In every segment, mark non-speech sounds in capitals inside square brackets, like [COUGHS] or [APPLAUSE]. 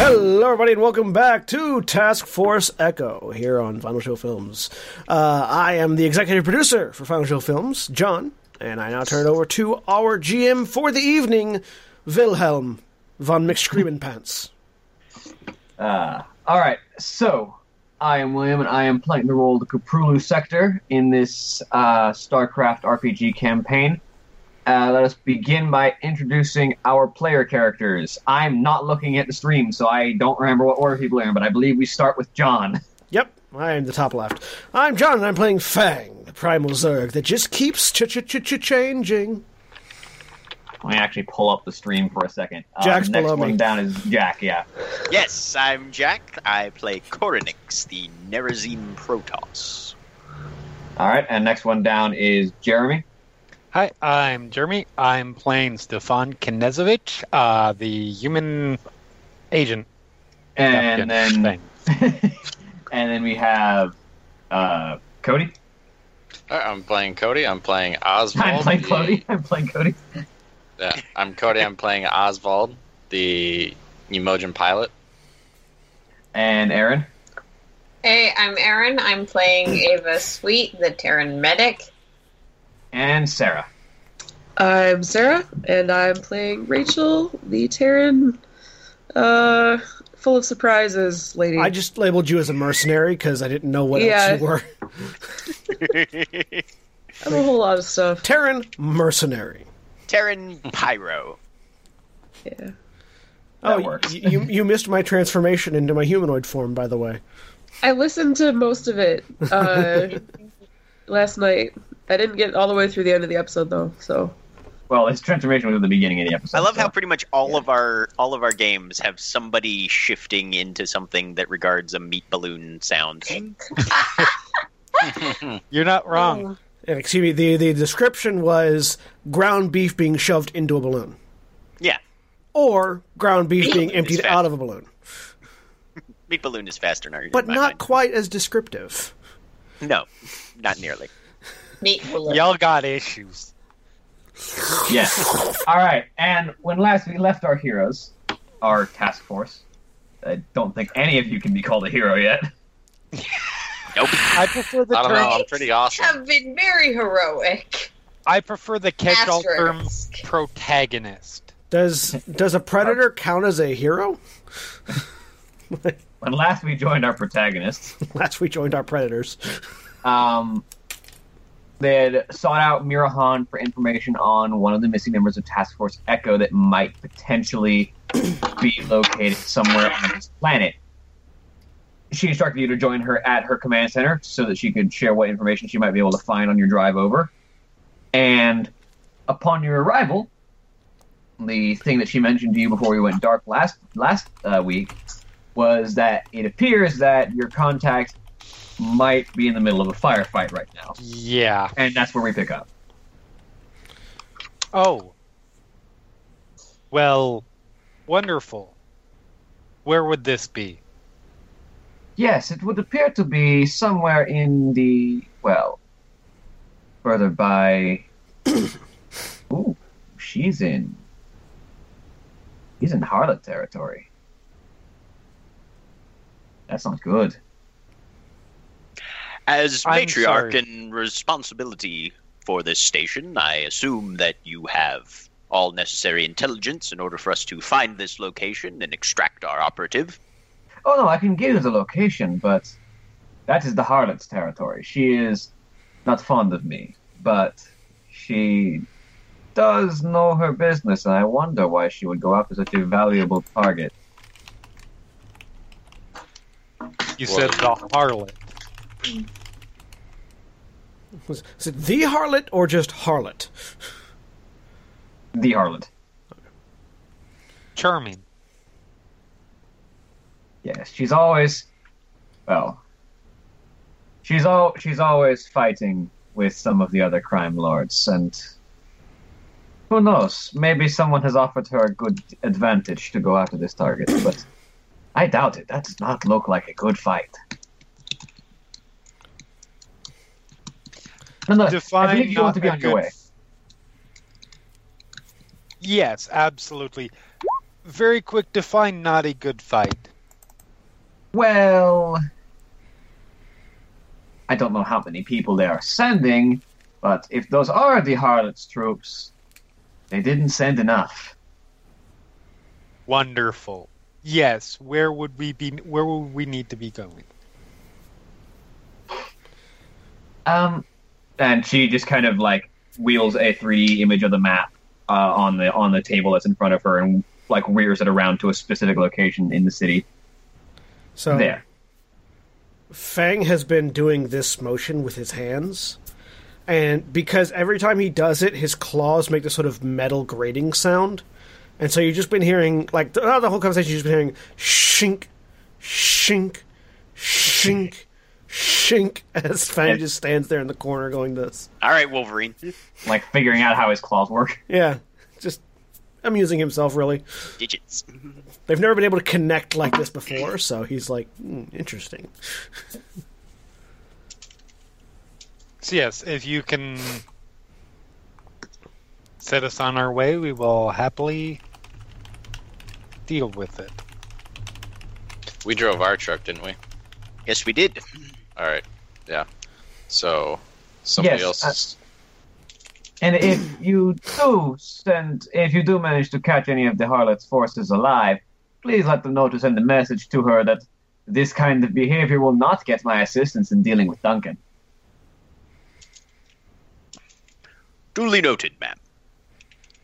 Hello, everybody, and welcome back to Task Force Echo here on Final Show Films. Uh, I am the executive producer for Final Show Films, John, and I now turn it over to our GM for the evening, Wilhelm von Pants. Uh, all right, so I am William, and I am playing the role of the Caprulu Sector in this uh, StarCraft RPG campaign. Uh, let us begin by introducing our player characters. I'm not looking at the stream, so I don't remember what order people are in, but I believe we start with John. [LAUGHS] Yep, I am the top left. I'm John, and I'm playing Fang, the primal Zerg that just keeps ch ch ch ch changing. Let me actually pull up the stream for a second. Uh, Jack's next below me. one down is Jack. Yeah. Yes, I'm Jack. I play Koronix, the Nerazine Protoss. All right, and next one down is Jeremy. Hi, I'm Jeremy. I'm playing Stefan Knezovich, uh, the human agent. And Captain then, [LAUGHS] and then we have uh, Cody. [LAUGHS] Uh, Alright, I'm playing Cody. I'm playing Oswald. I'm playing the- Cody. I'm playing Cody. Yeah, I'm Cody. I'm playing Oswald, the Emojin pilot. And Aaron. Hey, I'm Erin. I'm playing Ava Sweet, the Terran medic. And Sarah. I'm Sarah, and I'm playing Rachel, the Terran, uh, full of surprises lady. I just labeled you as a mercenary because I didn't know what Yeah. else you were. [LAUGHS] I'm a whole lot of stuff. Terran mercenary. Terran Pyro. Yeah. That oh, works. y- you you missed my transformation into my humanoid form, by the way. I listened to most of it [LAUGHS] uh, last night. I didn't get all the way through the end of the episode though, so Well, his transformation was at the beginning of the episode. I love so- how [LAUGHS] pretty much all of our all of our games have somebody shifting into something that regards a meat balloon sound. You're not wrong. Uh, Excuse me. The the description was ground beef being shoved into a balloon, Yeah, or ground beef being It's emptied fat. out of a balloon, meat balloon is faster in our but in my not mind. quite as descriptive. no, not nearly. Neat bullet. Y'all got issues. Yes. All right. And when last we left our heroes, our task force, I don't think any of you can be called a hero yet. Nope. I prefer the I don't term. Oh, know. I'm pretty awesome. Have been very heroic. I prefer the catch-all term Asterisk. protagonist. Does does a predator count as a hero? [LAUGHS] When last we joined our protagonists, Last we joined our predators. [LAUGHS] um, they had sought out Mirahan for information on one of the missing members of Task Force Echo that might potentially be located somewhere on this planet. She instructed you to join her at her command center so that she could share what information she might be able to find on your drive over. And upon your arrival, the thing that she mentioned to you before we went dark last last uh, week was that it appears that your contact might be in the middle of a firefight right now. Yeah. And that's where we pick up. Oh. Well, wonderful. Where would this be? Yes, it would appear to be somewhere in the well, further by. Ooh, she's in. He's in harlot territory. That's not good. As I'm matriarch sorry. and responsibility for this station, I assume that you have all necessary intelligence in order for us to find this location and extract our operative. Oh no, I can give you the location, but that is the harlot's territory. She is not fond of me, but she does know her business, and I wonder why she would go after such a valuable target. You Whoa. said the harlot. Was, is it the harlot or just harlot? The harlot. Charming. Yes, she's always well. She's all she's always fighting with some of the other crime lords, and who knows? Maybe someone has offered her a good advantage to go after this target, but I doubt it. That does not look like a good fight. Nonetheless, I Define believe you want to be not on a your good way. Yes, absolutely. Very quick, define not a good fight. Well, I don't know how many people they are sending, but if those are the Harlots troops, they didn't send enough. Wonderful. Yes. Where would we be? Where would we need to be going? Um, and she just kind of like wheels a 3D image of the map uh, on the on the table that's in front of her and like rears it around to a specific location in the city. So There. Fang has been doing this motion with his hands. And because every time he does it, his claws make this sort of metal grating sound. And so you've just been hearing, like, throughout the whole conversation, you've just been hearing shink, shink, shink, shink, [LAUGHS] as Fang just stands there in the corner going this. All right, Wolverine. Like figuring out how his claws work. Yeah, just amusing himself, really. Digits. They've never been able to connect like this before, so he's like, hmm, interesting. So yes, if you can set us on our way, we will happily deal with it. We drove our truck, didn't we? Yes, we did. All right. Yeah. So somebody Yes, else. And if you do send, if you do manage to catch any of the harlot's forces alive, please let them know to send a message to her that this kind of behavior will not get my assistance in dealing with Duncan. Duly noted, ma'am.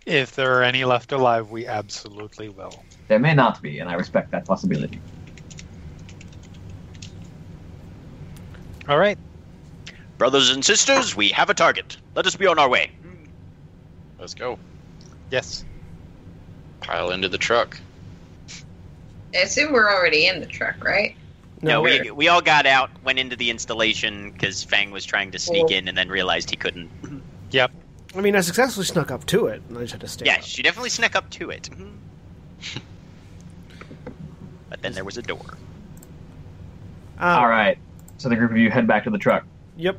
If there are any left alive, we absolutely will. There may not be, and I respect that possibility. All right. Brothers and sisters, we have a target. Let us be on our way. uh, Let's go. Yes. Pile into the truck. I assume we're already in the truck, right? No, we're- we, we all got out, went into the installation because Fang was trying to sneak in and then realized he couldn't. Yep. I mean, I successfully snuck up to it, and I just had to stay. Yeah, up. she definitely snuck up to it. Mm-hmm. [LAUGHS] but then there was a door. Um, All right. So the group of you head back to the truck. Yep.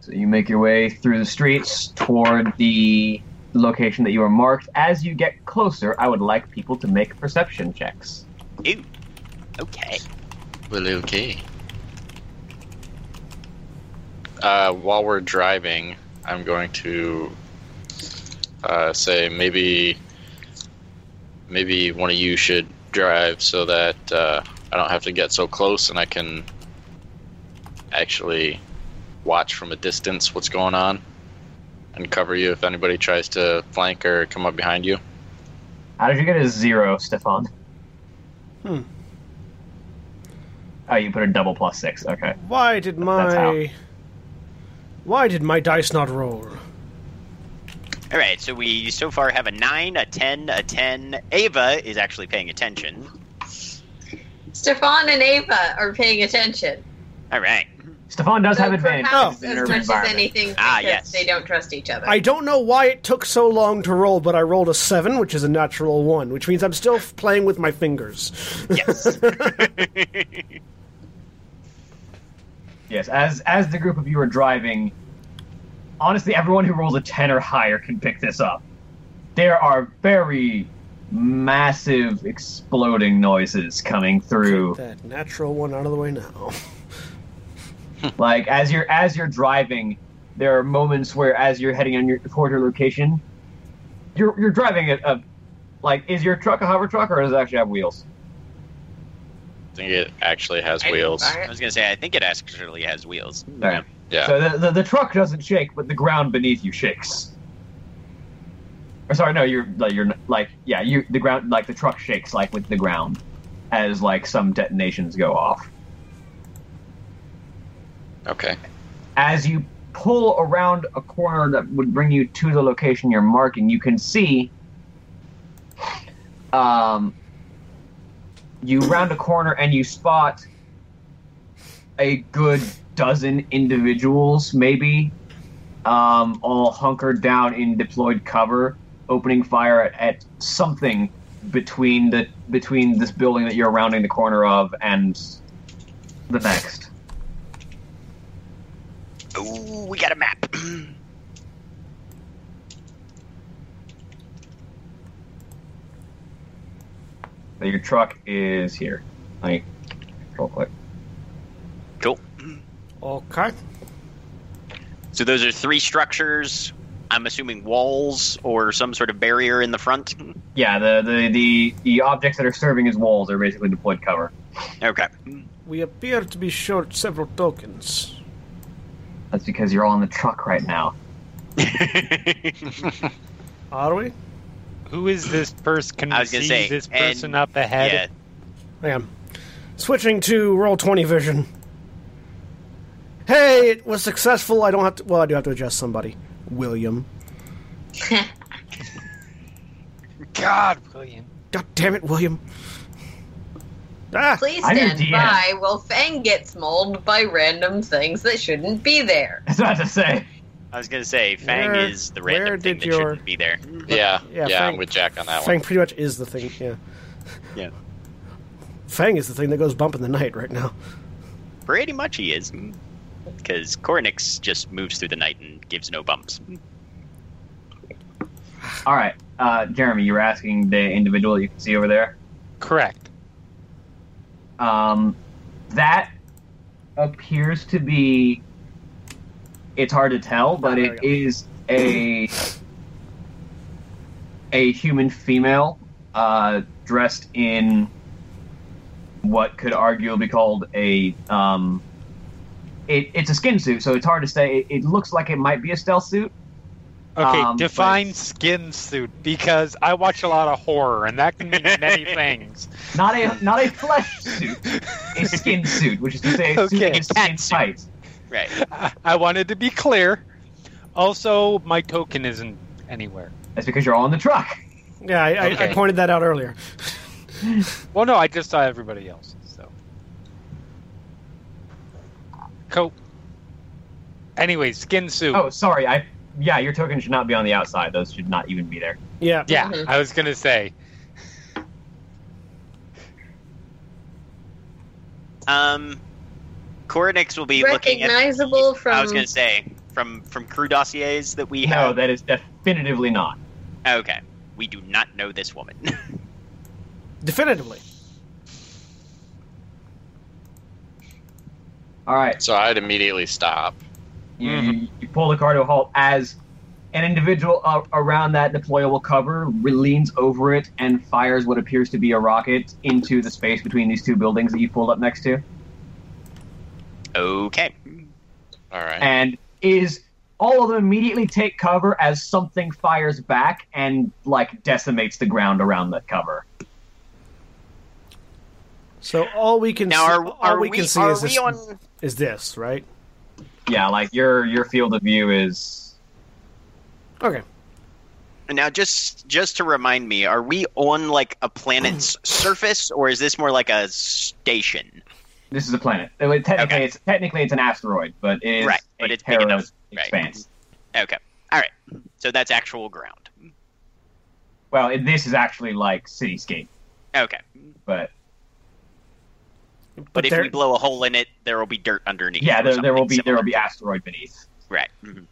So you make your way through the streets toward the location that you are marked. As you get closer, I would like people to make perception checks. Ew. Okay. Well, okay. Uh, while we're driving, I'm going to uh, say maybe maybe one of you should drive so that uh, I don't have to get so close and I can actually watch from a distance what's going on and cover you if anybody tries to flank or come up behind you. How did you get a zero, Stefan? Hmm. Oh, you put a double plus six. Okay. Why did my how. Why did my dice not roll? All right, so we so far have a 9, a 10, a 10. Ava is actually paying attention. Stefan and Ava are paying attention. All right. Stefan does have So advantage. perhaps in as urban much as environment. anything because Oh. Ah, yes. they don't trust each other. I don't know why it took so long to roll, but I rolled a 7, which is a natural 1, which means I'm still f- playing with my fingers. [LAUGHS] Yes. Yes, as as the group of you are driving, honestly, everyone who rolls a ten or higher can pick this up. There are very massive exploding noises coming through. That natural 1 out of the way now. Like as you're as you're driving, there are moments where as you're heading on your toward your location, you're you're driving a, a like is your truck a hover truck or does it actually have wheels? I think it actually has I- wheels. I was going to say, I think it actually has wheels. All right. Yeah. So the, the the truck doesn't shake, but the ground beneath you shakes. Or sorry, no, you're like you're n- like yeah, you the ground like the truck shakes like with the ground as like some detonations go off. Okay. As you pull around a corner that would bring you to the location you're marking, you can see um you round a corner and you spot a good dozen individuals, maybe, um, all hunkered down in deployed cover, opening fire at, at something between the between this building that you're rounding the corner of and the next. Ooh, we got a map. that your truck is here. Like, real quick. Cool. Okay. So those are three structures. I'm assuming walls or some sort of barrier in the front. Yeah, the, the, the, the objects that are serving as walls are basically deployed cover. [LAUGHS] Okay. We appear to be short several tokens. That's because you're all in the truck right now. [LAUGHS] Are we? Who is this person? Can I we was gonna see say, this and- person up ahead? yeah. I am. Switching to roll 20 vision. Hey, it was successful. I don't have to. Well, I do have to adjust somebody. William. God, William. God damn it, William. Ah, Please I'm your stand DM. by while Fang gets mauled by random things that shouldn't be there. That's what I was to say. I was gonna say Fang Where- is the where random thing did that your- shouldn't be there. Yeah, Yeah, yeah, Frank- I'm with Jack on that Fang pretty much is the thing. Yeah. Yeah. Fang is the thing that goes bump in the night right now. Pretty much he is, because Cornix just moves through the night and gives no bumps. All right, uh, Jeremy, you were asking the individual that you can see over there. Correct. Um, that appears to be. It's hard to tell, but there it is a a human female uh, dressed in what could arguably be called a. Um, it, it's a skin suit, so it's hard to say. It, it looks like it might be a stealth suit. Okay, Um, but define it's- skin suit because I watch a lot of horror and that can mean [LAUGHS] many things. Not a not a flesh suit, a skin suit, which is to say, a suit Okay. that gives skin Cat tight. Right. I, I wanted to be clear. Also, my token isn't anywhere. That's because you're all in the truck. Yeah, I, I, I Okay. pointed that out earlier. Well, no, I just saw everybody else. So, cool. Anyway, skin suit. Oh, sorry. I yeah, your token should not be on the outside. Those should not even be there. Yeah. yeah, mm-hmm. Mhm. I was gonna say. Um, Cornix will be looking at. Recognizable from I was gonna say from from crew dossiers that we No, have. that is definitively not. okay, we do not know this woman. [LAUGHS] Definitively. All right. one. So I'd immediately stop. You, Mhm. you, you pull the car to a halt as an individual uh, around that deployable cover re- leans over it and fires what appears to be a rocket into the space between these two buildings that you pulled up next to, okay. All right. and is all of them immediately take cover as something fires back and like decimates the ground around the cover. So all we can Now see, are all are we we, can see are is we this, on? is this, right? Yeah, like your your field of view is Okay. Now just just to remind me, are we on like [CLEARS THROAT] a planet's surface or is this more like a station? This is a planet. Well, it- Technically, Okay. it's technically it's an asteroid, but it is Right, a but it's big terra enough, right. expanse. Okay. All right. So that's actual ground. Well, it, this is actually like cityscape, Okay. but But, But, if there, we blow a hole in it, there will be dirt underneath. yeah, or there, there will be something there similar. will be asteroid beneath. Right. Mhm.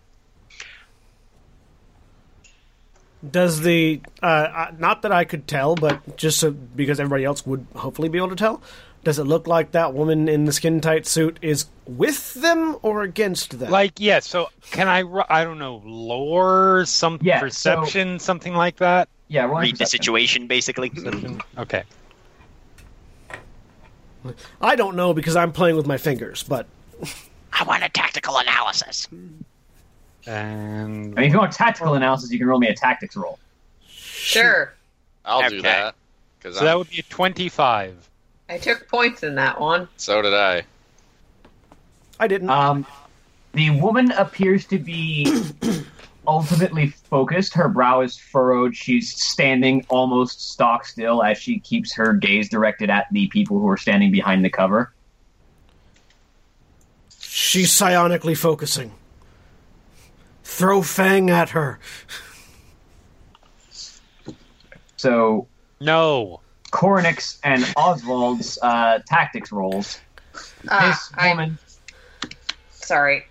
does the uh, uh, not that I could tell, but just so, because everybody else would hopefully be able to tell, does it look like that woman in the skin tight suit is with them or against them? Like, yeah. So, can I? ru- I don't know. Lore, some Yeah, so- perception, something like that. Yeah, we're Read the situation basically. Okay. I don't know because I'm playing with my fingers, but I want a tactical analysis. And I mean, if you want tactical analysis, you can roll me a tactics roll. sure. I'll Okay. do that. Cause so that I'm- would be a twenty-five. I took points in that one. so did I. I didn't. Um, the woman appears to be ultimately focused. Her brow is furrowed. She's standing almost stock still as she keeps her gaze directed at the people who are standing behind the cover. She's psionically focusing. Throw Fang at her. So No. Koronix and Oswald's uh, tactics rolls. Ah, this I'm woman. sorry.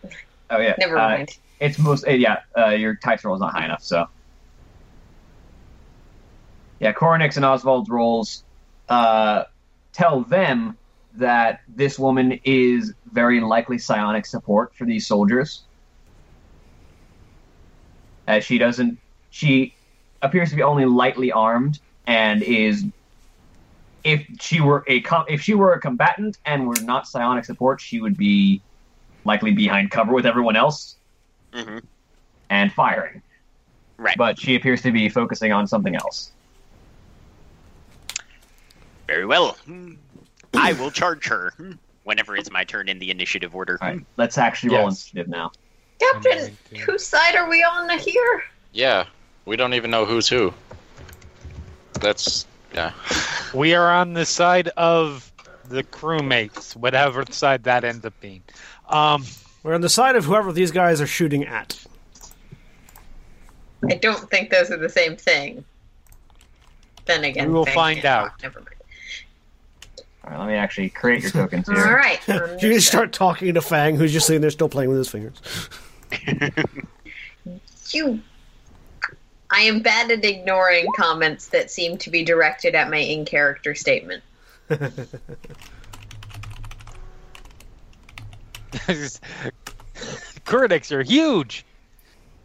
Oh yeah. Never uh, mind. It's most. Uh, yeah. Uh, your tactics roll is not high enough. So. Yeah, Koronix and Oswald's rolls uh, tell them that this woman is very likely psionic support for these soldiers. As she doesn't, she appears to be only lightly armed and is. If she were a com- if she were a combatant and were not psionic support, she would be likely behind cover with everyone else hmm and firing. Right. But she appears to be focusing on something else. Very well. Hmm. I will charge her hmm, whenever it's my turn in the initiative order. All Hmm. right, let's actually roll Yes. initiative now. Captain, going to- whose side are we on here? Yeah, we don't even know who's who. That's yeah. We are on the side of the crewmates, whatever side that ends up being. Um, [LAUGHS] We're on the side of whoever these guys are shooting at. [LAUGHS] I don't think those are the same thing. Then again, We will they find can't- out. Never mind. All right, let me actually create [LAUGHS] your tokens here. All right. um, You understood. just start talking to Fang, who's just sitting there still playing with his fingers. You. I am bad at ignoring comments that seem to be directed at my in character statement. critics are huge.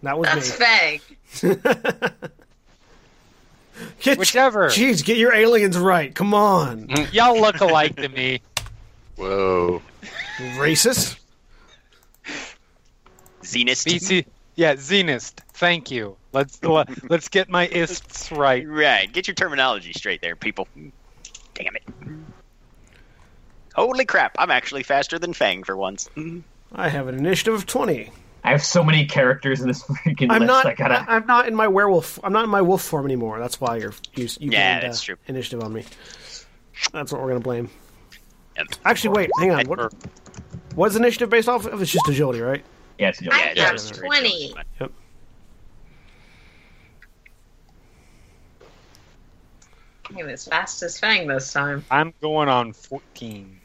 That was That's vague. me. [LAUGHS] Get- Whichever. Jeez, get your aliens right. Come on. Y'all look alike to me. Whoa. Racist. Zenus. BC, yeah, Zenist. Thank you. Let's uh, let's get my ists right. Right. Get your terminology straight there, people. Damn it. Holy crap, I'm actually faster than Fang for once. I have an initiative of 20. I have so many characters in this [LAUGHS] freaking I'm list. not. I gotta. I- I'm not in my werewolf. I'm not in my wolf form anymore. That's why you're you, you Yeah, gained, that's uh, true. initiative on me. That's what we're gonna blame. Yep. Actually, wait, hang on. [LAUGHS] What, what's initiative based off of? It's just agility, right? yeah, it's a joke. I yeah, have it's great. 20. Yep. He was fast as Fang this time. I'm going on 14.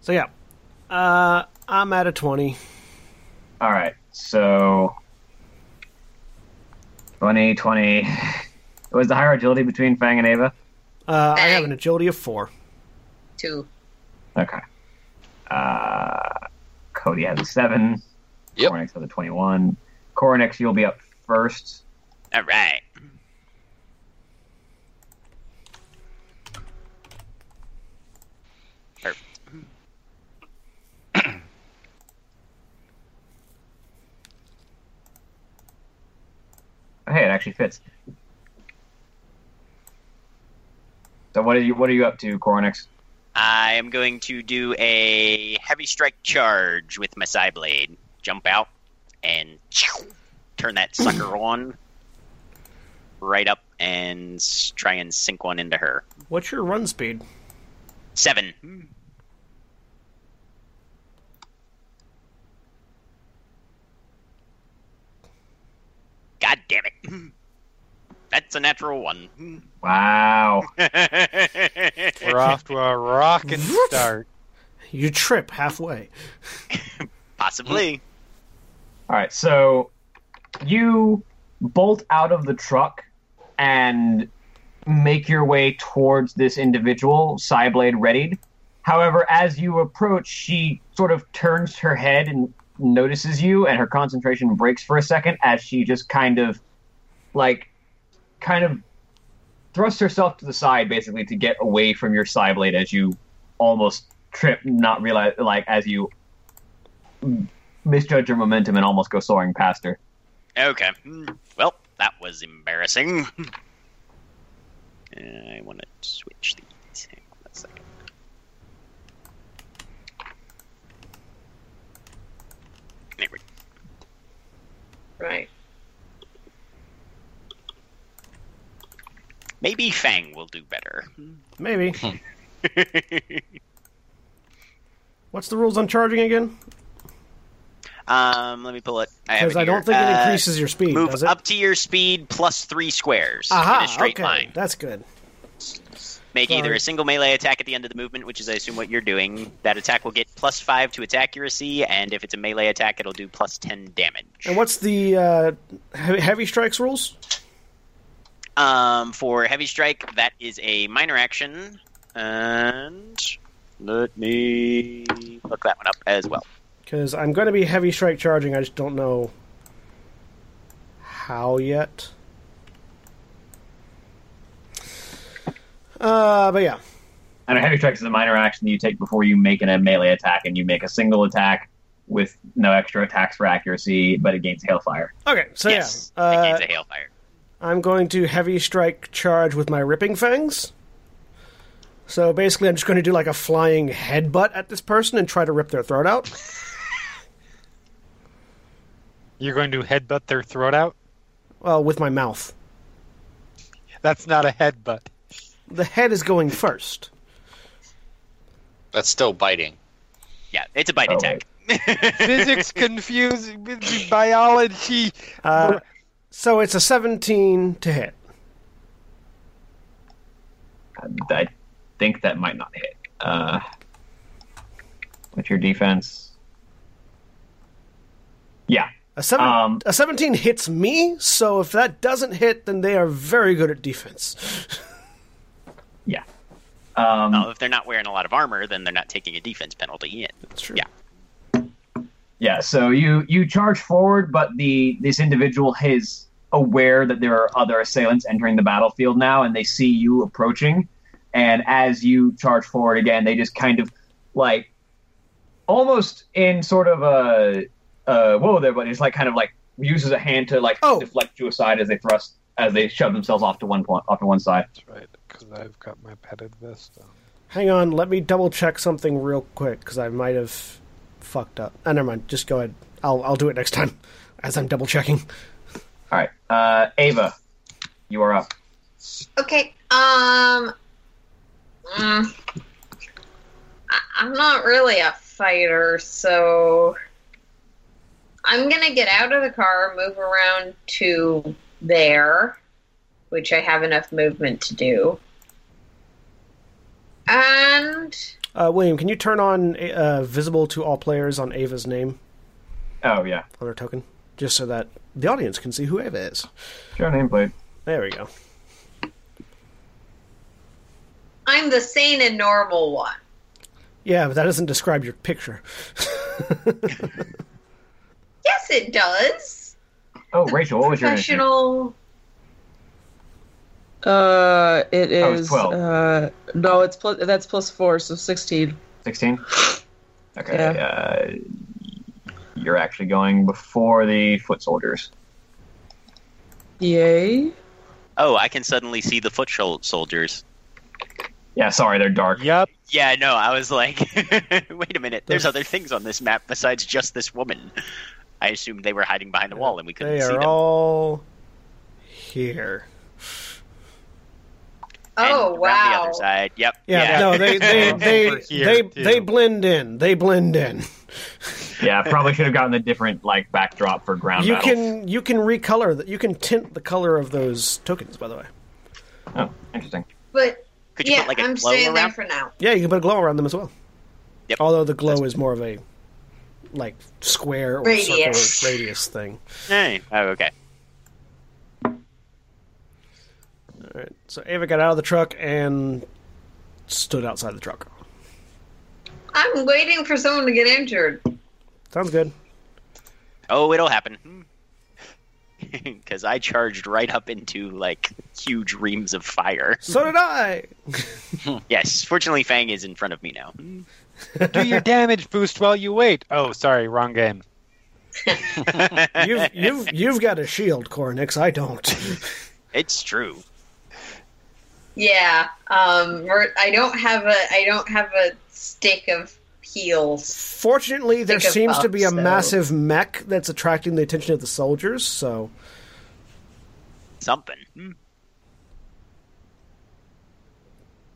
So yeah, uh, I'm at a 20. All right, so 20, 20. [SIGHS] Was the higher agility between Fang and Ava? Uh, I Bang. have an agility of four. Two. Okay. Uh, Cody has a seven. Yep. Cornix has a twenty-one. Cornix, you'll be up first. All right. Er. Hey, it actually fits. So what are you what are you up to, Cornix? I am going to do a heavy strike charge with my side blade. Jump out and turn that [CLEARS THROAT] sucker on right up and s- try and sink one into her. What's your run speed? Seven. God damn it. That's a natural one. Wow. We're off to a rockin' start. You trip halfway. Possibly. All right, so you bolt out of the truck and make your way towards this individual, Cyblade readied. However, as you approach, she sort of turns her head and notices you, and her concentration breaks for a second as she just kind of, like, kind of thrusts herself to the side, basically, to get away from your Cyblade as you almost trip, not realize, like, as you misjudge her momentum and almost go soaring past her. Okay. Mm, Well, that was embarrassing. Uh, I want to switch these. Hang on a second. There we Right. Maybe Fang will do better. Maybe. Hmm. [LAUGHS] What's the rules on charging again? um, let me pull it. I have Because it I here. don't think it Uh, increases your speed, Move does it? up to your speed plus three squares in a Aha, straight okay. line. That's good. Make Sorry. either a single melee attack at the end of the movement, which is, I assume, what you're doing. That attack will get plus five to its accuracy, and if it's a melee attack, it'll do plus ten damage. And what's the uh, heavy, heavy strikes rules? Um, for heavy strike, that is a minor action, and let me look that one up as well. Because I'm going to be heavy strike charging. I just don't know how yet. Uh, but yeah, And a heavy strike is a minor action that you take before you make an melee attack, and you make a single attack with no extra attacks for accuracy, but it gains hailfire. okay. So yes, yeah, uh, it gains a hailfire. I'm going to heavy strike charge with my ripping fangs. So basically, I'm just going to do like a flying headbutt at this person and try to rip their throat out. You're going to headbutt their throat out? Well, uh, with my mouth. That's not a headbutt. The head is going first. That's still biting. Yeah, it's a bite Oh, attack. [LAUGHS] Physics confused with the biology. Uh, so it's a 17 to hit. I think that might not hit. Uh, what's your defense? Yeah. A, seven, Um, a 17 hits me, so if that doesn't hit, then they are very good at defense. [LAUGHS] Yeah. Um, Well, if they're not wearing a lot of armor, then they're not taking a defense penalty. And That's true. Yeah. Yeah, so you you charge forward, but the this individual is aware that there are other assailants entering the battlefield now, and they see you approaching. And as you charge forward again, they just kind of like almost in sort of a uh, whoa there, but it's like kind of like uses a hand to like Oh. deflect you aside as they thrust as they shove themselves off to one point off to one side. That's right, because I've got my padded vest on. Hang on, let me double check something real quick, because I might have fucked up. Oh, never mind, just go ahead. I'll, I'll do it next time, [LAUGHS] as I'm double checking. All right, uh, Ava, you are up. Okay. Um. mm, I- I'm not really a fighter, so I'm gonna get out of the car, move around to there, which I have enough movement to do, and Uh, William, can you turn on uh, visible to all players on Ava's name Oh yeah, on her token? Just so that the audience can see who Ava is. show nameplate. There we go. I'm the sane and normal one. Yeah, but that doesn't describe your picture. [LAUGHS] Yes, it does. Oh Rachel, what was your initiative? Professional. Uh, it Oh, it's is. 12. uh, no, it's plus. That's plus four, so sixteen. 16? Okay. Uh, you're actually going before the foot soldiers. Yay! Oh, I can suddenly see the foot shol- soldiers. Yeah, sorry, they're dark. Yep. Yeah, no, I was like, [LAUGHS] wait a minute. There's other things on this map besides just this woman. I assumed they were hiding behind a wall and we couldn't they see are them. all here. And Oh around wow! The other side. Yep. Yeah, no, they [LAUGHS] they they Over they, here, they, too. blend in. They blend in. Yeah, probably should have gotten a different like backdrop for ground You battle. can you can recolor that. You can tint the color of those tokens. By the way, Oh, interesting. But Could you yeah, put like a I'm glow staying around? there for now. yeah, you can put a glow around them as well. Yep. Although the glow is more of a like square or Radius. circle radius thing. Hey. Oh, okay. All right. So Ava got out of the truck and stood outside the truck. I'm waiting for someone to get injured. Sounds good. Oh, it'll [LAUGHS] happen. Because I charged right up into like huge reams of fire. So did I. Yes, fortunately, Fang is in front of me now. Do your damage boost while you wait. Oh, sorry, wrong game. You've you've you've got a shield, Cornix. I don't. [LAUGHS] It's true. Yeah, um, we're- I don't have a I don't have a stick of heels. Fortunately, there Think of seems to be a Fox, though. massive mech that's attracting the attention of the soldiers. So Something. Hmm.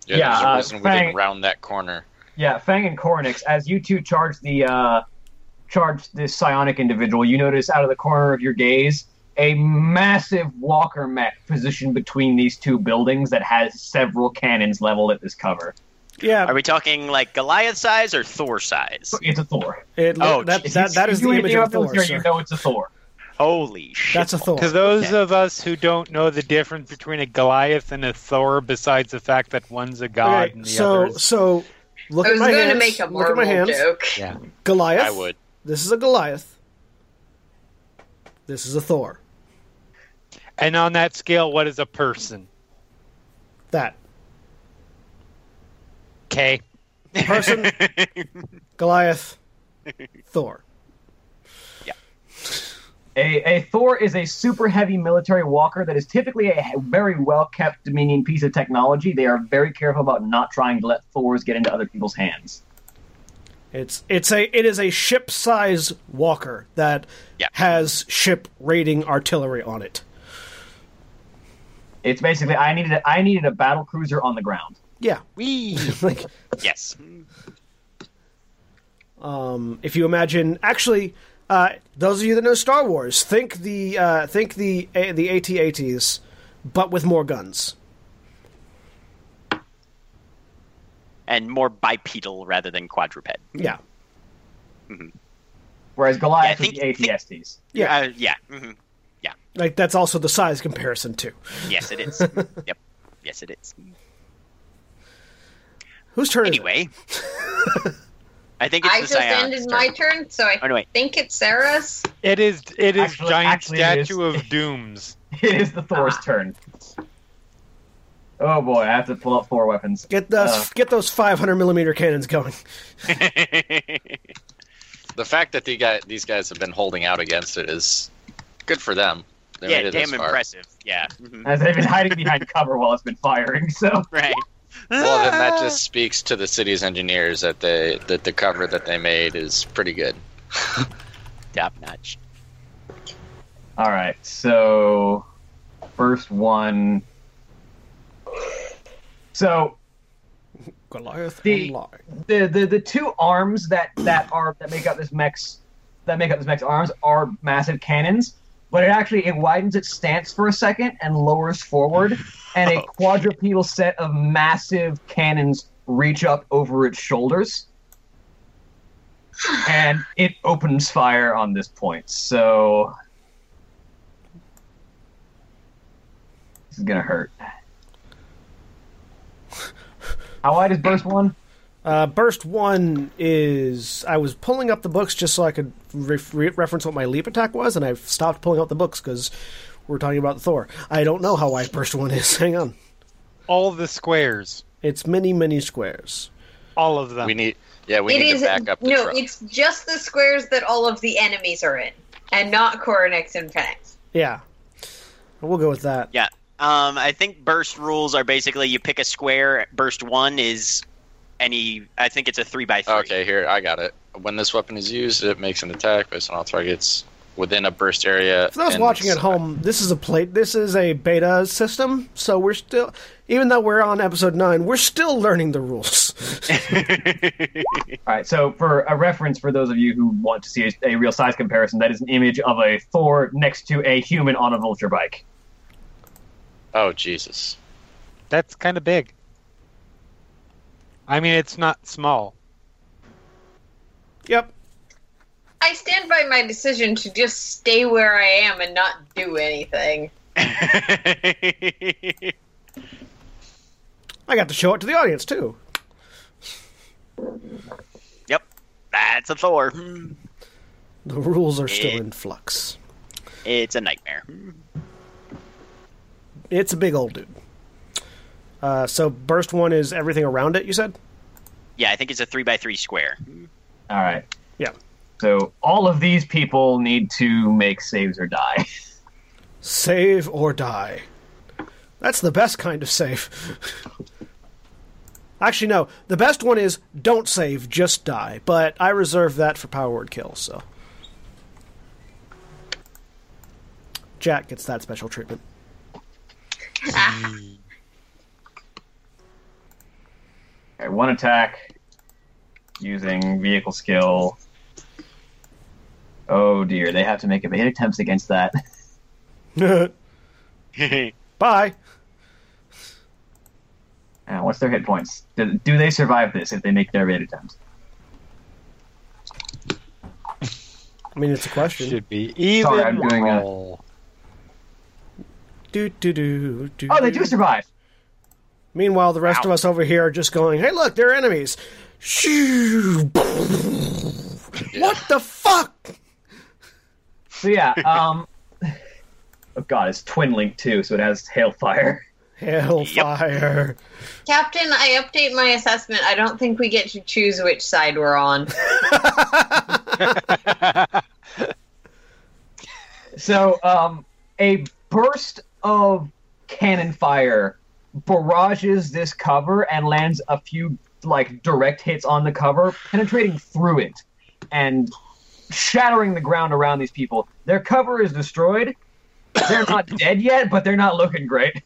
Yeah, Yeah, there's a uh, reason we Frank- didn't round that corner. Yeah, Fang and Cornix, as you two charge the uh, charge this psionic individual, you notice out of the corner of your gaze a massive walker mech positioned between these two buildings that has several cannons leveled at this cover. Yeah, Are we talking like Goliath size or Thor size? It's a Thor. it, Oh, that, geez. that, that If is you the image knew of it was Thor. here, sir. You know it's a Thor. Holy shit! That's a Thor. To those Okay. of us who don't know the difference between a Goliath and a Thor, besides the fact that one's a god Okay, and the so other is so look I at was my going hands. to make a look at my Marvel hands. joke. Goliath. I would. This is a Goliath. This is a Thor. And on that scale, what is a person? That Okay. person, Goliath, Thor. A, a Thor is a super heavy military walker that is typically a very well kept Dominion piece of technology. They are very careful about not trying to let Thors get into other people's hands. It's it's a it is a ship size walker that Yeah. has ship raiding artillery on it. It's basically I needed a, I needed a battle cruiser on the ground. Yeah, We. [LAUGHS] like yes. um, if you imagine actually. Uh, those of you that know Star Wars, think the uh, think the a- the AT-ATs, but with more guns. And more bipedal rather than quadruped. Yeah, Whereas Yeah, I Goliath think- is the ATSTs. Yeah. Uh, yeah. hmm Yeah. like that's also the size comparison too. Yes, it is. yep. Yes, it is. Whose turn? is it? Anyway, I think it's I the just Scion's ended turn. my turn, so I Oh, no, wait. think it's Sarah's. [LAUGHS] It is. It is Actually- giant actually, it is. statue of dooms. [LAUGHS] It is the Thor's Ah. turn. Oh boy, I have to pull up four weapons. Get those Uh. get those 500 millimeter cannons going. The fact that the guy, these guys have been holding out against it is good for them. They made yeah, it this damn far. impressive. Yeah. [LAUGHS] Mhm. As I've been hiding behind cover while it's been firing, [LAUGHS] so Right. Well, then that just speaks to the city's engineers that they that the cover that they made is pretty good. [LAUGHS] top notch. All right, so first one. So Goliath The- unlocked. the, the the two arms that that are that make up this mech's that make up this mech's arms are massive cannons, but it actually it widens its stance for a second and lowers forward, and a quadrupedal set of massive cannons reach up over its shoulders, and it opens fire on this point. So this is gonna hurt. How wide is burst one? Uh, burst one is. I was pulling up the books just so I could re- re- reference what my leap attack was, and I've stopped pulling out the books because we're talking about Thor. I don't know how wide burst one is. [LAUGHS] Hang on, All the squares. it's many many squares. All of them. We need, yeah, we It need is- to back up the no, truck. it's just the squares that all of the enemies are in, and not Coronex and Fenix. Yeah, we'll go with that. Yeah. Um, I think burst rules are basically you pick a square. Burst one is any. I think it's a three by three. Okay, here I got it. When this weapon is used, it makes an attack based on all targets within a burst area. For those and- watching at home, this is a plate. This is a beta system, so we're still, even though we're on episode nine, we're still learning the rules. All right, so for a reference for those of you who want to see a, a real size comparison, that is an image of a Thor next to a human on a vulture bike. Oh Jesus! That's kind of big. I mean, it's not small. yep. I stand by my decision to just stay where I am and not do anything. I got to show it to the audience too. [LAUGHS] yep. That's a Thor. The rules are still in flux. It's a nightmare. It's a big old dude. Uh, so burst one is everything around it. You said Yeah, I think it's a three by three square. All right. Yeah. So all of these people need to make saves or die. [LAUGHS] save or die. That's the best kind of save. Actually, no. The best one is don't save, just die. But I reserve that for power word kill. So Jack gets that special treatment. Hmm. Okay, one attack using vehicle skill. Oh dear, they have to make a hit attempts against that. [LAUGHS] Bye. Uh, what's their hit points? Do, do they survive this if they make their evade attempt? I mean, it's a question. Should be even Sorry, I'm doing a- roll. Do, do, do, do, Oh, they do survive. Meanwhile, the rest of us over here are just going, hey, look, they're enemies. [LAUGHS] Shoo. What the fuck? So yeah. Um. [LAUGHS] oh god, it's twin link too, so it has hailfire. [LAUGHS] Hellfire. [LAUGHS] Captain, I update my assessment. I don't think we get to choose which side we're on. So um, a burst of cannon fire barrages this cover and lands a few like direct hits on the cover, penetrating through it and shattering the ground around these people. Their cover is destroyed. They're not [COUGHS] dead yet, but they're not looking great.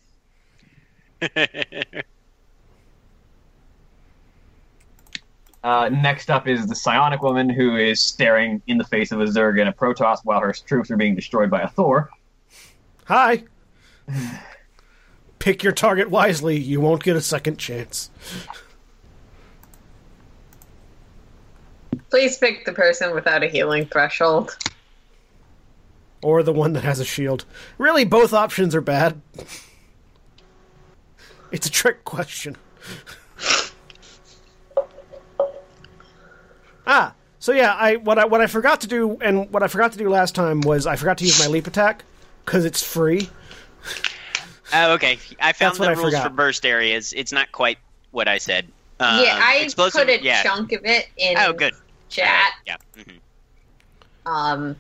Uh, next up is the Psionic Woman, who is staring in the face of a Zerg and a Protoss while her troops are being destroyed by a Thor. Hi. Pick your target wisely. You won't get a second chance. Please pick the person without a healing threshold. Or the one that has a shield. Really, both options are bad. It's a trick question. ah, so yeah, I what I what I forgot to do and what I forgot to do last time was I forgot to use my leap attack because it's free. Oh, okay. I found That's what the I rules forgot. for burst areas. It's not quite what I said. yeah, Um, I explosive- put a yeah. chunk of it in Oh, good. chat. Yeah. mhm. Um,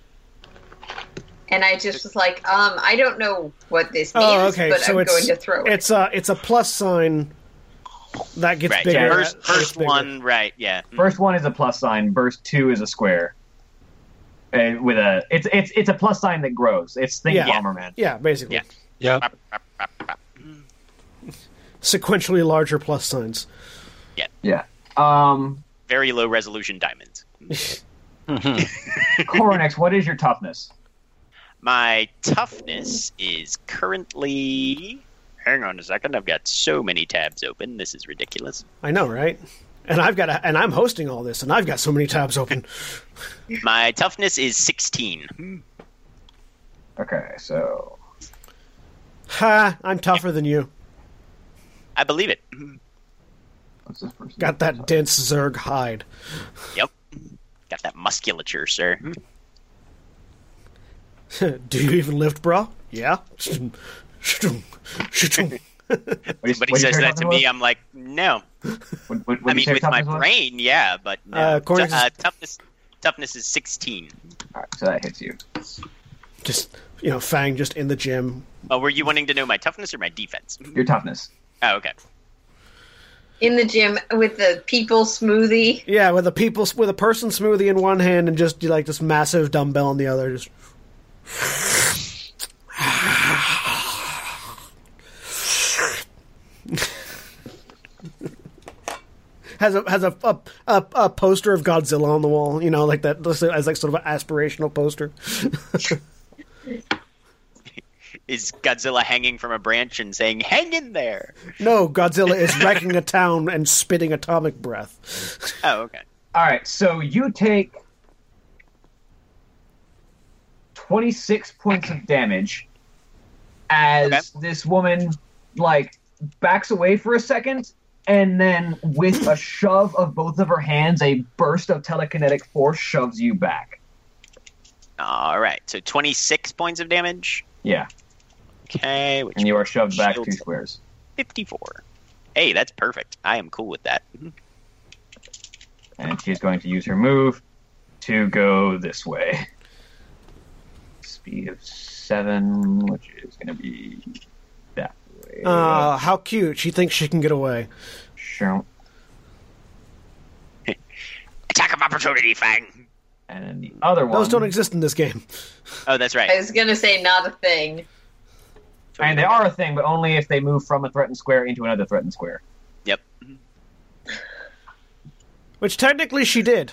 and I just was like, um, I don't know what this means, Oh, okay. but so I'm it's going to throw it. it's a it's a plus sign that gets Right. bigger. yeah, First, that gets first bigger. one. Right. Yeah. mhm. Mm-hmm. First one is a plus sign. Burst two is a square. Uh, with a, it's it's it's a plus sign that grows. It's think Yeah. bomber man. Yeah, basically. Yeah. Yep. Sequentially larger plus signs. Yeah. [LAUGHS] Um, Very low resolution diamonds. Mm-hmm. Coronex, what is your toughness? My toughness is currently. Hang on a second. I've got so many tabs open. This is ridiculous. I know, right? And I've got a, and I'm hosting all this, and I've got so many tabs open. [LAUGHS] My toughness is 16. Okay, so ha! I'm tougher than you. I believe it. what's this person? Got that dense Zerg hide. [LAUGHS] Yep. Got that musculature, sir. Do you even lift, bro? Yeah. [LAUGHS] Shtung, shtung, shtung. What is- Somebody what is says your that to toughness me, was? I'm like, no. What, what, what I did you mean, say with my toughness was? brain, yeah, but no. Uh, Cornix T- is- uh, toughness, toughness is 16. All right, so that hits you. just you know, Fang just in the gym. Oh, were you wanting to know my toughness or my defense? Your toughness. Oh, okay. in the gym with the people smoothie. Yeah, with a people with a person smoothie in one hand and just like this massive dumbbell in the other. Just has a has a a, a a poster of Godzilla on the wall. You know, like that as like sort of an aspirational poster. [LAUGHS] Is Godzilla hanging from a branch and saying, hang in there? No, Godzilla is wrecking a town and spitting atomic breath. Oh, okay. All right, so you take 26 points of damage as Okay. this woman like backs away for a second and then with [CLEARS THROAT] a shove of both of her hands a burst of telekinetic force shoves you back. All right. So 26 points of damage. Yeah, Okay, which and you are shoved back two Shields. squares. 54. Hey, that's perfect. I am cool with that. Mm-hmm. And she's going to use her move to go this way. Speed of 7, which is going to be that way. Uh, how cute! She thinks she can get away. Sure. Attack of opportunity, Fang. And then the other one. Those don't exist in this game. Oh, that's right. I was gonna say not a thing. And they are a thing, but only if they move from a threatened square into another threatened square. Yep. Which technically she did.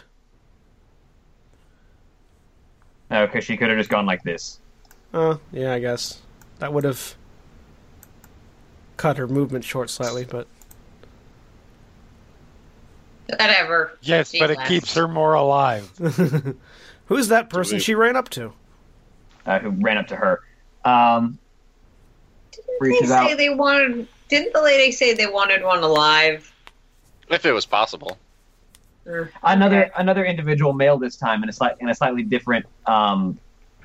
Uh, No, because she could have just gone like this. Uh, yeah, I guess. That would have cut her movement short slightly, but Whatever. Yes, She but it left. keeps her more alive. who's that person we- she ran up to? uh, who ran up to her. Um, Didn't they reaches out. say they wanted? Didn't the lady say they wanted one alive? [LAUGHS] Mm. If it was possible. Or- another Okay. another individual male this time in a slight in a slightly different um,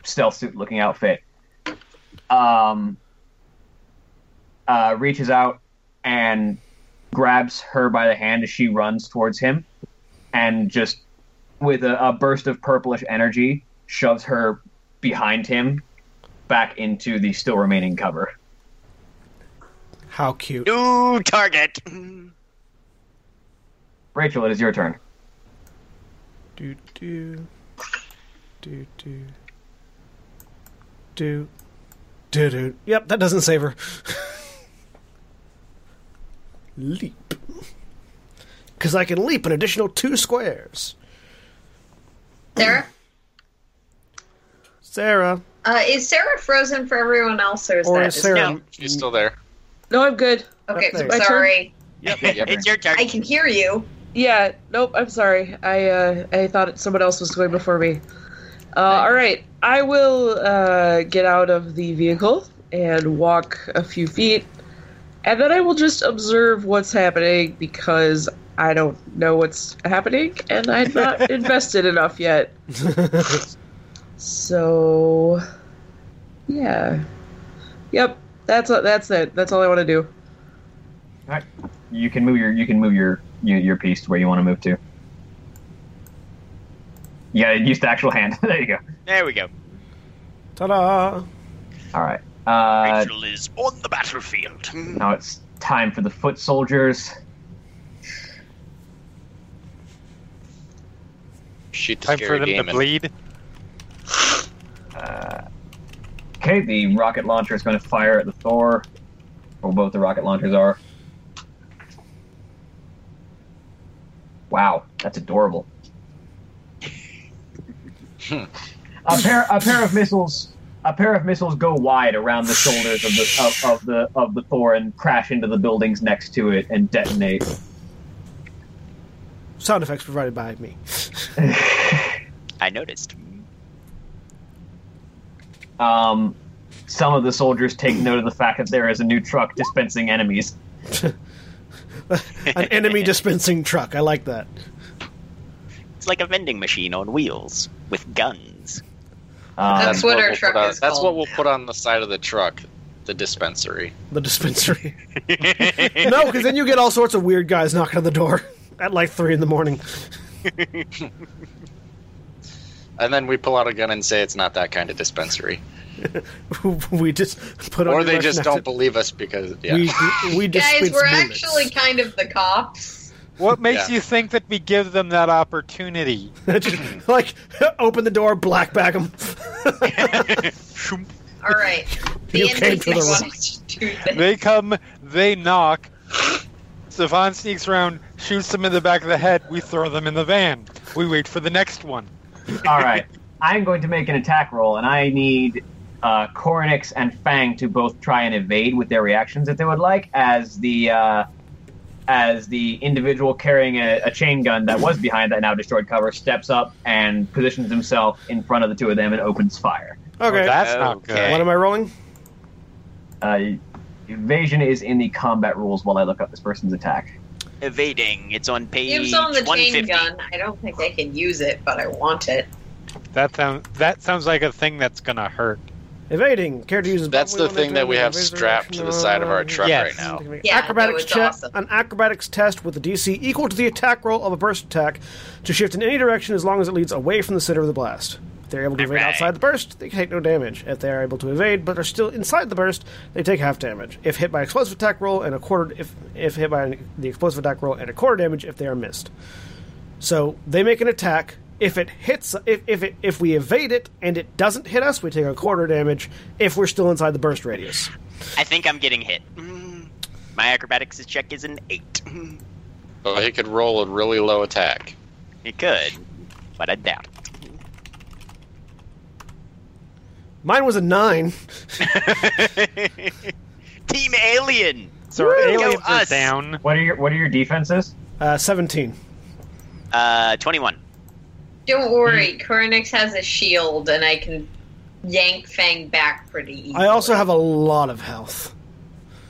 stealth suit looking outfit. Um, uh, reaches out and grabs her by the hand as she runs towards him, and just with a, a burst of purplish energy shoves her behind him back into the still remaining cover. How cute. New target. Rachel, it is your turn. Do do do do do do do. Yep, that doesn't save her. [LAUGHS] leap, because I can leap an additional two squares. Sarah. Sarah, Uh, is Sarah frozen for everyone else, or is or that is just Sarah? No. She's still there. No, I'm good. Okay, Up there. My turn? sorry. Yep, [LAUGHS] Yep. it's your turn. I can hear you. Yeah, nope, I'm sorry. I uh, I thought someone else was going before me. Uh, all right, I will uh, get out of the vehicle and walk a few feet, and then I will just observe what's happening because I don't know what's happening and I'm [LAUGHS] not invested enough yet. So, yeah, yep, that's that's it. That's all I want to do. You can move your you can move your your, your piece to where you want to move to. You gotta use the actual hand. [LAUGHS] there you go. There we go. [LAUGHS] Ta-da! All right. Uh, Rachel is on the battlefield. now it's time for the foot soldiers. Shoot the Time for scary them to demon. bleed. Okay, the rocket launcher is going to fire at the Thor. Or both the rocket launchers are. Wow, that's adorable. a pair, a pair of missiles, a pair of missiles go wide around the shoulders of the of, of the of the Thor and crash into the buildings next to it and detonate. Sound effects provided by me. I noticed. Um, some of the soldiers take note of the fact that there is a new truck dispensing enemies. An enemy dispensing truck. I like that. It's like a vending machine on wheels with guns. Um, That's what our we'll truck put on- is That's called. what we'll put on the side of the truck, the dispensary. The [LAUGHS] dispensary. no, because then you get all sorts of weird guys knocking on the door at like three in the morning. [LAUGHS] And then we pull out a gun and say it's not that kind of dispensary. we just put on. Or your they Russian just don't accent. believe us because yeah. We we Guys, dispense we're bullets. actually kind of the cops. What makes Yeah. you think that we give them that [LAUGHS] opportunity? [LAUGHS] Just, like open the door, black bag [LAUGHS] them. All right. [LAUGHS] The You came to the NPCs wrong- [LAUGHS] wanted to do this. They come, they knock. Stefan sneaks around, shoots them in the back of the head. We throw them in the van. We wait for the next one. All right. I'm going to make an attack roll, and I need uh, Coronix and Fang to both try and evade with their reactions if they would like, as the uh, as the individual carrying a, a chain gun that was behind that now destroyed cover steps up and positions himself in front of the two of them and opens fire. Well, Okay. Oh, that's not Okay. what good. am I rolling? Uh, evasion is in the combat rules while I look up this person's attack. Evading. It's on page Gives on the chain 150. gun. I don't think I can use it, but I want it. That sounds that sounds like a thing that's gonna hurt. Evading. Character uses. That's bottom the wheel thing that we maneuver, have evade strapped to the side of our truck Yes. right now. Yeah, acrobatics that was check. awesome. An acrobatics test with a DC equal to the attack roll of a burst attack to shift in any direction as long as it leads away from the center of the blast. If they're able to evade Alright. outside the burst, they take no damage. If they are able to evade but are still inside the burst, they take half damage. If hit by explosive attack roll and a quarter, if if hit by an, the explosive attack roll and a quarter damage, if they are missed. So they make an attack. If it hits, if if, it, if we evade it and it doesn't hit us, we take a quarter damage. If we're still inside the burst radius. I think I'm getting hit. Mm. My acrobatics check is an [LAUGHS] 8. Mm. So he could roll a really low attack. It could, but I doubt it. Mine was a nine. [LAUGHS] Team Alien. So our Woo! aliens Go are us. [LAUGHS] down. [LAUGHS] What are your What are your defenses? Uh, Seventeen. Uh, twenty-one. Don't Hmm. worry, Koronix has a shield, and I can yank Fang back pretty easily. I also have a lot of health.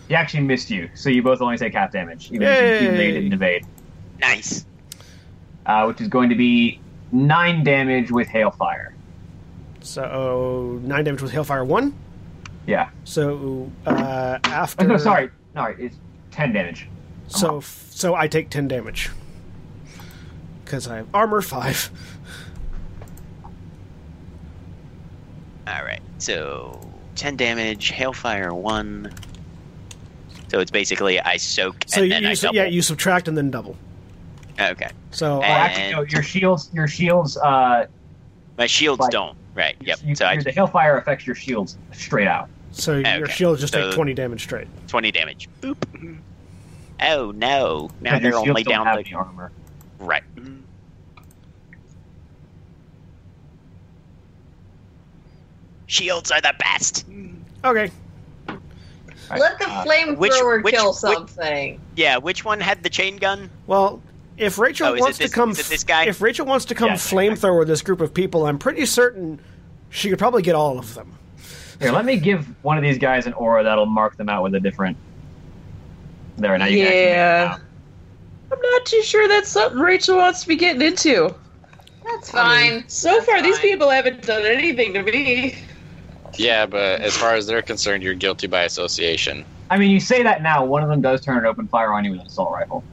You actually missed you, so you both only take half damage. Even if you Yay. evade and evade, Nice. uh, which is going to be nine damage with hailfire. So nine damage with hailfire one. Yeah. So uh, after Oh, no, sorry. No, it's ten damage. So so I take ten damage because I have armor five. All right. So ten damage, hailfire one. So it's basically I soak So and you, then I you, double. Ah, yeah you subtract and then double. Okay. So Oh, I, And- actually, no. Your shields. Your shields. Uh, My shields Like- don't. Right. Yep. You, so I your- the hailfire affects your shields straight out. so your okay. shield just take So- twenty damage straight. twenty damage. Boop. Oh no! Now but your they're shields only don't down have like any armor. right. Shields are the best. Okay. Right. Let the Uh, flamethrower which- kill which- something. Yeah. Which one had the chain gun? Well, if Rachel Oh, is it wants this- to come, is it this guy? if Rachel wants to come Yeah, yeah, yeah. flamethrower this group of people, I'm pretty certain she could probably get all of them. Here, let me give one of these guys an aura that'll mark them out with a different. There, now you can actually make them Yeah. out. I'm not too sure that's something Rachel wants to be getting into. That's fine. So far, these Fine. people haven't done anything to me. Yeah, but as far as they're concerned, you're guilty by association. I mean, you say that now. One of them does turn an open fire on you with an assault rifle.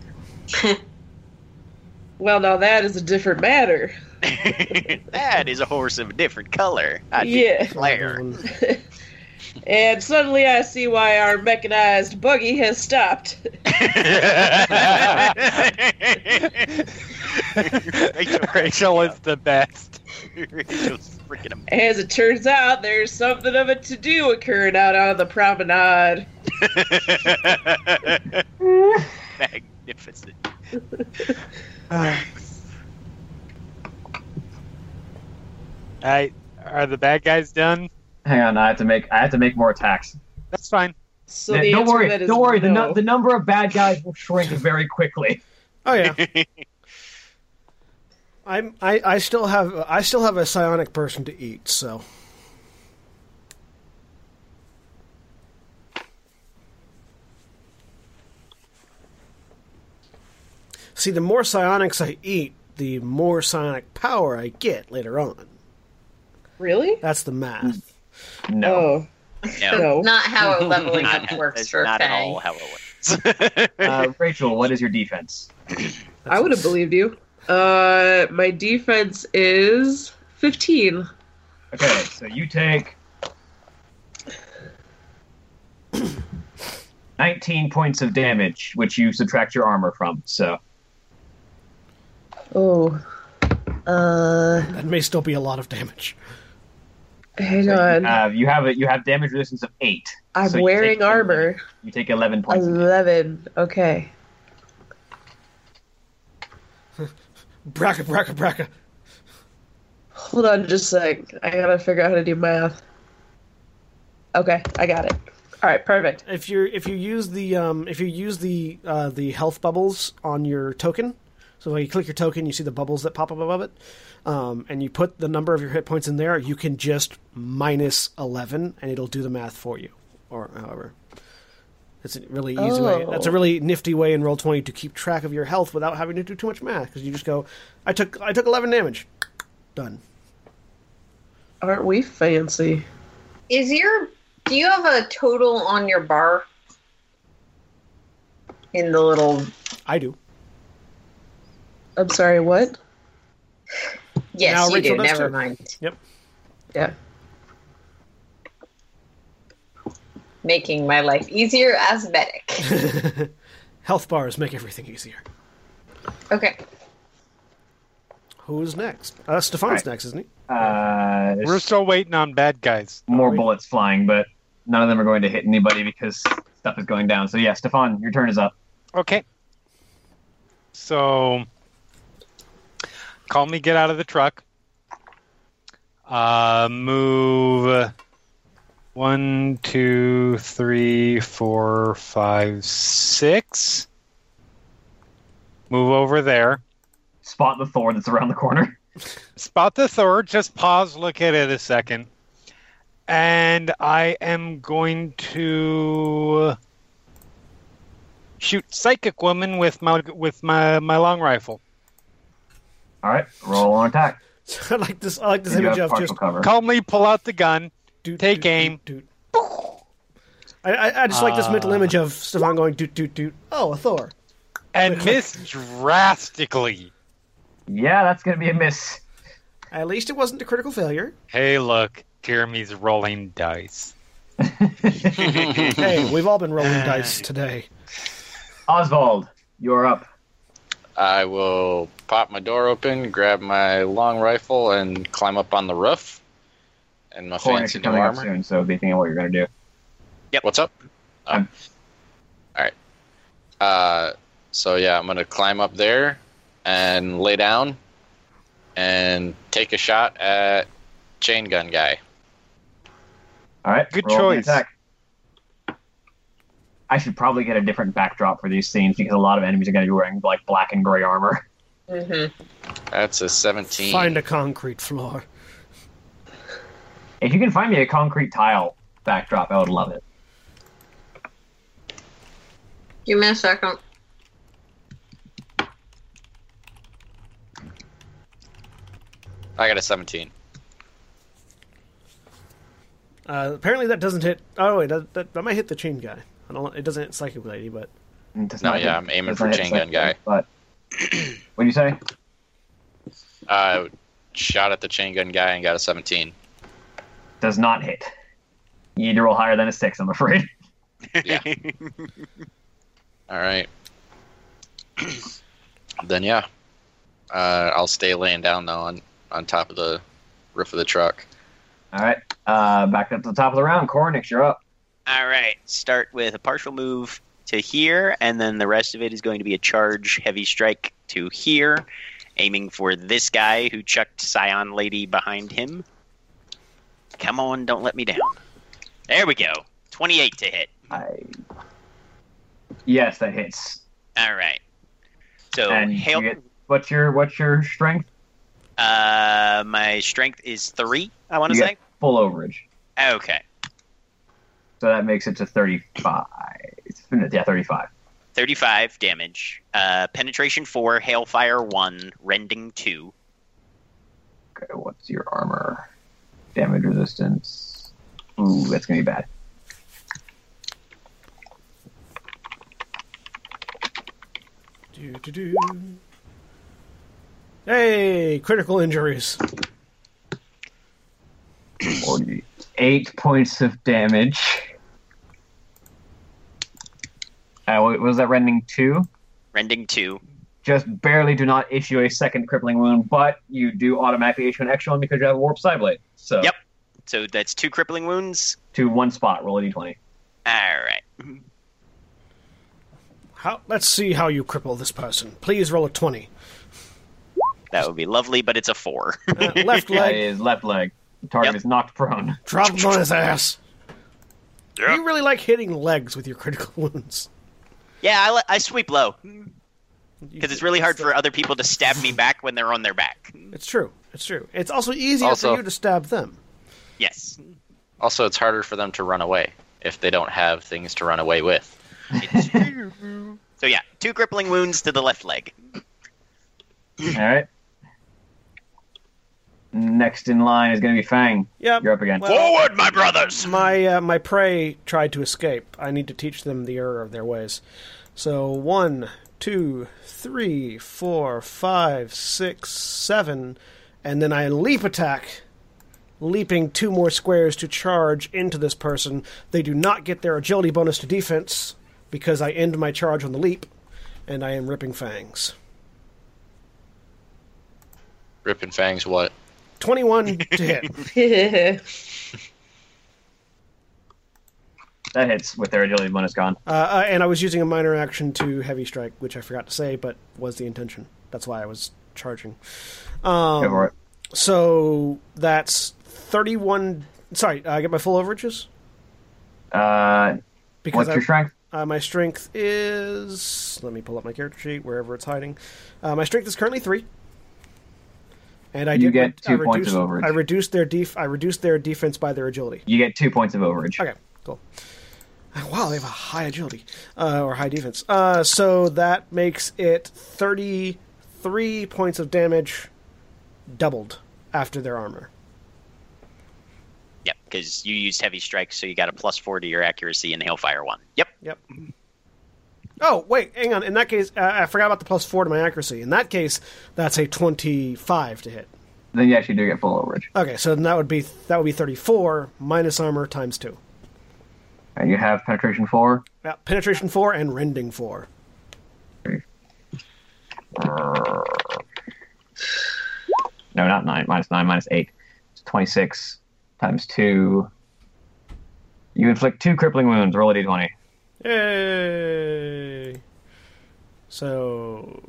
Well, now that is a different matter. that is a horse of a different color. I [LAUGHS] Yeah. declare. And suddenly I see why our mechanized buggy has stopped. Rachel is the best. Rachel's [LAUGHS] freaking amazing. As it turns out, there's something of a to do occurring out on the promenade. Magnificent. I, are the bad guys done? Hang on, I have to make I have to make more attacks. That's fine. So Yeah, the don't answer worry, to that is don't worry. The, no. nu- the number of bad guys will shrink very quickly. Oh yeah. [LAUGHS] I'm, I, I still have I still have a psionic person to eat, so see the more psionics I eat, the more psionic power I get later on. really? That's the math. No, Oh. No, No. Not [LAUGHS] how a leveling not, up works that's for not at all how Fang. it works. uh, Rachel, what is your defense? I would have believed you. Uh, my defense is 15. Okay, so you take nineteen points of damage, which you subtract your armor from. So Oh. Uh, That may still be a lot of damage. hang you on. have uh, you have, a, you have damage resistance of eight. I'm so you take wearing the- armor. You take eleven points. of damage. 11. Okay. Braca, braca, braca. Hold on just a sec. I gotta figure out how to do math. Okay, I got it. All right, perfect. If you if you use the um, if you use the uh, the health bubbles on your token, so when you click your token, you see the bubbles that pop up above it, um, and you put the number of your hit points in there, you can just minus eleven, and it'll do the math for you, or however. It's a really easy way. That's a Oh. really nifty way in roll twenty to keep track of your health without having to do too much math because you just go, I took I took eleven damage, done. Aren't we fancy? Is your do you have a total on your bar? In the little I do. [LAUGHS] I'm sorry, what? yes, Now you Rachel do. does Never too. mind. Yeah. Making my life easier [LAUGHS] as medic. Health bars make everything easier. Okay, Who's next? Uh, Stefan's Right. next, isn't he? Uh, We're still waiting on bad guys. more bullets flying, but none of them are going to hit anybody because stuff is going down. So yeah, Stefan, your turn is up. Okay. So, calmly get out of the truck. Uh, move One, two, three, four, five, six. Move over there. Spot the Thor that's around the corner. [LAUGHS] Spot the Thor. Just pause, look at it a second. And I am going to shoot Psychic Woman with my with my, my long rifle. All right, roll on attack. [LAUGHS] I like this. I like this You image have of partial just cover. Calmly pull out the gun. doot, Take doot, aim. doot, doot. I, I, I just like this mental Uh. image of Stefan going doot doot doot. Oh, a Thor. and miss drastically. Yeah, that's gonna be a miss. At least it wasn't a critical failure. Hey, look, Jeremy's rolling dice. [LAUGHS] Hey, we've all been [LAUGHS] rolling dice today. Oswald, you're up. I will pop my door open, grab my long rifle, and climb up on the roof. And my Hornets fancy are new coming up armor. soon, so be thinking what you're gonna do. What's up? Oh. I'm- all right. Uh, so yeah, I'm gonna climb up there and lay down and take a shot at chain gun guy. All right, Good roll the choice. Attack. I should probably get a different backdrop for these scenes because a lot of enemies are gonna be wearing like black and gray armor. [LAUGHS] Mm-hmm. That's a 17. Find a concrete floor. If you can find me a concrete tile backdrop, I would love it. Give me a second. I got a 17. Uh, apparently that doesn't hit. Oh wait, that, that, that might hit the chain guy. I don't. It doesn't hit psychic lady, but It does No, not yeah, hit- I'm aiming does for not hit chain gun second, guy. [CLEARS THROAT] But what do you say? Uh, shot at the chain gun guy and got a 17. Does not hit. You need to roll higher than a six, I'm afraid. [LAUGHS] [LAUGHS] All right. [CLEARS THROAT] then yeah, uh, I'll stay laying down though on on top of the roof of the truck. All right, uh, back up to the top of the round. Cornix, you're up. All right. Start with a partial move to here, and then the rest of it is going to be a charge heavy strike to here, aiming for this guy who chucked Scion Lady behind him. Come on, don't let me down. There we go. 28 to hit. I... Yes, that hits. All right. So, And you hail. get- What's your what's your strength? Uh, my strength is three, I want to You say. get full overage. Okay. So that makes it to 35. Yeah, 35. 35 damage. Uh, penetration 4, hailfire 1, rending 2. Okay, what's your armor? Damage resistance. Ooh, that's going to be bad. do do do. Hey, critical injuries. 48 points of damage. Uh, what was that rending 2? Rending 2. Just barely do not issue a second crippling wound, but you do automatically issue an extra one because you have a warp side blade. So, Yep. So that's two crippling wounds. to one spot, roll a d20. All right. How? Let's see how you cripple this person. Please roll a twenty. That would be lovely, but it's a [LAUGHS] 4. Uh, left That leg. is left leg. The target Yep. is knocked prone. Drop him on his ass. Yeah. You really like hitting legs with your critical [LAUGHS] wounds. yeah, I, le- I sweep low. Because it's really hard for other people to stab me back when they're on their back. It's true. It's true. It's also easier Also- for you to stab them. Yes. Also, it's harder for them to run away if they don't have things to run away with. So yeah, two crippling wounds to the left leg. All right. Next in line is going to be Fang. Yep. You're up again. Well- Forward, my brothers! My uh, my prey tried to escape. I need to teach them the error of their ways. So one, two, three, four, five, six, seven, and then I leap attack, leaping two more squares to charge into this person. They do not get their agility bonus to defense because I end my charge on the leap, and I am ripping fangs. Ripping fangs, what? Twenty-one to hit. That hits with their agility bonus gone. Uh, uh, and I was using a minor action to heavy strike, which I forgot to say, but was the intention. That's why I was charging. Oh. Go for it. So that's 31. Sorry, I get my full overages? Uh, Because what's I, your strength? uh, my strength is. Let me pull up my character sheet wherever it's hiding. Uh, my strength is currently three. And I did, You get I two points reduced- of overage. I reduced their def- I reduced their defense by their agility. You get two points of overage. Okay, cool. Wow, they have a high agility uh, or high defense. Uh, so that makes it thirty-three points of damage, doubled after their armor. Yep, because you used heavy strike, so you got a plus four to your accuracy in the Hellfire one. Yep. Yep. Oh wait, hang on. In that case, uh, I forgot about the plus four to my accuracy. In that case, that's a twenty-five to hit. Then you actually do get full overage. Okay, so then that would be that would be thirty-four minus armor times two. And you have penetration four. Yeah, penetration four and rending four. No, not nine. Minus nine, minus eight. It's 26 times two. You inflict two crippling wounds. Roll a d20. Yay! So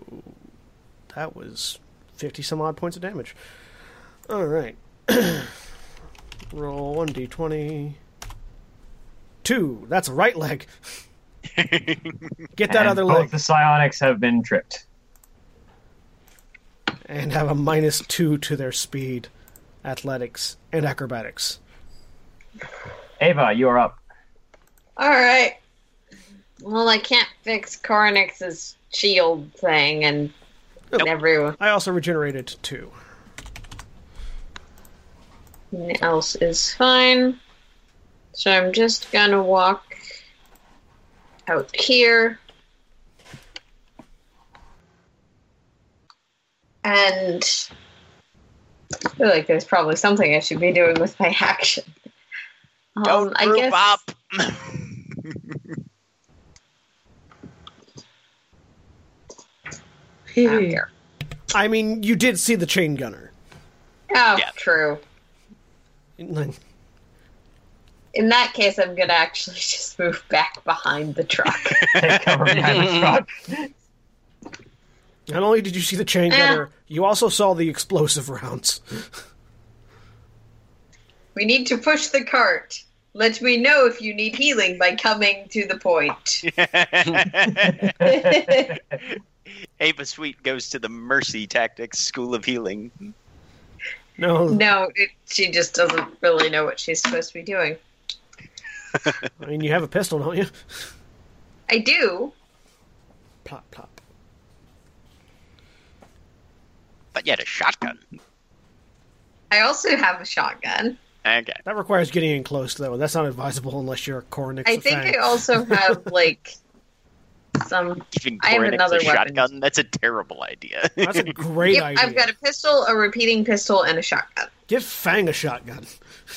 that was fifty some odd points of damage. All right. [COUGHS] Roll one d twenty. Two. That's a right [LAUGHS] leg. Get that And other both leg the psionics have been tripped. and have a minus two to their speed, athletics, and acrobatics. Ava, you are up. All right. Well, I can't fix Coronix's shield thing and Nope. everyone I also regenerated two. else is fine. So I'm just gonna walk out here. And I feel like there's probably something I should be doing with my action. Um, Don't I group guess- up. I don't care. I mean, you did see the chain gunner. Oh, Yeah. true. In that case, I'm gonna actually [LAUGHS] just move back behind the truck. [LAUGHS] Take cover behind the truck. Not only did you see the chain Ah. gunner, you also saw the explosive rounds. [LAUGHS] we need to push the cart. Let me know if you need healing by coming to the [LAUGHS] point. Ava Sweet goes to the Mercy Tactics School of Healing. No, [LAUGHS] no, it, she just doesn't really know what she's supposed to be doing. I mean you have a pistol, don't you? I do. Plop plop. But yet a shotgun. I also have a shotgun. Okay. That requires getting in close, though. That's not advisable unless you're a Cornix. I think fan. I also have like some. Giving I have Gorinix another a weapon. shotgun? That's a terrible idea. [LAUGHS] That's [LAUGHS] a great Yep, idea. I've got a pistol, a repeating pistol, and a shotgun. Give Fang a shotgun.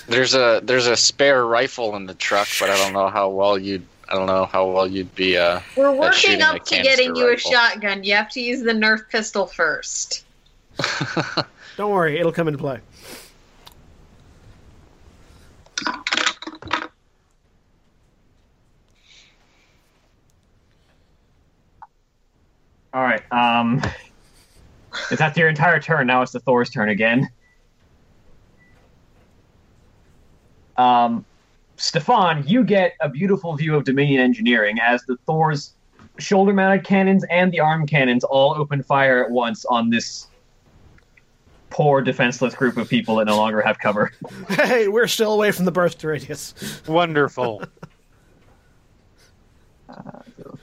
There's a there's a spare rifle in the truck, but I don't know how well you'd I don't know how well you'd be. Uh, [LAUGHS] We're That's working shooting a up to getting canister you a rifle. shotgun. You have to use the Nerf pistol first. Don't worry, it'll come into play. [LAUGHS] All right. Um, it's after your entire turn. Now it's the Thor's turn again. Um, Stefan, you get a beautiful view of Dominion Engineering as the Thor's shoulder-mounted cannons and the arm cannons all open fire at once on this poor, defenseless group of people that no longer have cover. Hey, we're still away from the burst radius. Wonderful.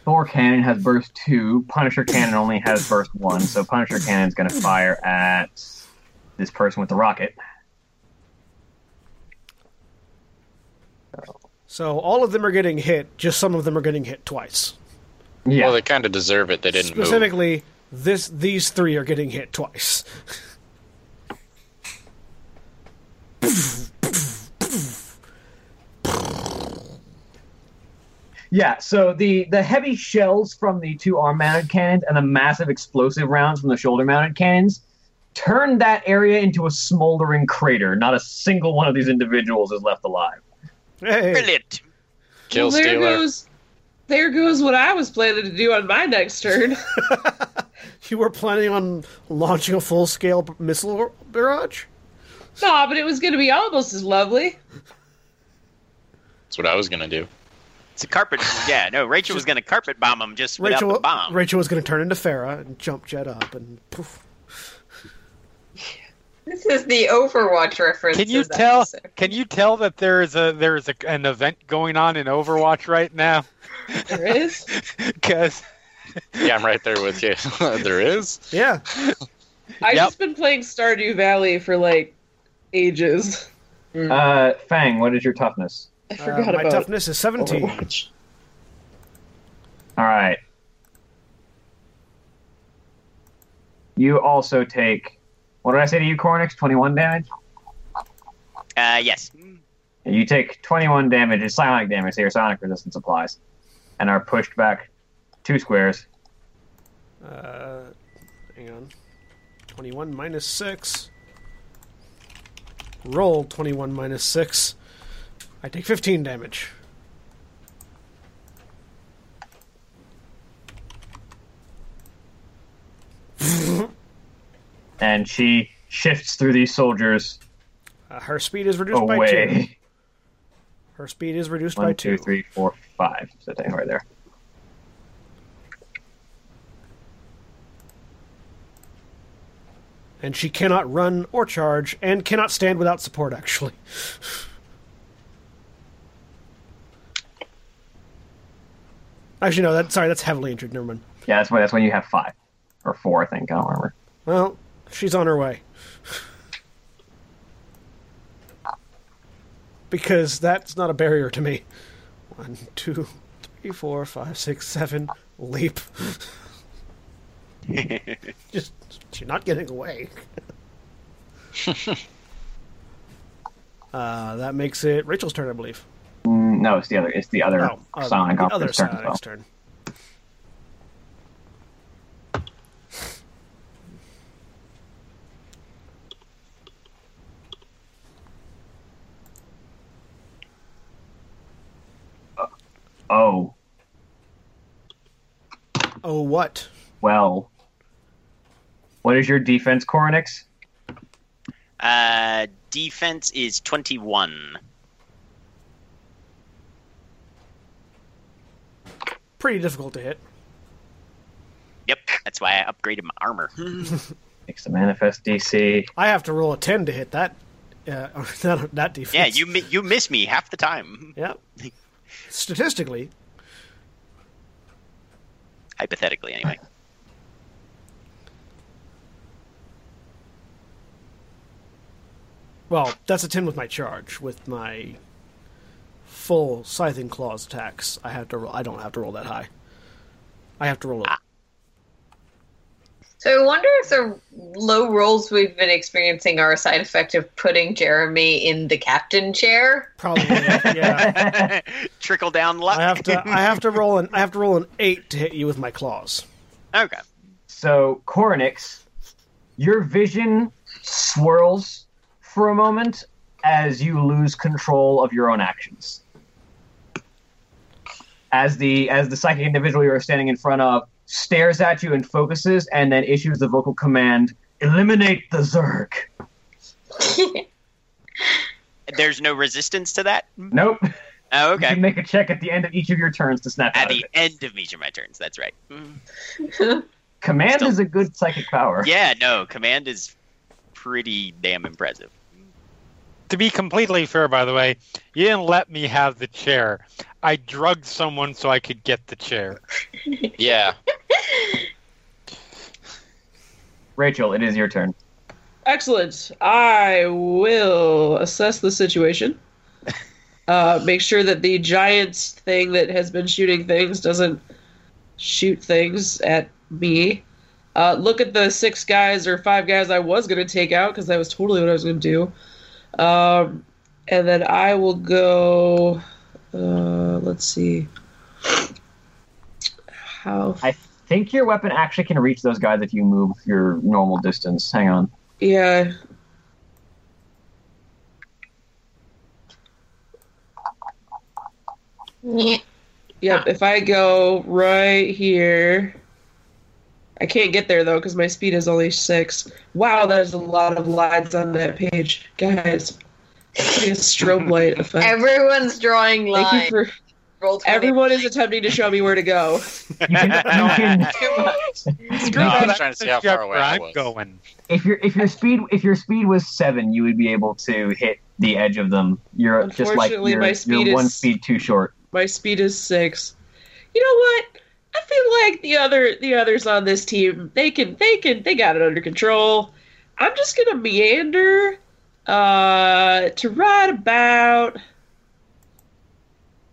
Thor cannon has burst two. Punisher cannon only has burst one. So Punisher cannon's going to fire at this person with the rocket. So all of them are getting hit. Just some of them are getting hit twice. Yeah. Well, they kind of deserve it. They didn't move. Specifically, this these three are getting hit twice. Yeah, so the, the heavy shells from the two arm mounted cannons and the massive explosive rounds from the shoulder mounted cannons turn that area into a smoldering crater. Not a single one of these individuals is left alive. Hey, Brilliant. Kill there Stealer. goes, there goes what I was planning to do on my next turn. you were planning on launching a full-scale b- missile barrage? nah, but it was going to be almost as lovely. That's what I was gonna do. It's a carpet. Yeah, no, Rachel was going to carpet bomb him just without Rachel, the bomb. Rachel was going to turn into Farah and jump Jet up and poof. This is the Overwatch reference. Can you to that tell? episode. Can you tell that there is a there is a, an event going on in Overwatch right now? [LAUGHS] There is. Because Yeah, I'm right there with you. [LAUGHS] there is. Yeah, Yep. I've just been playing Stardew Valley for like ages. Uh, Fang, what is your toughness? I Uh, forgot my about Oh. toughness is seventeen. Overwatch. All right. You also take. What did I say to you, Cornix? 21 damage? Uh, yes. You take 21 damage. It's psionic damage, so your psionic resistance applies. And are pushed back two squares. Uh, hang on, twenty-one minus six. Roll twenty-one minus six. I take fifteen damage. And she shifts through these soldiers Uh, her speed is reduced by two. [LAUGHS] away. Her speed is reduced by One, two. two, three, four, five. So take right there. And she cannot run or charge, and cannot stand without support. Actually, [LAUGHS] actually no. That sorry, that's heavily injured. Never mind. Yeah, that's why. That's when you have five or four. I think I don't remember. Well, she's on her way. Because that's not a barrier to me. One, two, three, four, five, six, seven. [LAUGHS] Leap. Just she's not getting [LAUGHS] away. uh, that makes it Rachel's turn, I believe. Mm, no, it's the other. It's the other No, uh, psionic the other operative turn as well. Sonic's turn. Oh Oh, what? well. What is your defense, Coronix? Uh, defense is 21. Pretty difficult to hit. Yep, that's why I upgraded my armor. Makes the manifest DC. I have to roll a ten to hit that. Uh, [LAUGHS] that, that defense. yeah, you mi- you miss me half the time, Yeah. Statistically, hypothetically anyway. [LAUGHS] well, that's a 10 with my charge. With my full scything claws attacks, I have to roll, I don't have to roll that high. I have to roll it. Ah. So I wonder if the low rolls we've been experiencing are a side effect of putting Jeremy in the [LAUGHS] captain chair. Probably, yeah. Trickle down luck. I have to. I have to roll an. I have to roll an eight to hit you with my claws. Okay. So, Coronix, your vision swirls for a moment as you lose control of your own actions. As the as the psychic individual you're standing in front of stares at you and focuses and then issues the vocal command, eliminate the Zerg. There's no resistance to that. Nope. [LAUGHS] Oh, You okay. make a check at the end of each of your turns to snap At out of the it. end of each of my turns. That's right. Mm. Command Still- is a good psychic power. Yeah, no, command is pretty damn impressive. to be completely fair, by the way, you didn't let me have the chair. I drugged someone so I could get the chair. Yeah. Rachel, it is your turn. Excellent. I will assess the situation. Uh, make sure that the giant thing that has been shooting things doesn't shoot things at me. Uh, look at the six guys or five guys I was going to take out because that was totally what I was going to do. Um, and then I will go. Uh, let's see. How? I think your weapon actually can reach those guys if you move your normal distance. Hang on. Yeah. Yeah. Yep, if I go right here. I can't get there though because my speed is only six. Wow, that is a lot of lines on that page. Guys, Putting a strobe light effect. Everyone's drawing Thank you lines. for. Roll 20. Everyone is attempting to show me where to go. [LAUGHS] You can, [LAUGHS] you can, No, I was That's trying to see how far away where I I'm was. going. if your if your speed if your speed was seven, you would be able to hit the edge of them. You're just like Unfortunately, you're, my you're speed one is- speed too short. [LAUGHS] My speed is six. You know what? I feel like the other the others on this team they can they can they got it under control. I'm just gonna meander uh, to right about.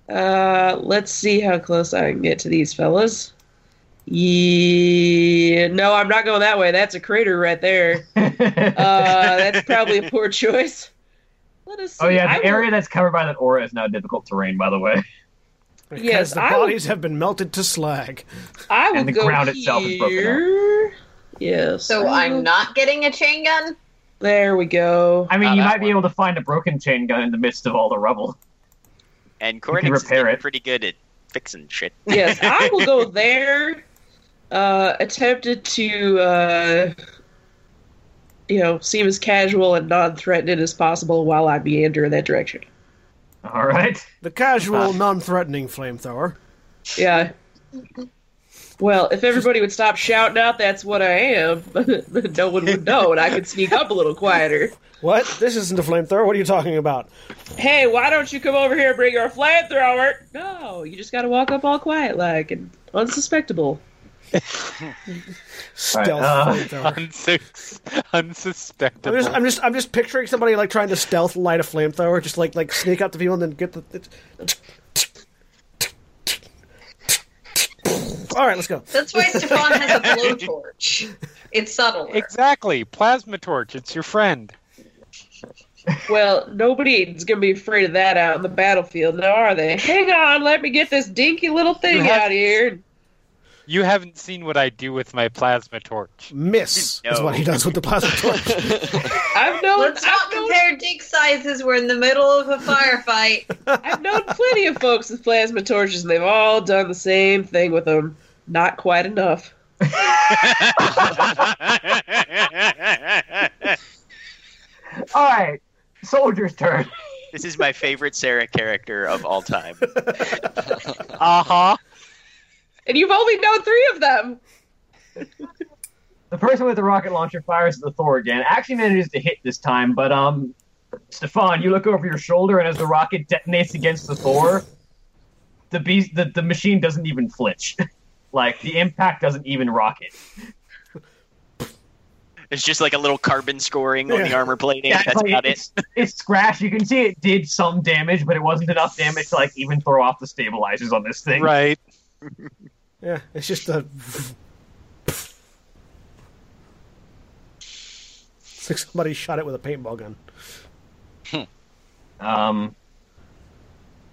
Uh, let's see how close I can get to these fellas. Yeah, no, I'm not going that way. That's a crater right there. Uh, that's probably a poor [LAUGHS] choice. Let us. See. oh yeah, the I will- area that's covered by that aura is now difficult terrain. By the way, [LAUGHS] Because Yes, the I would- bodies have been melted to slag. I would And the go ground here. itself is broken up. Yes. So I I'm would- not getting a chain gun? There we go. I [LAUGHS] mean, Not you that might be one. able to find a broken chain gun in the midst of all the rubble. [LAUGHS] And can Cornix is repair getting it. pretty good at fixing shit. yes, I will go there. Uh, attempted to, uh, you know, seem as casual and non-threatening as possible while I meander in that direction. All right. The Ah. casual, non-threatening flamethrower. Yeah. Well, if everybody would stop shouting out, that's what I am. [LAUGHS] no one would know, and I could sneak up a little quieter. What? This isn't a flamethrower. What are you talking about? Hey, why don't you come over here and bring your flamethrower? No, you just got to walk up all quiet like and unsuspectable. All right, Stealth uh, [LAUGHS] flamethrower. Unsus- I'm just, unsuspectable. I'm just, I'm just picturing somebody like trying to stealth light a flamethrower, just like like sneak up to people and then get the. All right, let's go. That's why Stefan has a blowtorch. It's subtle. Exactly. Plasma torch. It's your friend. Well, nobody's gonna be afraid of that out in the battlefield, now are they? Hang on, let me get this dinky little thing have- out of here. You haven't seen what I do with my plasma [LAUGHS] torch. Miss is No. what he does with the [LAUGHS] plasma torch. I've known, Let's not I've, known compare dick sizes. We're in the middle of a firefight. I've known plenty of folks with plasma torches, and they've all done the same thing with them. Not quite enough. Uh-huh. all right. Soldier's turn. This is my favorite Sarah character of all time. Uh huh. And you've only known three of them. The person with the rocket launcher fires at the Thor again. Actually manages to hit this time, but um, Stefan, you look over your shoulder, and as the rocket detonates against the Thor, the beast, the, the machine doesn't even flinch. [LAUGHS] like the impact doesn't even rocket. It's just like a little carbon scoring on the Yeah. armor plating. Yeah, That's like, about it. it's, It's scratched. You can see it did some damage, but it wasn't enough damage to like even throw off the stabilizers on this thing. Right. yeah, it's just a. It's like somebody shot it with a paintball gun. Um,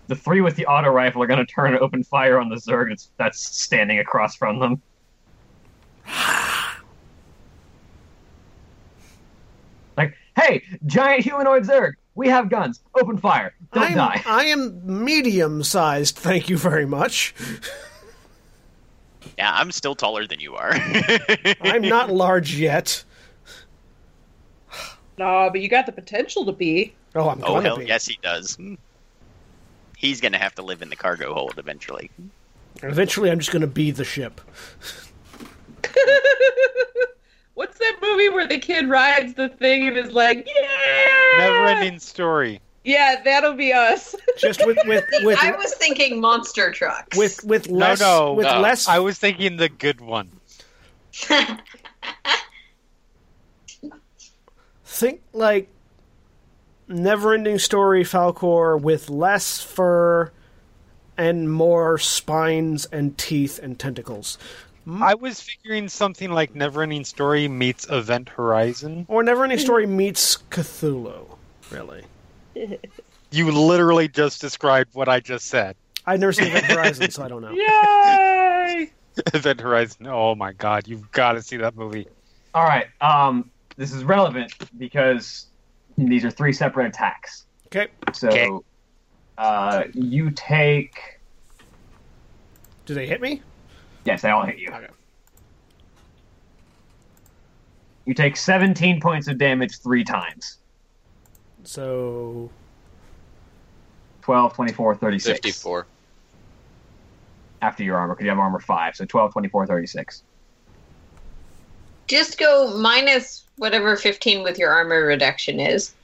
the three with the auto rifle are going to turn and open fire on the Zerg that's, that's standing across from them. [SIGHS] like, hey, giant humanoid Zerg, we have guns. Open fire. Don't I'm, [LAUGHS] die. I am medium sized. Thank you very much. Yeah, I'm still taller than you are. [LAUGHS] I'm not large yet. No, but you got the potential to be. Oh, I'm oh gonna hell, be. yes he does. He's gonna have to live in the cargo hold eventually. Eventually, I'm just gonna be the ship. [LAUGHS] What's that movie where the kid rides the thing and is like, yeah, Never ending story. Yeah, that'll be us. Just with with with I was thinking monster trucks. with with less no, with no. less I was thinking the good one. think like never-ending story Falcor with less fur and more spines and teeth and tentacles, I was figuring something like Neverending Story meets Event Horizon. or never-ending story Mm-hmm. meets Cthulhu. Really, You literally just described what I just said. [LAUGHS] I've never seen Event Horizon, so I don't know. [LAUGHS] Yay! Event Horizon. Oh my god, you've got to see that movie. [LAUGHS] All right. Um, this is relevant because these are three separate attacks. Okay, So Okay. uh, you take. do they hit me? Yes, they all hit you. Okay. You take 17 points of damage three times. So 12, 24, 36. 54. After your armor, because you have armor 5. So 12, 24, 36. Just go minus whatever 15 with your armor reduction is.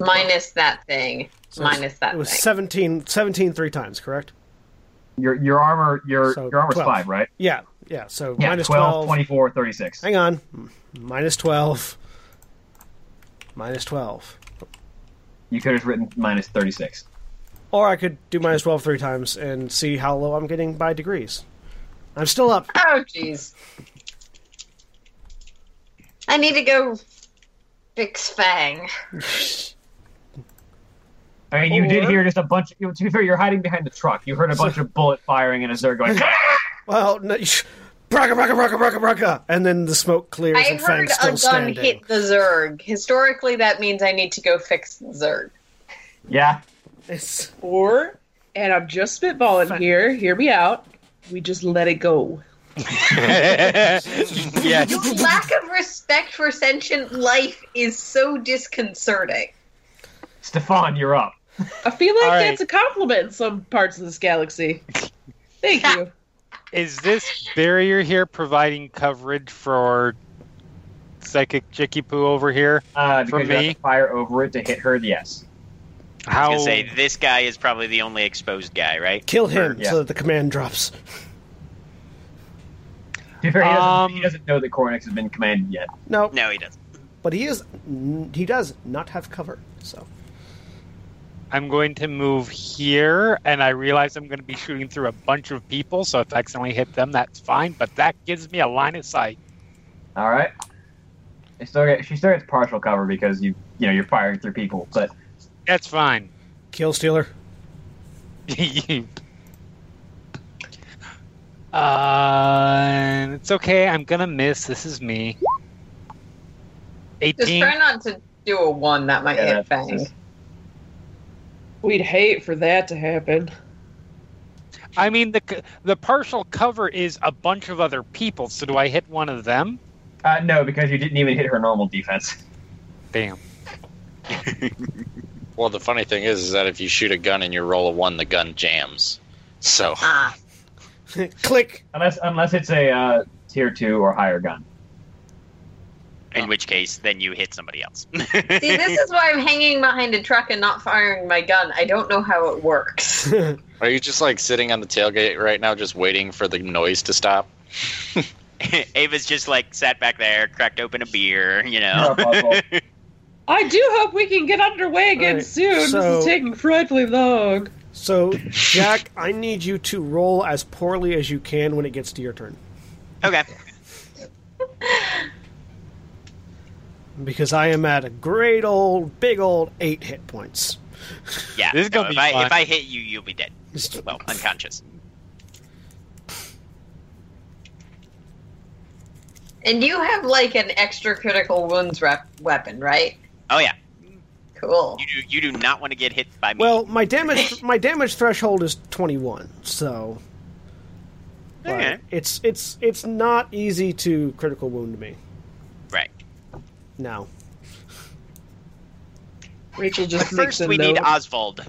Minus that thing. So minus that it was thing. 17, 17 three times, correct? Your your armor your So your armor's 12. 5, right? Yeah, yeah. So Yeah, minus 12, 12. 24, 36. Hang on. M- Minus 12. Minus 12. You could have written minus 36. Or I could do minus 12 three times and see how low I'm getting by degrees. I'm still up. Oh, jeez. I need to go fix Fang. I mean, you did Or- hear just a bunch. Of, to be fair, you're hiding behind the truck. You heard a bunch of bullet firing and a Zerg going. Well, no, [LAUGHS] sh- braka, braka, braka, braka, braka. And then the smoke clears I and heard Fang's a still gun standing. hit the Zerg. Historically, that means I need to go fix the Zerg. yeah, It's- [LAUGHS] Or, and I'm just spitballing here, hear me out, we just let it go. yes. [LAUGHS] Your lack of respect for sentient life is so disconcerting. Stefan, you're up. I feel like All right. that's a compliment in some parts of this galaxy. Thank [LAUGHS] you. Is this barrier here providing coverage for psychic Chicky Poo over here? Uh, For because you me? have to fire over it to hit her. Yes. I How? was gonna say this guy is probably the only exposed guy, right? Kill him Yeah. so that the command drops. To be fair, he, doesn't, Um, he doesn't know that Cornix has been commanded yet. No, No, he doesn't. but he is. n- He does not have cover. So I'm going to move here, and I realize I'm going to be shooting through a bunch of people. So if I accidentally hit them, that's fine. But that gives me a line of sight. All right. They still get, she still gets partial cover because you you know you're firing through people, but That's fine. kill stealer. [LAUGHS] [LAUGHS] uh, it's okay. I'm gonna miss. This is me. Just Eighteen. try not to do a one that might Yeah, that's hit Fang. just- We'd hate for that to happen. I mean, the c- the partial cover is a bunch of other people. So do I hit one of them? uh, no, because you didn't even hit her normal defense. [LAUGHS] Damn. Well, the funny thing is, is that if you shoot a gun and you roll a one, the gun jams. So Ah, Click. [LAUGHS] Unless unless it's a uh, tier two or higher gun. In which case, then you hit somebody else. [LAUGHS] see, this is why I'm hanging behind a truck and not firing my gun. I don't know how it works. are you just like sitting on the tailgate right now, just waiting for the noise to stop? Ava's just like sat back there, cracked open a beer, you Oh. know. You're a [LAUGHS] puzzle. I do hope we can get underway again All right, soon. this so- is taking frightfully long. So, Jack, I need you to roll as poorly as you can when it gets to your turn, [LAUGHS] okay. because I am at a great old, big old eight hit points. Yeah. This is no, gonna if be I fun. if I hit you, you'll be dead. Just- Well, unconscious. and you have like an extra critical wounds rep- weapon, right? Oh yeah. Cool. You do you do not want to get hit by me. Well, my [LAUGHS] damage my damage threshold is twenty one, so but Okay. it's it's it's not easy to critical wound me. right. No, Rachel But just makes first a we note. need Oswald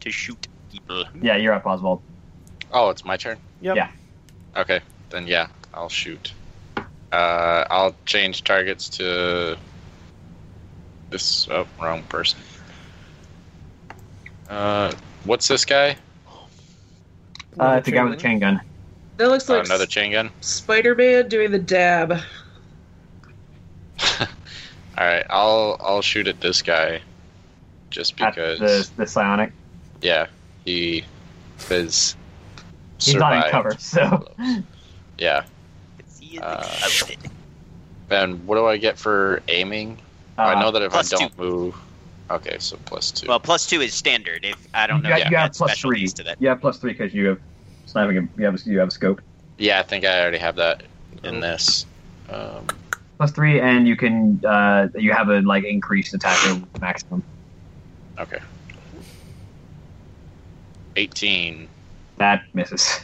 to shoot people. yeah, you're up, Oswald. Oh, it's my turn. yep, Yeah. Okay, then yeah, I'll shoot. Uh, I'll change targets to this. Oh, wrong person. Uh, what's this guy? Uh, it's a guy with a chain gun. that looks Oh, like another chain gun. Spider-Man doing the dab. All right, I'll I'll shoot at this guy, just At because. the the psionic. Yeah, he is. He's not in cover, [LAUGHS] so Yeah, He is Uh, exhausted. and what do I get for aiming? Uh, I know that if I plus two. don't move. Okay, so plus two. Well, plus two is standard. If I don't know, you, if got, you you have got plus special three. needs to that. You have plus three because you have sniping. and- You have a- you have a scope. yeah, I think I already have that Oh. in this. Um, Plus three, and you can uh, you have a like increased attack roll maximum. Okay. 18. That misses.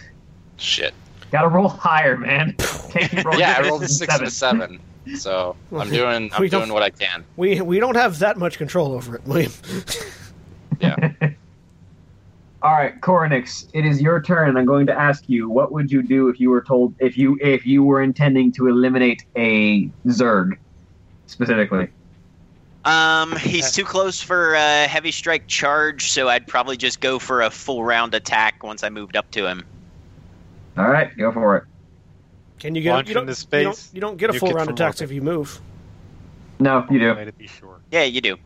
Shit. [LAUGHS] Got to roll higher, man. Can't keep rolling Yeah, I sixes rolled a and 6 and a 7. So I'm doing I'm We don't- doing what I can. We we don't have that much control over it, [LAUGHS] William. Yeah. [LAUGHS] All right, Coronix, it is your turn. I'm going to ask you, what would you do if you were told if you if you were intending to eliminate a Zerg specifically? Um, he's too close for a heavy strike charge, so I'd probably just go for a full round attack once I moved up to him. All right, go for it. Can you get Launch you don't, into You space. don't, you don't get a You full get round from attacks if rocket. you move. No, you do. Way to be sure. Yeah, you do.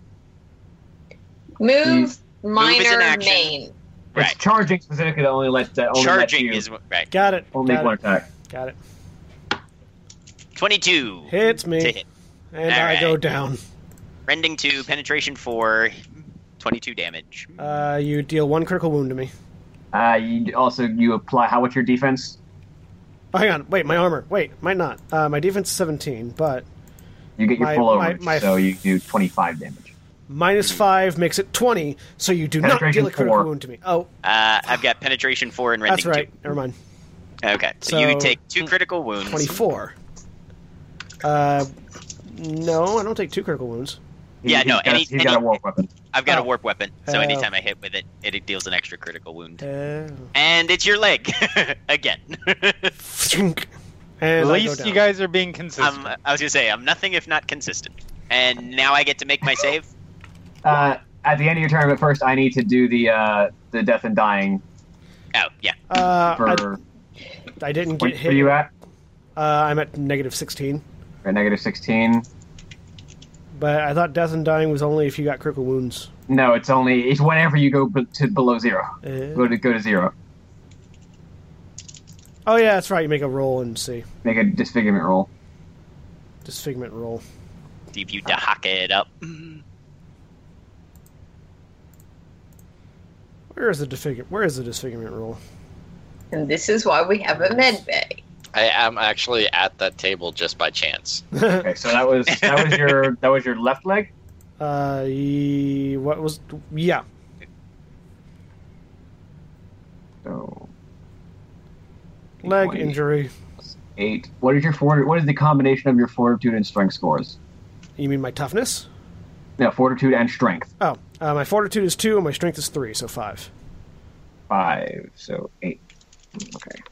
Move minor action. main. Right. It's charging specifically that only lets that only lets Charging you is right. Got it. only got, one it. attack. got it. Twenty-two Hits to me, hit. and All I right. go down. Rending two, penetration four, 22 damage. Uh, you deal one critical wound to me. Uh, you also you apply how what's your defense? Oh, hang on. Wait, my armor. Wait, might not. Uh, my defense is 17, but You get your My- full my- overage, my- so you do 25 damage. minus 5 makes it 20, so you do not deal Penetration a critical four. wound to me. Oh, Uh, I've got penetration four and rending that's right. Never mind. two. Okay, so, So- you take two critical wounds. 24. Uh, no, I don't take two critical wounds. Yeah, He's no, got a- any- he's got a any- warp weapon. I've got Oh. a warp weapon, so Oh. anytime I hit with it, it deals an extra critical wound. Uh, [LAUGHS] And it's your leg [LAUGHS] again. and At I least go you down. guys are being consistent. I'm, I was gonna say I'm nothing if not consistent. And now I get to make my save. Uh, at the end of your turn, but first I need to do the uh, the death and dying Oh yeah, for. Uh, I, I didn't where, get where you hit. Uh, at? I'm at negative 16. At negative 16. But I thought death and dying was only if you got critical wounds. No, it's only it's whenever you go b- to below zero. Go Uh, to go to zero. oh yeah, that's right. You make a roll and see Make a disfigurement roll. disfigurement roll. deep you to hack it up. Where is the disfigure? Where is the disfigurement roll? [LAUGHS] And this is why we have a med bay. I am actually at that table just by chance. Okay, so that was that [LAUGHS] was your that was your left leg. Uh, ye- what was? Yeah, So leg 20, injury. Eight. What is your fort? What is the combination of your fortitude and strength scores? You mean my toughness? No, fortitude and strength. Oh, uh, my fortitude is two, and my strength is three, so five. Five. So eight. Okay.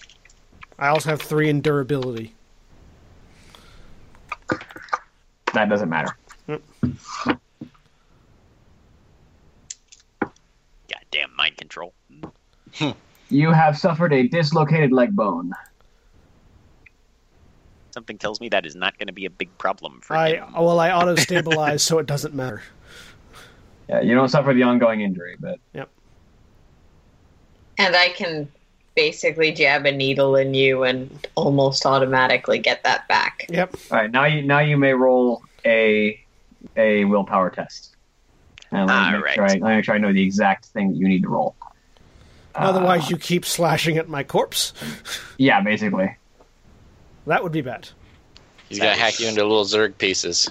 I also have three in durability. That doesn't matter. Goddamn mind control. You have suffered a dislocated leg bone. Something tells me that is not going to be a big problem for I him. well, I auto stabilize, so it doesn't matter. Yeah, you don't suffer the ongoing injury, but And I can basically jab a needle in you and almost automatically get that back. Yep. all right. Now you now you may roll a a willpower test. And let me All make right. sure I, let me make sure I know the exact thing that you need to roll. Uh, Otherwise, you keep slashing at my corpse. Yeah, basically. That would be bad. He's gonna hack you into little Zerg pieces.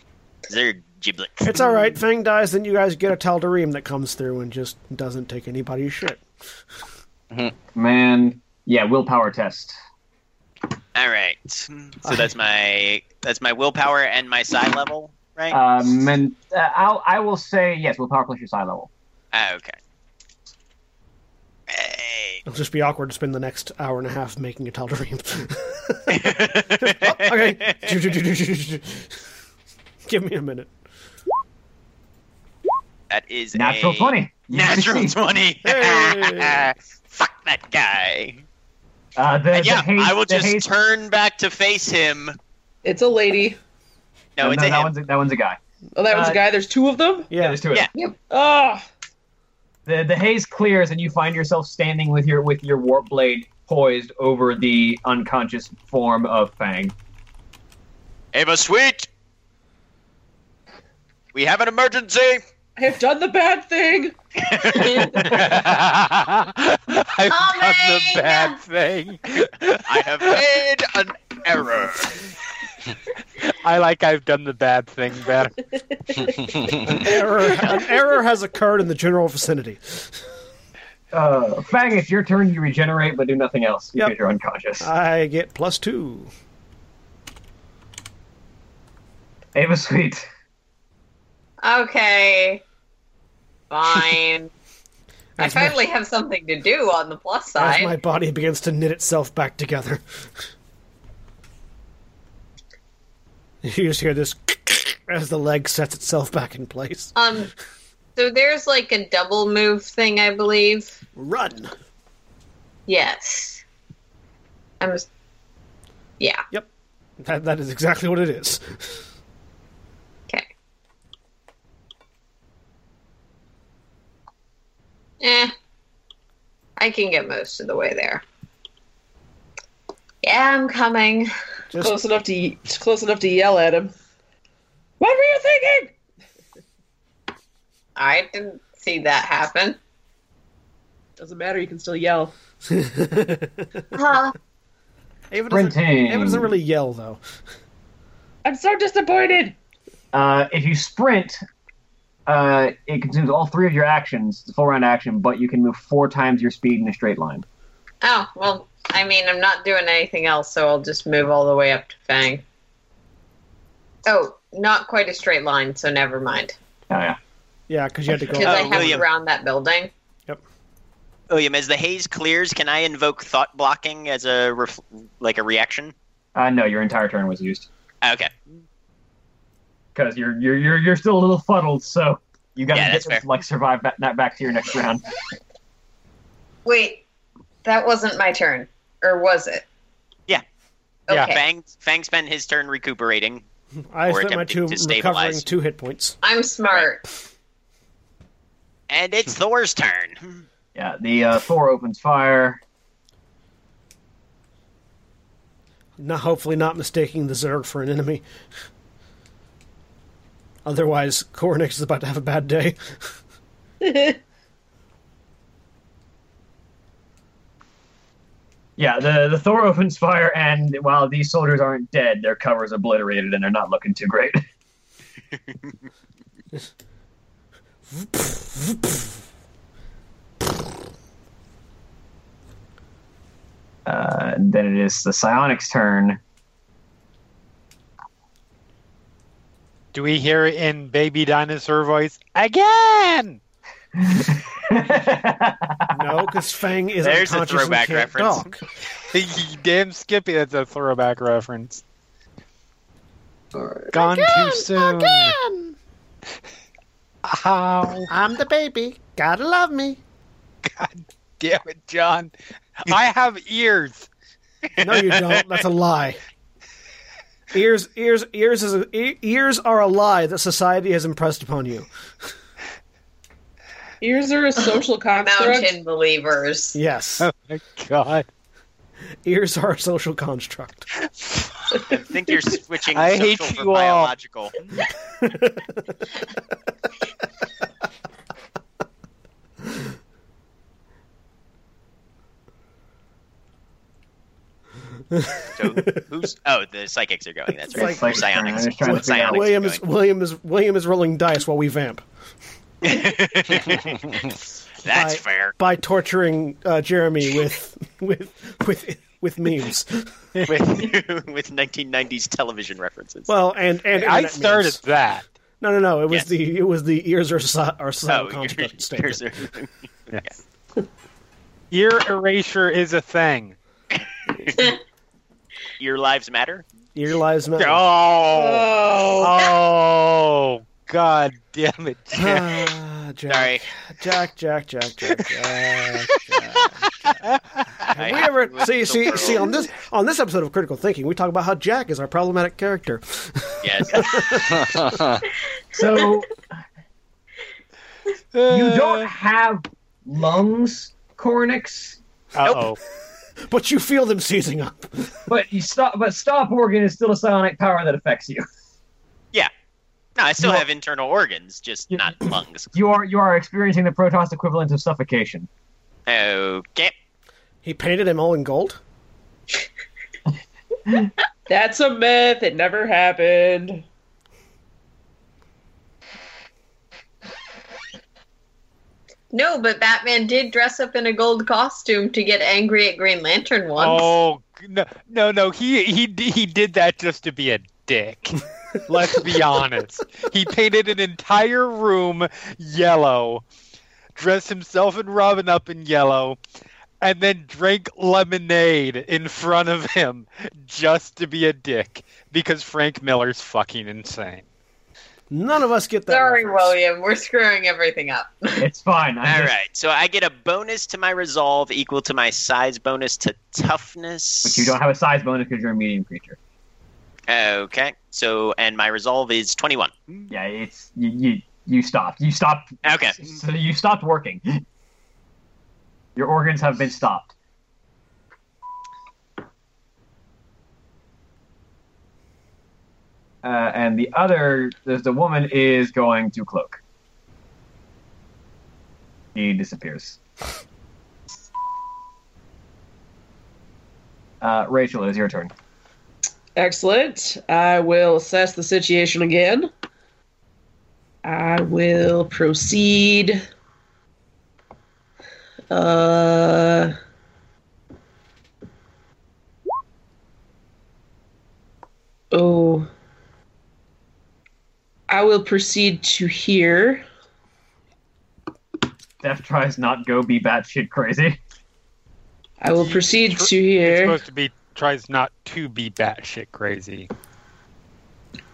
[LAUGHS] Zerg giblets. It's all right. Fang dies, then you guys get a Tal'Darim that comes through and just doesn't take anybody's shit. Man, yeah, willpower test. All right. So [LAUGHS] that's my that's my willpower and my psi level, right? Um, and uh, I'll, I will say yes. Willpower plus your psi level. Ah, okay. Hey. It'll just be awkward to spend the next hour and a half making a Tal'Darim. [LAUGHS] Oh, okay. [LAUGHS] Give me a minute. That is Natural a twenty. [LAUGHS] You Natural succeed. twenty. Hey. [LAUGHS] Fuck that guy. Uh, the, And the yeah, haze- I will the just haze- turn back to face him. It's a lady. No, it's that a him. one's a, that one's a guy. Oh, that was Uh, a guy. There's two of them. Yeah. There's two of them. Ah, The the haze clears and you find yourself standing with your with your warp blade poised over the unconscious form of Fang. Ava Sweet! We have an emergency! I have done the bad thing. [LAUGHS] I've done the Coming! bad thing. [LAUGHS] I [LAUGHS] have made an error. I like I've done the bad thing better. [LAUGHS] Error, an error has occurred in the general vicinity. Uh, Fang, it's your turn. You regenerate, but do Uh, nothing else because Yep. you're unconscious. I get plus two. Ava Sweet. Okay. Fine. I As my- finally have something to do on the plus as side. my body begins to knit itself back together. you just hear this [LAUGHS] as the leg sets itself back in place. Um, so there's like a double move thing, I believe. Run. Yes. I'm. s- Yeah. That, that is exactly what it is. Okay. Eh. I can get most of the way there. Yeah, I'm coming. Just Close enough to ye- close enough to yell at him. What were you thinking? I didn't see that happen. Doesn't matter. You can still yell. Huh. [LAUGHS] Ava doesn't, Sprinting. Ava doesn't really yell though. I'm so disappointed. [LAUGHS] Uh, if you sprint, uh, it consumes all three of your actions. It's a full round action, but you can move four times your speed in a straight line. Oh, well, I mean, I'm not doing anything else, so I'll just move all the way up to Fang. Oh, not quite a straight line, so never mind. Oh yeah. Yeah, because you had to go. Because I Oh, have William. around that building. William, as the haze clears, can I invoke thought blocking as a ref- like a reaction? Uh, no, your entire turn was used Okay. because you're you're you're you're still a little fuddled, so you got Yeah, to that's fair. get like survive that, that back to your next round. Wait, that wasn't my turn. Or was it? Yeah. Yeah. Okay. Fang Fang spent his turn recuperating. I Or spent my two attempting to recovering stabilize. two hit points. I'm smart. And [LAUGHS] it's Thor's turn. Yeah, the uh, Thor opens fire. Not hopefully not mistaking the Zerg for an enemy. Otherwise, Cornix is about to have a bad day. [LAUGHS] Yeah, the the Thor opens fire, and while these soldiers aren't dead, their cover's obliterated, and they're not looking too great. [LAUGHS] Uh, and then it is the psionic's turn. [LAUGHS] Do we hear in baby dinosaur voice again? no, because Fang is There's a unconscious throwback and can't reference. talk. [LAUGHS] Damn Skippy, that's a throwback reference. Gone too soon. Ow. I'm the baby. Gotta love me. Damn it, John. I have ears. [LAUGHS] No, you don't. That's a lie. Ears, ears, ears is a, e- ears are a lie that society has impressed upon you. Ears are a social construct. Mountain believers. Yes, Oh my god. ears are a social construct. I think you're switching I social hate for you all. biological. so who's? Oh, the psychics are going. That's right. It's like- psionics. I was trying to figure out- Psionics are William is going. [LAUGHS] William is William is rolling dice while we vamp That's Right. [LAUGHS] fair. by torturing uh, Jeremy with [LAUGHS] with with with memes. With, with 1990s television references. Well, and and I internet started memes. that. No, no, no. It was Yes. the it was the ears are so- are [LAUGHS] social oh, you're, construct you're, statement. Ear erasure is a thing. [LAUGHS] your lives matter. Your lives matter. Oh. Oh, Oh. God damn it. Jan. Ah, Jack, Sorry. Jack, Jack, Jack, Jack, Jack. Jack. [LAUGHS] I we ever was see the see world. see on this on this episode of Critical Thinking, we talk about how Jack is our problematic character. Yes. [LAUGHS] so [LAUGHS] you Uh. don't have lungs, Cornix, Uh-oh. But you feel them seizing up. but you stop. But stop organ is still a psionic power that affects you. No, I still You are- have internal organs, just You- not lungs. You are you are experiencing the Protoss equivalent of suffocation. Okay. He painted him all in gold. that's a myth. It never happened. No, but Batman did dress up in a gold costume to get angry at Green Lantern once. Oh no, no, no! He he d- he did that just to be a dick. Let's be honest. He painted an entire room yellow, dressed himself and Robin up in yellow, and then drank lemonade in front of him just to be a dick because Frank Miller's fucking insane. None of us get that. Sorry, reference. William. We're screwing everything up. It's fine. I'm All just- right, so I get a bonus to my resolve equal to my size bonus to toughness. But you don't have a size bonus because you're a medium creature. Okay, so and my resolve is twenty-one. Yeah, it's you. You, you stopped. You stopped. Okay. So you stopped working. Your organs have been stopped. Uh, and the other, there's the woman is going to cloak. He disappears. Uh, Rachel, it is your turn. Excellent. I will assess the situation again. I will proceed. Uh, oh. I will proceed to here. Death tries not go be batshit crazy. I will You- proceed tr- to It's here. supposed to be tries not to be batshit crazy.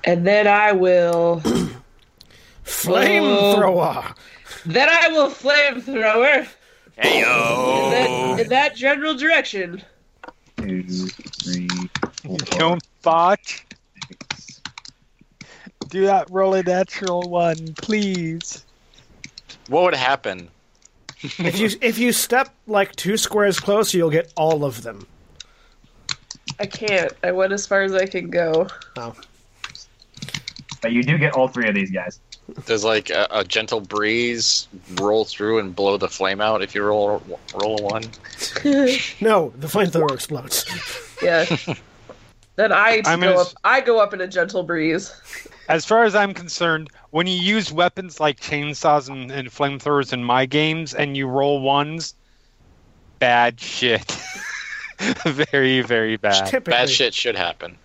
And then I will. Oh. Flamethrower. then I will flamethrower Hey in that, in that general direction. Two, three, four. Don't botch. Do not roll a natural one, please. What would happen? If you if you step like two squares closer, you'll get all of them. I can't. I went as far as I can go. [LAUGHS] Oh, But you do get all three of these guys. Does like a, a gentle breeze roll through and blow the flame out if you roll roll a one? no, the flamethrower explodes. Yeah. then I I'm go gonna up. s- I go up in a gentle breeze. As far as I'm concerned, when you use weapons like chainsaws and, and flamethrowers in my games and you roll ones, bad shit. [LAUGHS] very, very [LAUGHS] bad. Typically, Bad shit should happen.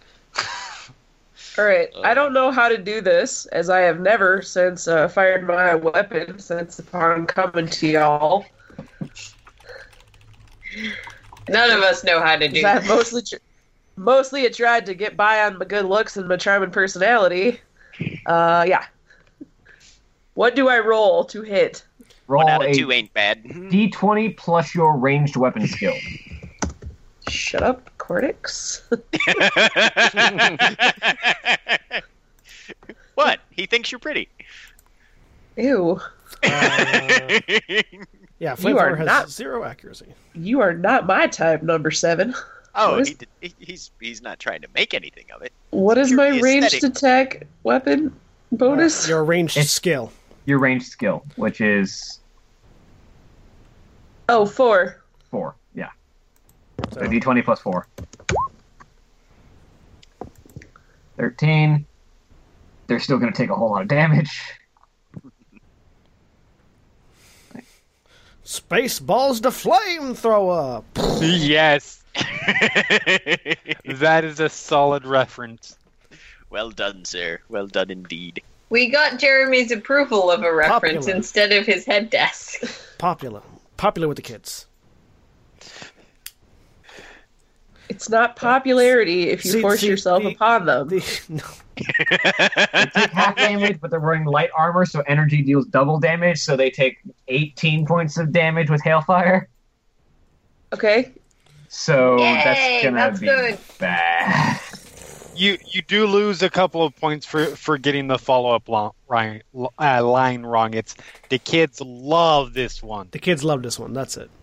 All right. Uh. I don't know how to do this, as I have never since uh, fired my weapon since upon coming to y'all. None of us know how to do 'Cause I that. mostly, tr- mostly had tried to get by on my good looks and my charming personality. Uh, yeah. What do I roll to hit? Roll One out a of two eh? ain't bad. d20 plus your ranged weapon skill. Shut up, Cortex. what? He thinks you're pretty. [LAUGHS] Ew. [LAUGHS] Uh, yeah, You are flamethrower has not- zero accuracy. You are not my type, number seven. oh, What he did, he, he's he's not trying to make anything of it. What is Your my ranged aesthetic. attack weapon bonus? Uh, your ranged It's- skill. Your ranged skill, which is oh, four. four. Yeah. So So- d20 plus four. 13. They're still going to take a whole lot of [LAUGHS] damage. Space balls the flamethrower. yes, [LAUGHS] that is a solid reference. well done, sir. Well done indeed. We got Jeremy's approval of a reference Popular. instead of his head desk. Popular, popular with the kids. It's not popularity if Oh. you See- force see, yourself the- upon them. The, [LAUGHS] no, They take half damage, but they're wearing light armor, so energy deals double damage, so they take 18 points of damage with hailfire. okay. So Yay, Oh, that's going to that's be good. bad. You you do lose a couple of points for for getting the follow up line, uh, line wrong. It's the kids love this [LAUGHS] one. the kids love this one. That's it. [LAUGHS]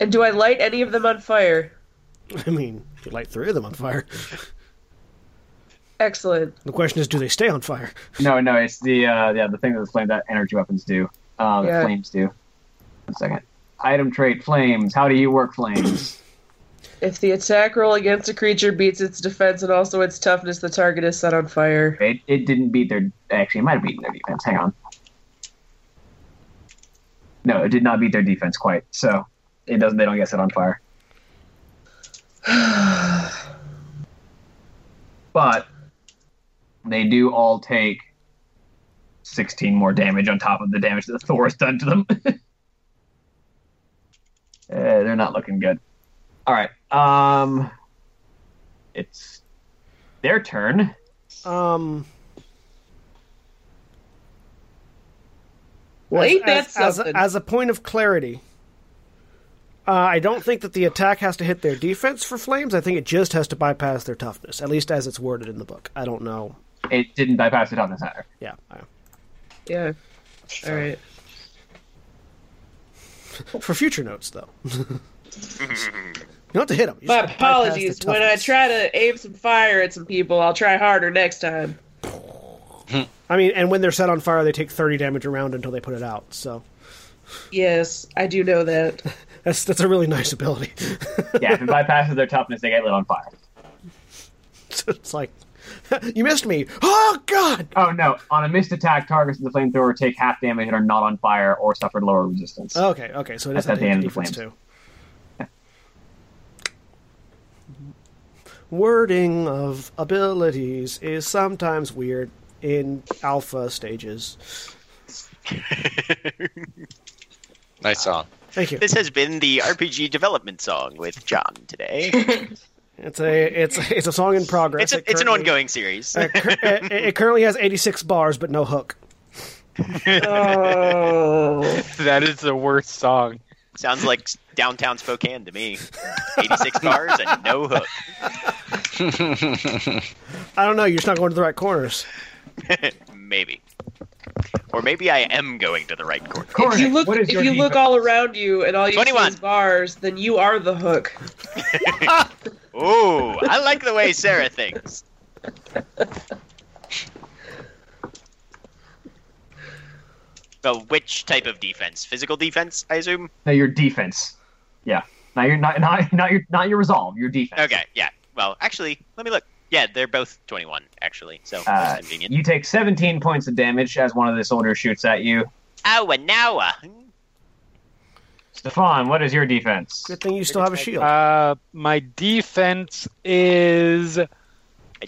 And do I light any of them on fire? I mean, you light three of them on fire. Excellent. The question is, do they stay on fire? No, no, it's the uh, yeah the thing that the flame that energy weapons do. Um, Yeah. Flames do. One second. Item trait flames. How do you work flames? If the attack roll against a creature beats its defense and also its toughness, the target is set on fire. [SIGHS] it, it didn't beat their. Actually, it might have beaten their defense. Hang on. No, it did not beat their defense quite. So it doesn't. They don't get set on fire. but they do all take 16 more damage on top of the damage that Thor has done to them. [LAUGHS] uh, they're not looking good. All right. Um, it's their turn. Um, Well, ain't that as, as, something? as a point of clarity, uh, I don't think that the attack has to hit their defense for flames. I think it just has to bypass their toughness, at least as it's worded in the book. I don't know. It didn't bypass it on this either. Yeah. I- yeah. All right. For future notes, though, [LAUGHS] you don't have to hit them. My apologies. When I try to aim some fire at some people, I'll try harder next time. I mean, and when they're set on fire, they take thirty damage a round until they put it out. So Yes, I do know [LAUGHS] that. that's that's a really nice ability. [LAUGHS] Yeah, if it bypasses their toughness, they get lit on fire. so it's like [LAUGHS] you missed me. Oh God! Oh no! On a missed attack, targets of the flamethrower take half damage and are not on fire or suffer lower resistance. Okay, okay. So it That's doesn't at the take end the of the defense flames. too. Wording of abilities is sometimes weird in alpha stages. Nice [LAUGHS] song. Thank you. This has been the RPG development song with John today. It's a it's it's a song in progress. It's, a, It it's an currently- ongoing series. It, Uh, cur- it, it currently has 86 bars, but no hook. Oh. That is the worst song. Sounds like downtown Spokane to me. 86 bars and no hook. [LAUGHS] I don't know. You're just not going to the right corners. maybe. Or maybe I am going to the right corner. If you look, if you look all around you and all you see 21. is bars, then you are the hook. Ooh, I like the way Sarah thinks. So, which type of defense? Physical defense, I assume? No, your defense. Yeah. Not your not not not your not your resolve. Your defense. Okay, yeah. Well, actually, let me look. Yeah, they're both 21, actually, so Uh, that's convenient. You take 17 points of damage as one of the soldiers shoots at you. Ow, an hour. Stefan, what is your defense? Good thing you still have a shield. Uh, my defense is I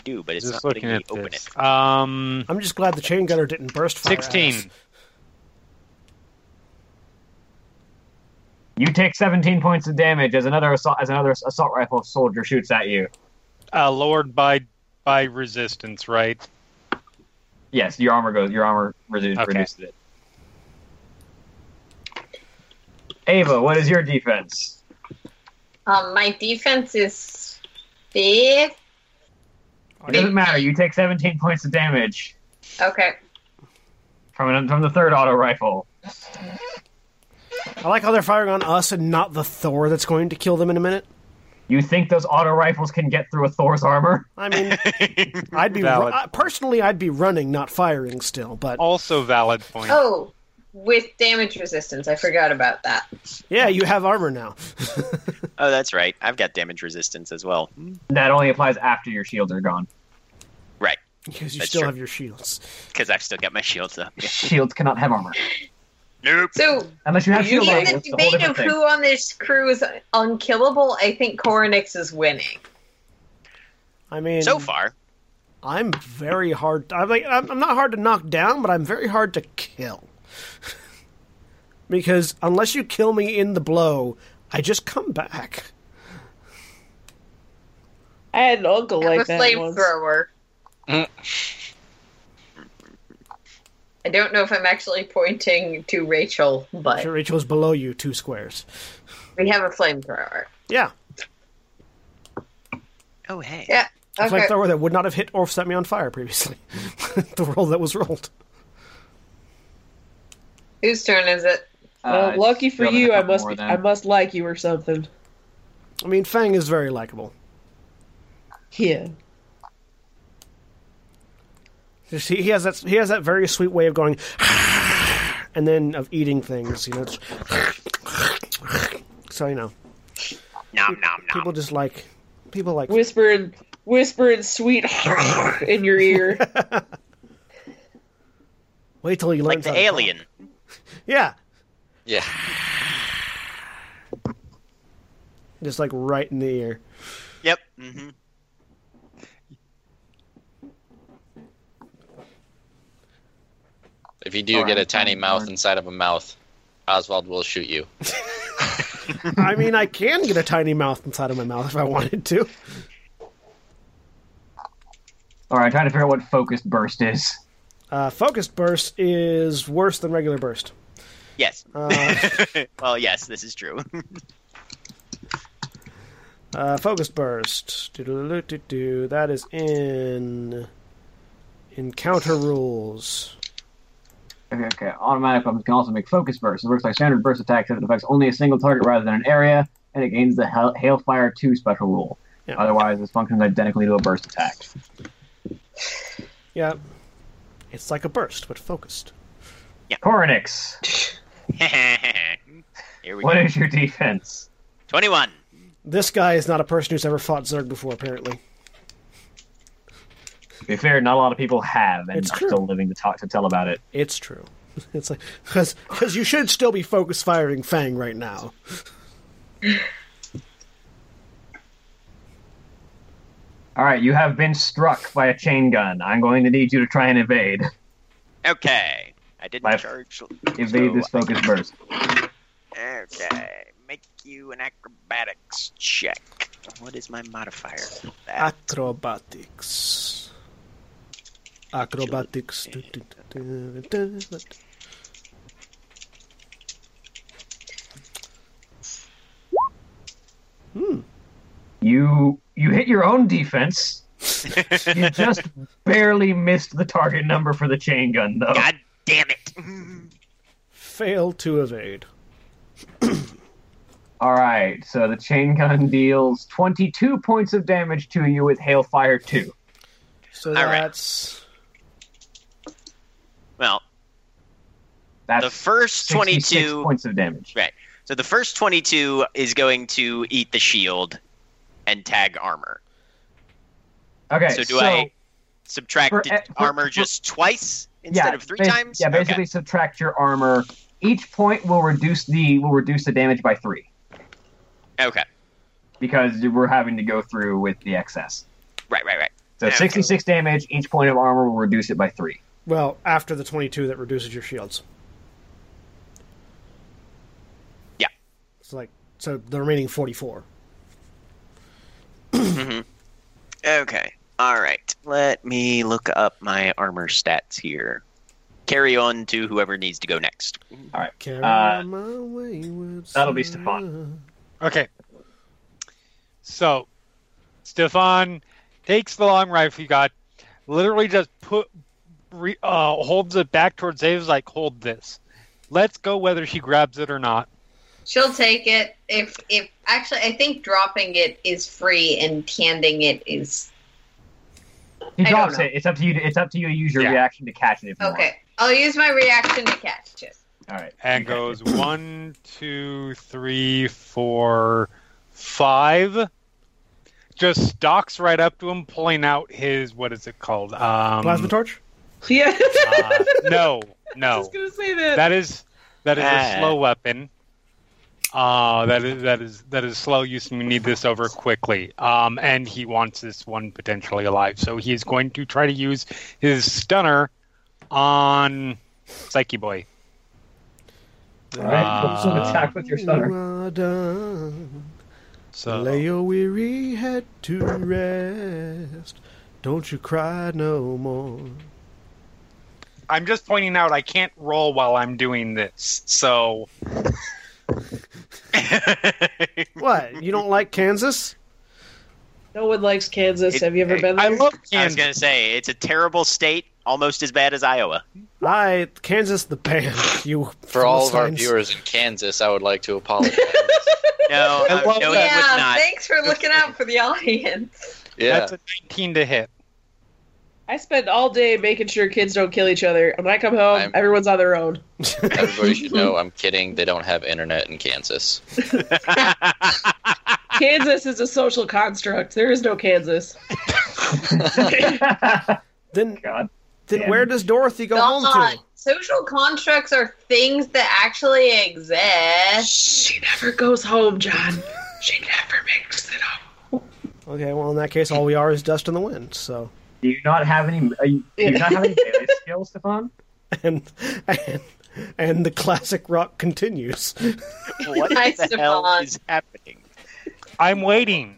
do, but it's just not looking letting me at open this. it. Um, I'm just glad the chain gunner didn't burst fire. sixteen. You take 17 points of damage as another assault as another assault rifle soldier shoots at you. Uh, lowered by by resistance, right? Yes, your armor goes. Your armor reduces, Okay. reduces it. Ava, what is your defense? Um, my defense is fifth. It doesn't matter. You take 17 points of damage Okay. from an, from the third auto rifle. I like how they're firing on us and not the Thor that's going to kill them in a minute. You think those auto rifles can get through a Thor's armor? I [LAUGHS] mean, I'd be Valid I, point. personally, I'd be running, not firing still. But Also valid point. Oh, with damage resistance. I forgot about that. yeah, you have armor now. [LAUGHS] Oh, that's right. I've got damage resistance as well. That only applies after your shields are gone. Right, Because you That's still true. have your shields. because I've still got my shields up. Shields cannot have armor Nope. So, unless you have in shield armor. the It's a whole debate different of thing. who on this crew is unkillable, I think Coronix is winning. I mean, So far, I'm very hard. I'm like, I'm, I'm not hard to knock down, but I'm very hard to kill. [LAUGHS] because unless you kill me in the blow, I just come back. I had an uncle I'm a like that once. flamethrower. Mm. I don't know if I'm actually pointing to Rachel, but Sure, Rachel's below you two squares. we have a flamethrower. Yeah, Oh hey. Yeah. a Okay. flamethrower that would not have hit or set me on fire previously. [LAUGHS] the roll that was rolled. Whose turn is it? Well, Uh, lucky for shield and a you, I couple must more be, then. I must like you or something. I mean, Fang is very likable. Yeah. Just- He, he has that he has that very sweet way of going, [LAUGHS] and then of eating things. You know, it's, [LAUGHS] so you know Nom nom nom. people just like people like. Whispering, whispering sweet [LAUGHS] in your ear. [LAUGHS] Wait till he learns like the how to talk. alien. Yeah, Yeah. mm-hmm. just like right in the ear. Yep. hmm you do Alright, get a tiny fine, mouth fine. inside of a mouth, Oswald will shoot you. I mean, I can get a tiny mouth inside of my mouth if I wanted to. All right, I'm trying to figure out what focused burst is. [LAUGHS] Uh, focused burst is worse than regular burst. Yes. [LAUGHS] Uh, well, yes, this is true. [LAUGHS] Uh, focused burst. Do-do-do-do-do. That is in encounter rules. Okay, okay. Automatic weapons can also make focus bursts. It works like standard burst attacks if it affects only a single target rather than an area, and it gains the Hail- Hailfire 2 special rule. Yeah. Otherwise, this functions identically to a burst attack. Yeah, it's like a burst but focused. Coronix, Here we what go. is your defense? 21. This guy is not a person who's ever fought Zerg before, apparently. To be fair, not a lot of people have, and It's are true. still living to talk to tell about it. It's true. [LAUGHS] It's like because you should still be focus firing Fang right now. All right, you have been struck by a chain gun. I'm going to need you to try and evade. Okay. I didn't My- charge. Evade so- this focus burst. Okay. Make you an acrobatics check. What is my modifier? for That? Acrobatics. Acrobatics. You you hit your own [LAUGHS] defense. you just barely missed the target number for the chain gun, though. God damn it. Fail to evade. All right, so the chain gun deals 22 points of damage to you with Hailfire 2. So right. that's Well, That's the first 66 22 points of damage. Right. So the first 22 is going to eat the shield and tag armor. Okay, so do I For- e- subtract for- armor for- just twice yeah, instead of three bas- times? Yeah, Okay. basically subtract your armor. Each point will reduce the will reduce the damage by 3 Okay. because we're having to go through with the excess. Right, right, right. So Okay. 66 damage, each point of armor will reduce it by 3. well after the twenty-two that reduces your shields. Yeah. It's like so the remaining forty-four. Okay. All right. Let me look up my armor stats here. Carry on to whoever needs to go next. Carry Uh, my wayward that'll be son. Stefan. Okay. So, Stefan takes the long rifle he got, literally just put, re, uh, holds it back towards Dave's like, hold this. Let's go whether she grabs it or not. She'll take it if if actually I think dropping it is free and handing it is He I don't drops know. it. It's up to you. To, it's up to you to use your Yeah. reaction to catch it if you okay. I'll use my reaction to catch it. want. All right. And goes one, two, three, four, five. Just stalks right up to him, pulling out his, what is it called? Um, Plasma torch. Yeah, uh, no, [LAUGHS] I no. was gonna say that. that is that is Ah. a slow weapon. Uh, that is that is that is slow use, and we need this over quickly. Um, and he wants this one potentially alive, so he is going to try to use his stunner on Psyche Boy. All right. so Uh, attack with your [LAUGHS] stunner. [LAUGHS] You are done. Lay So your weary head to rest. Don't you cry no more. I'm just pointing out I can't roll while I'm doing this. So What? You don't like Kansas? No one likes Kansas. It- Have you ever it- been there? I love I was Kansas. going to say, it's a terrible state, almost as bad as Iowa. I Kansas the band. [LAUGHS] You For all of our Philistines. viewers in Kansas, I would like to apologize. No, [LAUGHS] I uh, no, love that. it would yeah, not. thanks for looking out for the audience. [LAUGHS] yeah, That's a 19 to hit. [LAUGHS] I spend all day making sure kids don't kill each other. And when I come home, I'm- everyone's on their own. everybody should know I'm kidding. They don't have internet in [LAUGHS] Kansas. Kansas is a social construct. There is no Kansas. Then, God. then damn. where does Dorothy go home God, to? social constructs are things that actually exist. She never goes home, John. She never makes it home. Okay, well in that case, all we are is dust in the wind. So [LAUGHS] uh, [LAUGHS] Do you not have any? Are you, do you not have any melee skills, Stefan? and and and the classic rock continues. [LAUGHS] What Hi, the hell Stefan. is happening? I'm waiting.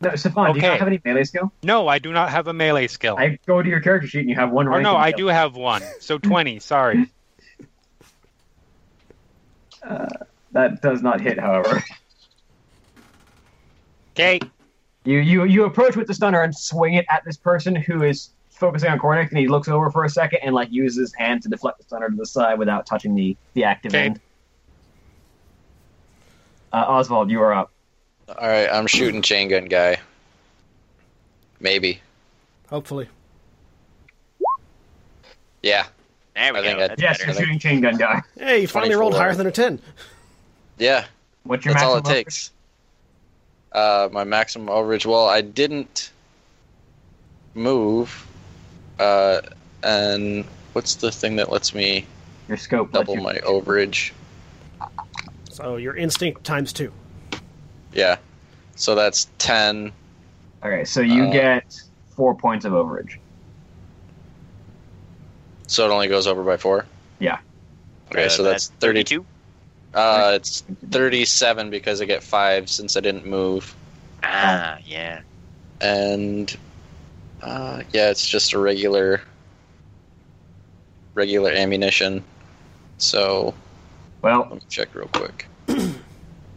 No, Stefan, do you Okay. not have any melee skill? No, I do not have a melee skill. I go to your character sheet and you have one. or rank Oh, no, in I melee. do have one. So 20, sorry. That does not hit, however. [LAUGHS] Okay. You you you approach with the stunner and swing it at this person who is focusing on Cornick, and he looks over for a second and like uses his hand to deflect the stunner to the side without touching the the active Okay. end. Uh, Oswald, you are up. All right, I'm shooting chain gun guy. Maybe. Hopefully, Yeah. There we I go. think I- That's Yes, better. you're shooting chain gun guy. hey, you finally rolled 24. higher than a ten. Yeah. What's your That's all it maximum takes. Uh, my maximum overage. Well, I didn't move. Uh, and what's the thing that lets me leverage? Your scope. lets double you- my overage? So your instinct times two. [LAUGHS] Yeah. So that's ten. Okay, so you Uh, get four points of overage. So it only goes over by four. Yeah. Okay, Uh, so that's, thirty. Thirty-two. Uh, it's thirty-seven because I get five since I didn't move, Ah, yeah. and uh, yeah, it's just a regular, regular ammunition. So Well, Let me check real quick.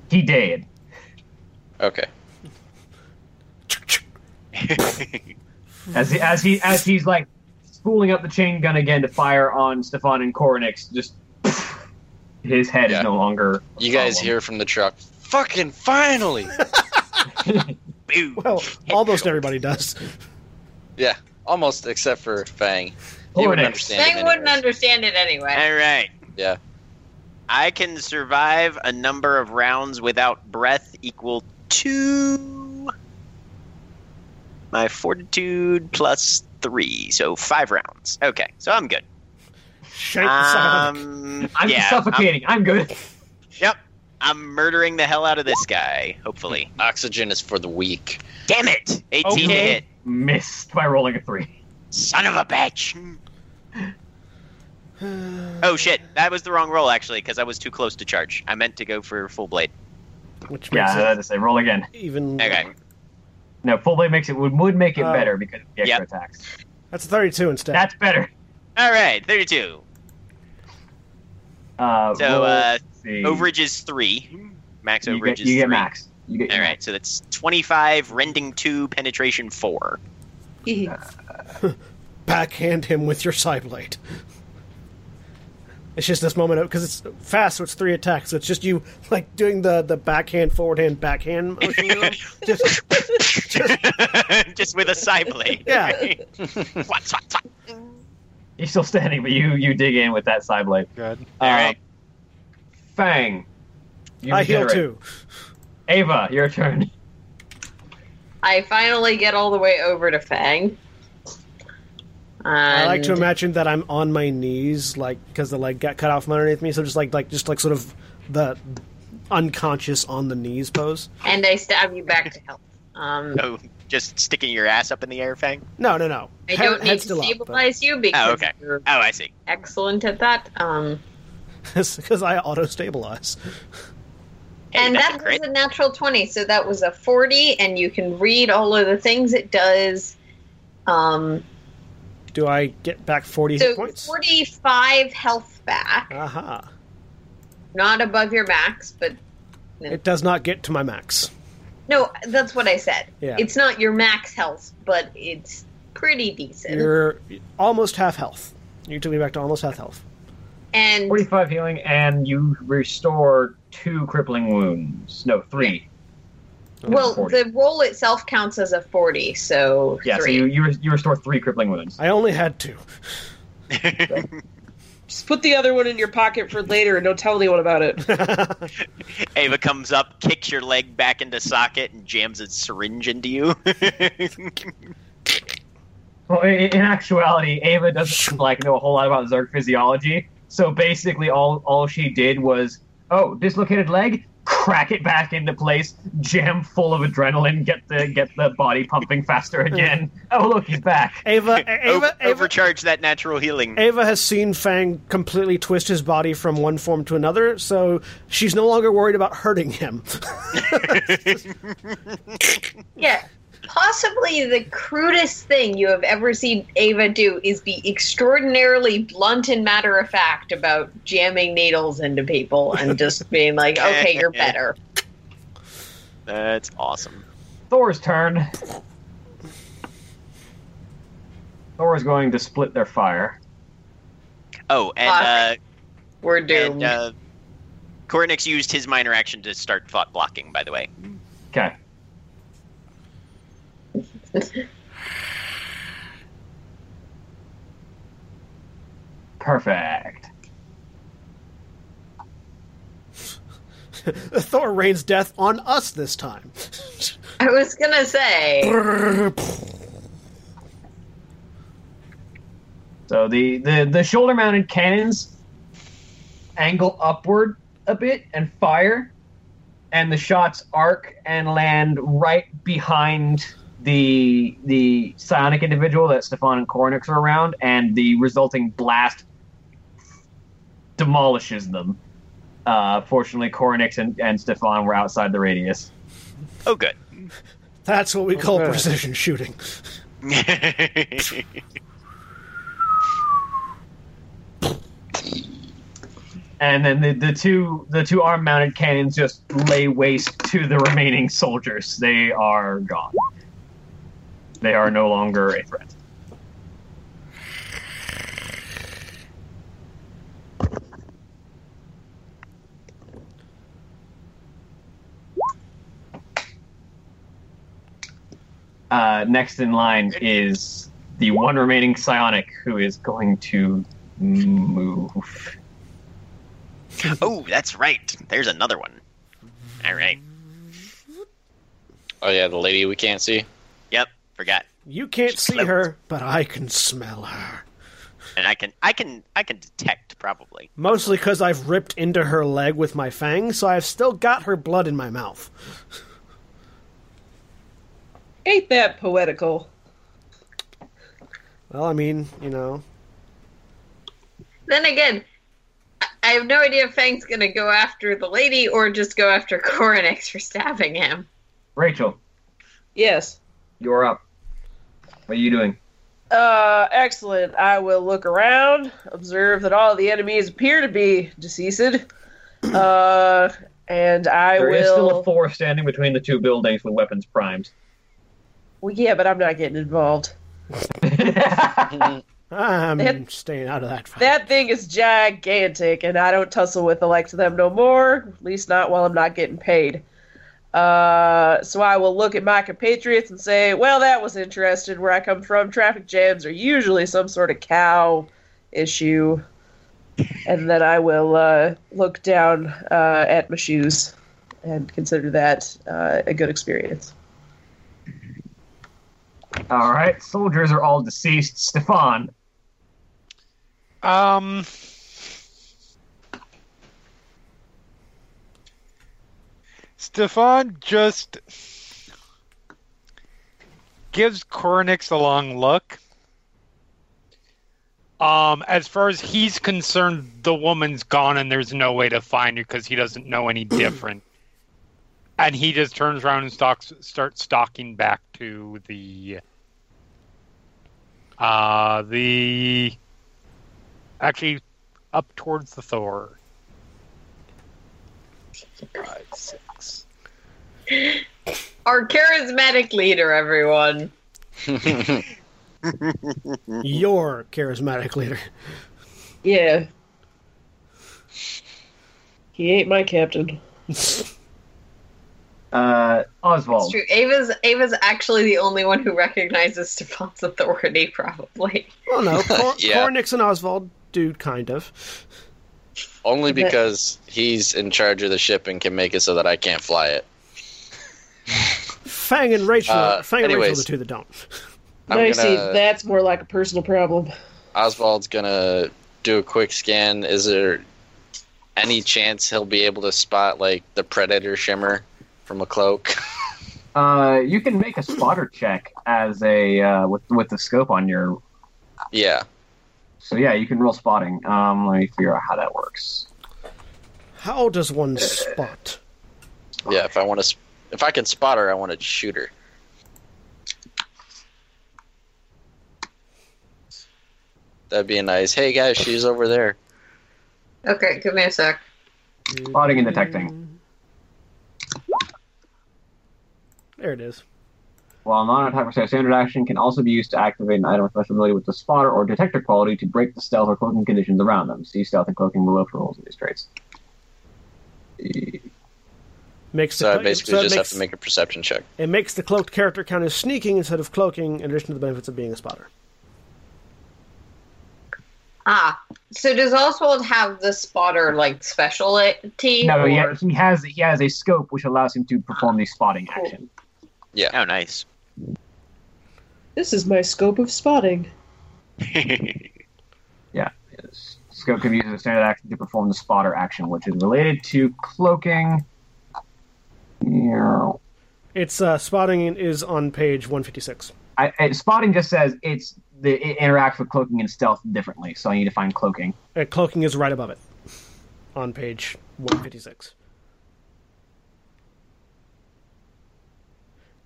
he did. Okay. As he, as he as he's like spooling up the chain gun again to fire on Stefan and Koronix, just [LAUGHS] his head Yeah. is no longer. a You guys problem. hear from the truck. Fucking [LAUGHS] finally! Boo. Well, almost everybody does. yeah, almost except for Fang. He Koronix. wouldn't understand. Fang him wouldn't anyways. understand it anyway. All right. Yeah. I can survive a number of rounds without breath equal to my fortitude plus three, so five rounds. Okay, so I'm good. Shake the silence. Um, [LAUGHS] I'm yeah, I'm, suffocating. I'm, good. yep, I'm murdering the hell out of this guy. Hopefully. Oxygen is for the weak. Damn it! 18 to Okay. hit. Missed by rolling a [LAUGHS] three. Son of a bitch. Oh shit! That was the wrong roll actually, because I was too close to charge. I meant to go for full blade. Which makes Yeah, I had it to say roll again. even. Okay. No, full blade makes it would, would make it Oh. better because of the extra Yep. attacks. That's a thirty-two instead. That's better. All right, 32. Uh, So, roll- uh, let's see. Overage is three. Max you overage get, is you get three. max. You get All right, so that's 25, rending two, penetration four. [LAUGHS] Backhand him with your side blade. It's just this moment because it's fast, so it's three attacks. So it's just you like doing the the backhand, forward hand, backhand motion. you know? just Just with a side blade. Yeah. [LAUGHS] right? Twat, twat, twat. You're still standing, but you you dig in with that side blade. Uh, Good. All right. Fang. You I heal regenerate. too. Ava, your [LAUGHS] turn. I finally get all the way over to Fang. I like to And- imagine that I'm on my knees, like because the leg got cut off from underneath me. So just like like just like sort of the unconscious on the knees pose. and I stab you back to health. Um, Oh, just sticking your ass up in the air, Fang? No, no, no. I Head- don't need head's to still up, but- [LAUGHS] stabilize you because Oh, okay. you're Oh, I see. [LAUGHS] excellent at that. Um, because I auto stabilize. Hey, and that's that a crit. was a natural 20, so that was a 40, and you can read all of the things it does. Um, Do I get back forty so hit points? 45 health back. Aha! Not above your max, but It does not get to my max. no, that's what I said. Yeah. It's not your max health, but it's pretty decent. You're almost half health. You took me back to almost half health. and 45 healing, and you restore two crippling wounds. No, three. well, 40. the roll itself counts as a 40, so Yeah, so three. you, you, res- you restore three crippling wounds. I only had two. [LAUGHS] Just put the other one in your pocket for later and don't tell anyone about it. [LAUGHS] Ava comes up, kicks your leg back into socket, and jams a syringe into you. [LAUGHS] Well, in, in actuality, Ava doesn't like know a whole lot about Zerg physiology. So basically, all all she did was, oh, dislocated leg, crack it back into place, jam full of adrenaline, get the get the body pumping faster again. Oh look, he's back. Ava, A- Ava, [LAUGHS] Over- Ava, overcharge that natural healing. Ava has seen Fang completely twist his body from one form to another, so she's no longer worried about hurting him. [LAUGHS] Yeah. Possibly the crudest thing you have ever seen Ava do is be extraordinarily blunt and matter of fact about jamming needles into people and just being like, okay, you're better. [LAUGHS] That's awesome. Thor's turn. Thor is going to split their fire. Oh, and uh, We're and doomed. uh, Cornix used his minor action to start thought blocking. By the way, Okay. Perfect. Thor rains death on us this time. [LAUGHS] I was gonna say, So the, the, the shoulder mounted cannons angle upward a bit and fire, and the shots arc and land right behind the the psionic individual that Stefan and Cornix are around, and the resulting blast demolishes them. Uh, fortunately, Cornix and, and Stefan were outside the radius. oh good. That's what we call Okay. precision shooting. And then the, the two the two arm mounted cannons just lay waste to the remaining soldiers. They are gone. They are no longer a threat. Uh, next in line is the one remaining psionic who is going to move. oh, that's right. There's another one. All right. Oh yeah, the lady we can't see. Yep. Forgot. You can't see Close. her, but I can smell her. And I can, I can, I can detect probably. Mostly because I've ripped into her leg with my fang, so I've still got her blood in my mouth. Ain't that poetical? Well, I mean, you know, then again, I- I have no idea if Fang's gonna go after the lady or just go after Coronix for stabbing him. Rachel. Yes. You're up. What are you doing? Uh, excellent. I will look around, observe that all the enemies appear to be deceased. Uh, and I There is will. still a four standing between the two buildings with weapons primed. well, yeah, but I'm not getting involved. I'm That- staying out of that fight. That thing is gigantic, and I don't tussle with the likes of them no more, at least not while I'm not getting paid. Uh, so I will look at my compatriots and say, well, that was interesting. Where I come from, traffic jams are usually some sort of cow issue. And then I will uh, look down uh, at my shoes and consider that uh, a good experience. [LAUGHS] all right, soldiers are all deceased. Stefan, Um. Stefan just gives Cornix a long look. Um, as far as he's concerned, the woman's gone and there's no way to find her because he doesn't know any different. and he just turns around and stalks, starts stalking back to the uh, the actually up towards the Thor. Five, six. Our charismatic leader, everyone. Your charismatic leader. Yeah. He ain't my captain. uh, It's Oswald, true. Ava's Ava's actually the only one who recognizes Stefan's authority, probably. Well, [LAUGHS] no, Cor- Yeah. Cornix and Oswald do kind of. [LAUGHS] Only because he's in charge of the ship and can make it so that I can't fly it. Fang and Rachel, Uh, Fang and Rachel, anyways. the two that don't. I'm I see. gonna- That's more like a personal problem. Oswald's gonna do a quick scan. Is there any chance he'll be able to spot like the predator shimmer from a cloak? [LAUGHS] Uh, you can make a spotter check as a uh, with with the scope on your. yeah. So yeah, you can roll spotting. Um, let me figure out how that works. How does one spot? Yeah, if I want to if I can spot her, I want to shoot her. That'd be nice. Hey guys, she's over there. Okay, give me a sec. Spotting and detecting. There it is. While non-attack or standard action can also be used to activate an item with special ability with the spotter or detector quality to break the stealth or cloaking conditions around them. See stealth and cloaking below for rules of these traits. Makes the So I cloak- basically so it just have makes- to make a perception check. It makes the cloaked character count as sneaking instead of cloaking, in addition to the benefits of being a spotter. Ah, so does Oswald have the spotter like specialty? No, or- yeah, he has he has a scope which allows him to perform the spotting Cool. action. Oh, nice. [LAUGHS] This is my scope of spotting. [LAUGHS] Yes. Scope can be used as a standard action to perform the spotter action, which is related to cloaking. Yeah. It's uh, spotting is on page 156. I, I, spotting just says it's the, it interacts with cloaking and stealth differently, so I need to find cloaking. Uh, cloaking is right above it, on page 156.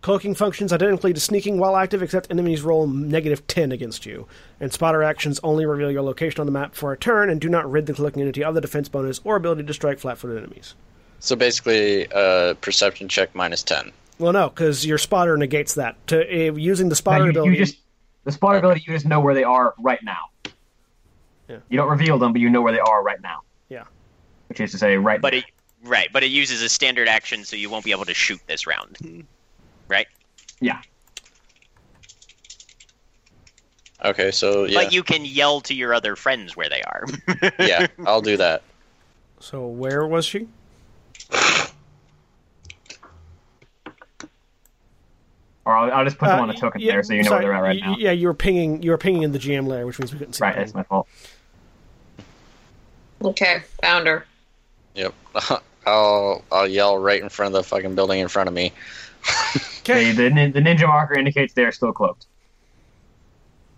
Cloaking functions identically to sneaking while active, except enemies roll negative 10 against you, and spotter actions only reveal your location on the map for a turn and do not rid the cloaking entity of the defense bonus or ability to strike flat footed enemies. So basically, uh, perception check minus ten. Well, no, because your spotter negates that. To, uh, using the Now, spotter you- you, ability. just the spotter ability, you just know where they are right now. Yeah. You don't reveal them, but you know where they are right now. Yeah. Which is to say, right. But it right, but it uses a standard action, so you won't be able to shoot this round. Right? yeah. Okay, so yeah, But you can yell to your other friends where they are. [LAUGHS] yeah, I'll do that. So, where was she? Or I'll, I'll just put them on the Uh, token yeah, there, so you know sorry, where they're at right y- now. Yeah, you were pinging. You were pinging in the GM layer, which means we couldn't see. Right, the that's ping. my fault. Okay, found her. Yep, [LAUGHS] I'll I'll yell right in front of the fucking building in front of me. Okay, The, the, nin- the ninja marker indicates they're still cloaked.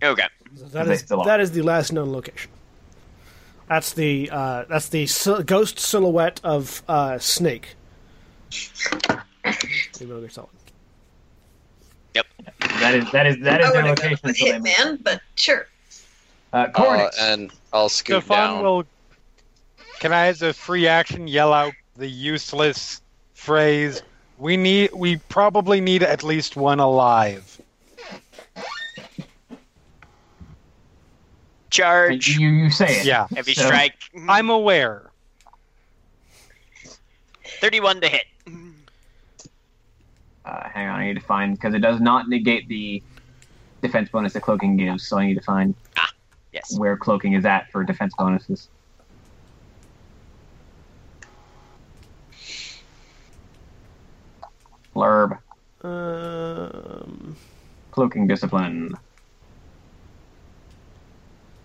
okay. that they is still are. that is the last known location. That's the uh, that's the sil- ghost silhouette of uh, Snake. You know, they're solid. That is that is that is I their would have gone location. with until they move. Hitman, but sure. Uh, Uh, Cornix. and I'll scoot Stefan down. will. Can I, as a free action, yell out the useless phrase? We need. We probably need at least one alive. [LAUGHS] Charge. you you say it. Yeah, Heavy So- strike. I'm aware. Thirty-one to hit. Uh, hang on, I need to find because it does not negate the defense bonus that cloaking gives. So I need to find Yes. where cloaking is at for defense bonuses. Blurb, Um, cloaking discipline.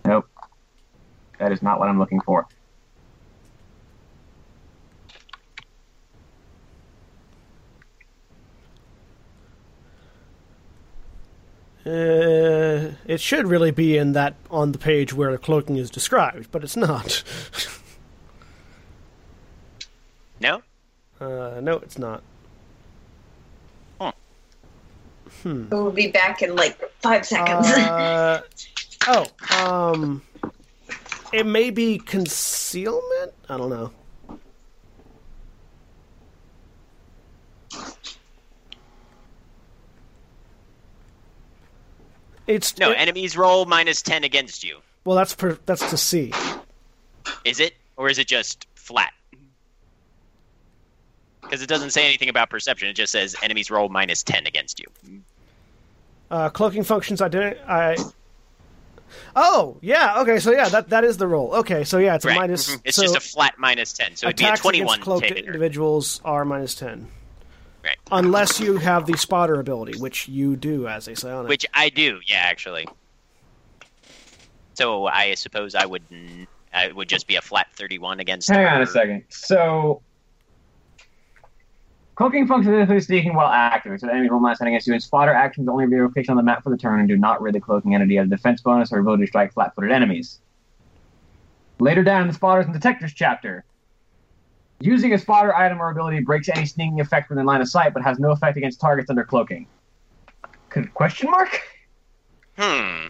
Nope, that is not what I'm looking for. uh, it should really be in that on the page where the cloaking is described, but it's not. [LAUGHS] No? Uh, no, it's not. We'll be back in like five seconds. Uh, oh, um, it may be concealment. I don't know. It's No, it- enemies roll minus ten against you. well, that's per, that's to see. Is it? Or is it just flat? Because it doesn't say anything about perception, it just says enemies roll minus ten against you. Uh, cloaking functions identi- I. Oh yeah, okay, so yeah, that that is the role. Okay, so yeah, it's a right. minus. Mhm. It's so just a flat minus ten, so it'd be a attacks twenty-one against cloaked ticket. individuals are minus ten. Right. Unless you have the spotter ability, which you do as a psionic. Which I do, yeah, actually. So I suppose I would n- Uh, it would just be a flat 31 against. Hang on her. a second. So, cloaking functions is physically sneaking while active. So, the enemy roll my side against you, and spotter actions only be location on the map for the turn and do not rid the cloaking entity of the defense bonus or ability to strike flat footed enemies. Later down in the spotters and detectors chapter, using a spotter item or ability breaks any sneaking effect within line of sight but has no effect against targets under cloaking. Could, question mark? Hmm.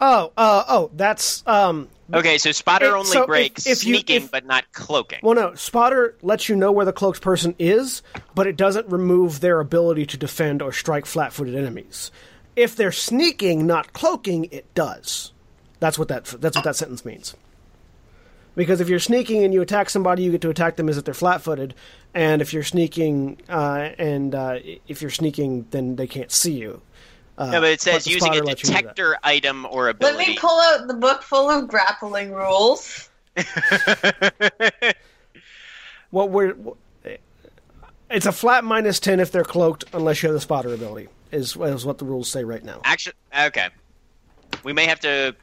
Oh, uh, oh, that's um. Okay, so spotter It- only so if- breaks if you- sneaking if- but not cloaking. Well, no, spotter lets you know where the cloaked person is, but it doesn't remove their ability to defend or strike flat-footed enemies. If they're sneaking, not cloaking, it does. That's what that that's what that sentence means. Because if you're sneaking and you attack somebody, you get to attack them as if they're flat-footed, and if you're sneaking uh, and uh, if you're sneaking, then they can't see you. Uh, no, but it says the using a spotter lets you do that. detector item or [LAUGHS] Let ability. me pull out the book full of grappling rules. What we're it's a flat minus ten if they're cloaked, unless you have the spotter ability. Is, is what the rules say right now. Actually, okay. We may have to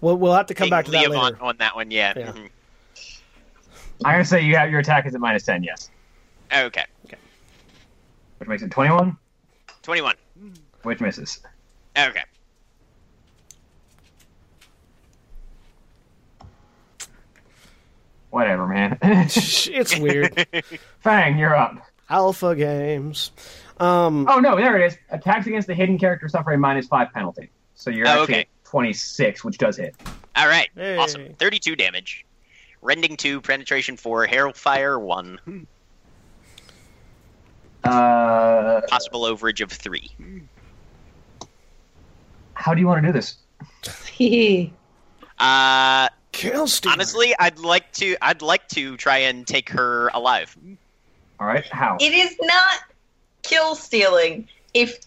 We'll, we'll have to come take back to that Liam on, later. on that one. Yeah. Yeah. Mhm. I'm going to say you have your attack is at minus 10, yes. Okay. Which makes it 21, 21. which misses. Okay. Whatever, man. [LAUGHS] [LAUGHS] it's [LAUGHS] weird. Fang, you're up. Alpha games. Um, Oh no, there it is. Attacks against the hidden character suffer a minus five penalty. So you're Oh, actually okay. at twenty six, which does hit. All right. Hey. Awesome. 32 damage. Rending 2, penetration 4, hair fire 1, Uh, possible overage of 3. how do you want to do this? Uh kill Steve. honestly, I'd like to I'd like to try and take her alive. All right, how? It is not kill stealing if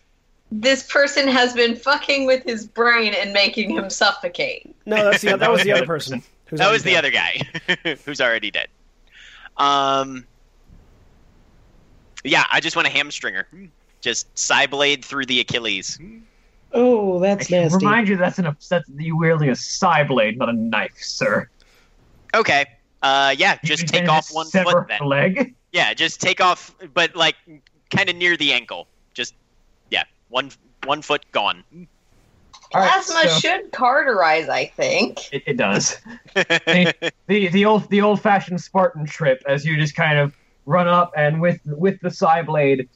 this person has been fucking with his brain and making him suffocate. no, that's the, that was the other [LAUGHS] person. Who's That was already the dead. other guy [LAUGHS] who's already dead. Um Yeah, I just want to hamstring her. Just side blade through the Achilles. Oh, I that's should nasty. [LAUGHS] Remind you that's an upset that you wielding a side blade, not a knife, sir. Okay. Uh yeah, You just intend take to off one sever foot her then. leg. Yeah, just take off but like kind of near the ankle. Just yeah, one one foot gone. All right, Plasma so- should cauterize, I think. It, it does. the, the the old the old fashioned Spartan trip as you just kind of run up and with with the side blade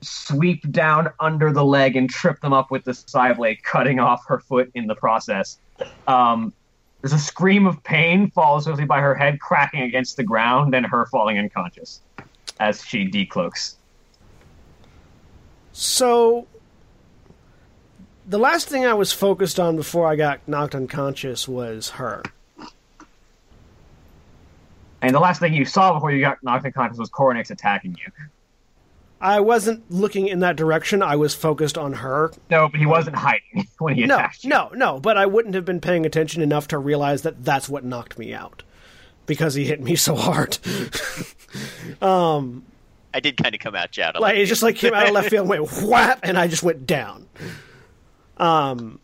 sweep down under the leg and trip them up with the side blade, cutting off her foot in the process. Um, there's a scream of pain follows swiftly by her head cracking against the ground and her falling unconscious as she decloaks. So, the last thing I was focused on before I got knocked unconscious was her. And the last thing you saw before you got knocked unconscious was Coronex attacking you. I wasn't looking in that direction. I was focused on her No, but he wasn't hiding [LAUGHS] when he [LAUGHS] no, attacked you. no, no. But I wouldn't have been paying attention enough to realize that that's what knocked me out because he hit me so hard. [LAUGHS] I did kind of come out Jada. like it just like came out of left field, and went whap, and I just went down. Um,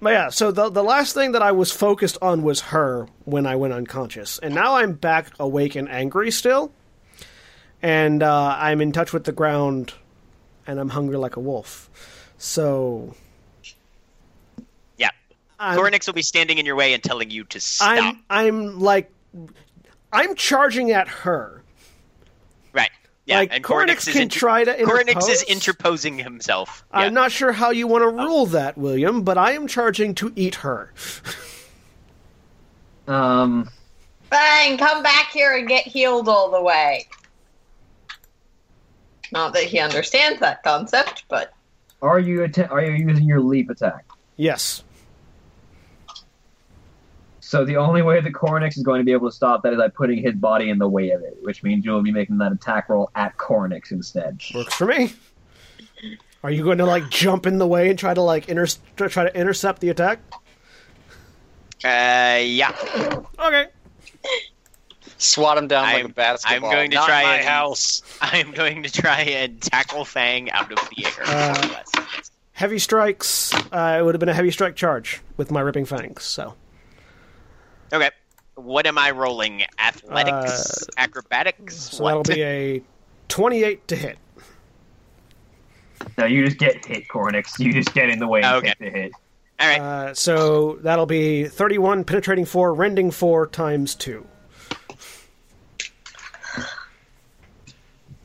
but yeah. So the the last thing that I was focused on was her when I went unconscious, and now I'm back awake and angry still, and uh, I'm in touch with the ground, and I'm hungry like a wolf. So yeah. I'm Coronix will be standing in your way and telling you to stop. I'm I'm like I'm charging at her. right. Yeah. like, and Coronix Coronix is can inter- try to Coronix interpose. is interposing himself. Yeah. Oh. I'm not sure how you want to rule that, William, but I am charging to eat her. Um, Fine, come back here and get healed all the way. Not that he understands that concept, but are you atta- are you using your leap attack? yes. So the only way the Coronex is going to be able to stop that is by putting his body in the way of it, which means you will be making that attack roll at Coronex instead. Works for me. Are you going to like jump in the way and try to like inter- try to intercept the attack? Uh, yeah. Okay. Swat him down like I'm- a basketball. I'm going to Not try my and- [LAUGHS] house. I'm going to try and tackle Fang out of the air. Uh, heavy strikes. Uh, it would have been a heavy strike charge with my ripping fangs. So Okay. What am I rolling? Athletics, acrobatics. uh, so what? that'll be a twenty-eight to hit. No, you just get hit, Cornix. You just get in the way and Okay. take the hit. All right. Uh, so that'll be thirty-one penetrating four, rending four times two.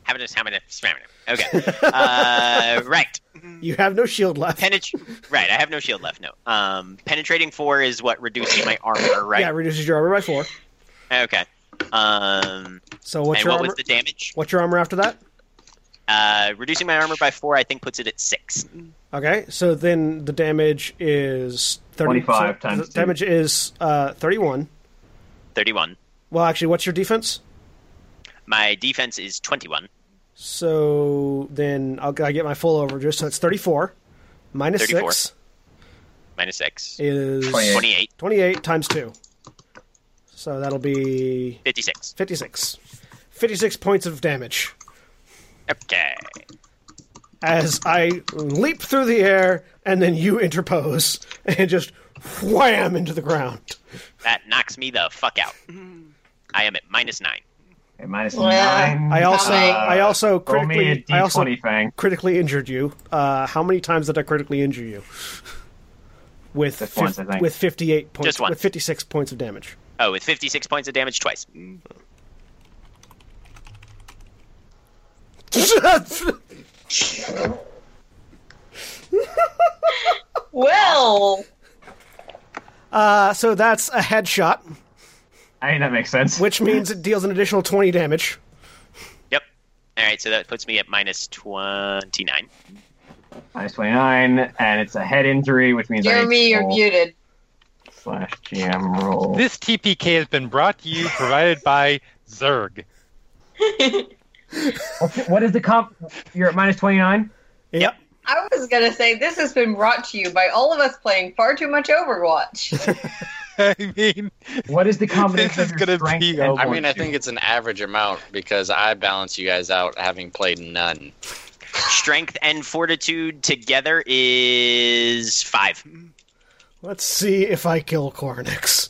Have it, have it, spam it. Okay. [LAUGHS] uh, right. You have no shield left. Penet- right. I have no shield left. No. Um, penetrating four is what reducing my [COUGHS] armor, Yeah, it right? reduces your armor by four. okay. Um, So what's and your what armor? was the damage? What's your armor after that? Uh, reducing my armor by four, I think, puts it at six. Okay, so then the damage is 30, 25 so times The two. damage is uh, thirty-one. Thirty-one. Well, actually, what's your defense? My defense is twenty-one. So then I'll, I get my full overage. So it's 34 minus 34. 6 Minus six. is 28. 28. 28 times 2. So that'll be 56. 56. 56 points of damage Okay. as I leap through the air and then you interpose and just wham into the ground. That knocks me the [LAUGHS] fuck out. I am at minus nine. And minus Well, nine. I also Okay. I also Uh, roll me a critically D20 I also fang. critically injured you. Uh, how many times did I critically injure you? With Just once, I think. with 58 points Just once. with 56 points of damage. [LAUGHS] Oh, with 56 points of damage twice. Mm. Well, uh, so that's a headshot, I mean, that makes sense. which means it deals an additional 20 damage. Yep. All right, so that puts me at minus 29. Minus 29, and it's a head injury, which means I Jeremy, need to you're roll muted. slash GM roll. This TPK has been brought to you, provided by Zerg. [LAUGHS] What is the comp? You're at minus 29? Yep. I was gonna say this has been brought to you by all of us playing far too much Overwatch. I mean, What is the combination [LAUGHS] This is of your gonna strength be and over. I mean, I fortitude? think it's an average amount because I balance you guys out having played none. Strength and fortitude together is 5. Let's see if I kill Cornix.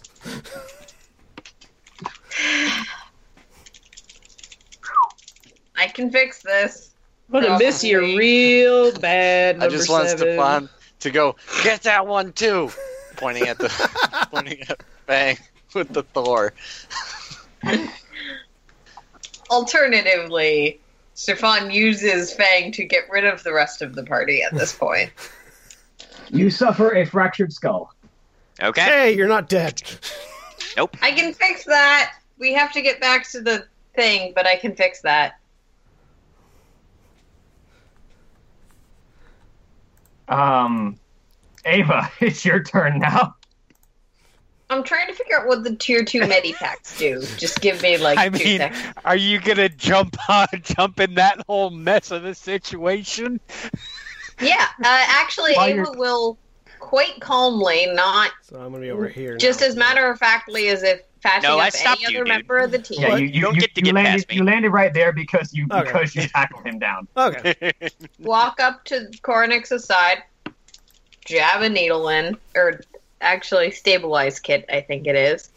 I can fix this. I'm gonna miss you Probably. [LAUGHS] real bad. I Number just want seven. Stefan to go get that [LAUGHS] one too, pointing at the pointing at Bang with the Thor. Alternatively, Stefan uses Fang to get rid of the rest of the party at this point. You suffer a fractured skull. Okay. Hey, you're not dead. I can fix that. We have to get back to the thing, but I can fix that. Um, Ava, [LAUGHS] it's your turn now. I'm trying to figure out what the tier two medipacks do. Just give me like [LAUGHS] I two mean, seconds. are you gonna jump on, [LAUGHS] jump in that whole mess of a situation? Yeah, uh, actually, While Ava you're- will quite calmly, not So I'm going to be over here. just now. as matter of factly as if patching No, I up stopped any you, other dude. member of the team. Yeah, What? you, you, Don't you, get to you get landed, past me. You landed right there because you Okay. because you tackled him down. Okay. Walk up to Cornix's side, jab a needle in, or actually stabilize kit, I think it is.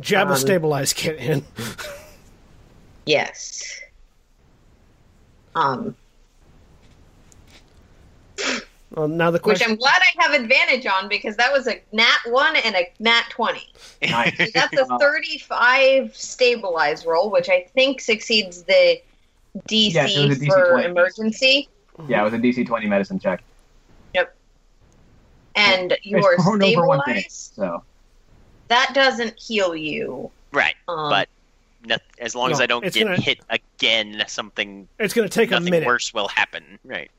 Jab a Um, stabilize kit in. Yes. Um, Well, now the which question I'm glad I have advantage on because that was a nat one and a nat twenty. [LAUGHS] Nice. So [LAUGHS] that's a 35 stabilize roll, which I think succeeds the DC, Yeah, so the DC for 20. emergency. yeah, it was a DC 20 medicine check. And you It's are thrown over one thing. stabilized. So That doesn't heal you. Right. Um, But- Noth- as long as No, I don't it's get gonna- hit again, something It's going to take a nothing minute. worse will happen. Right.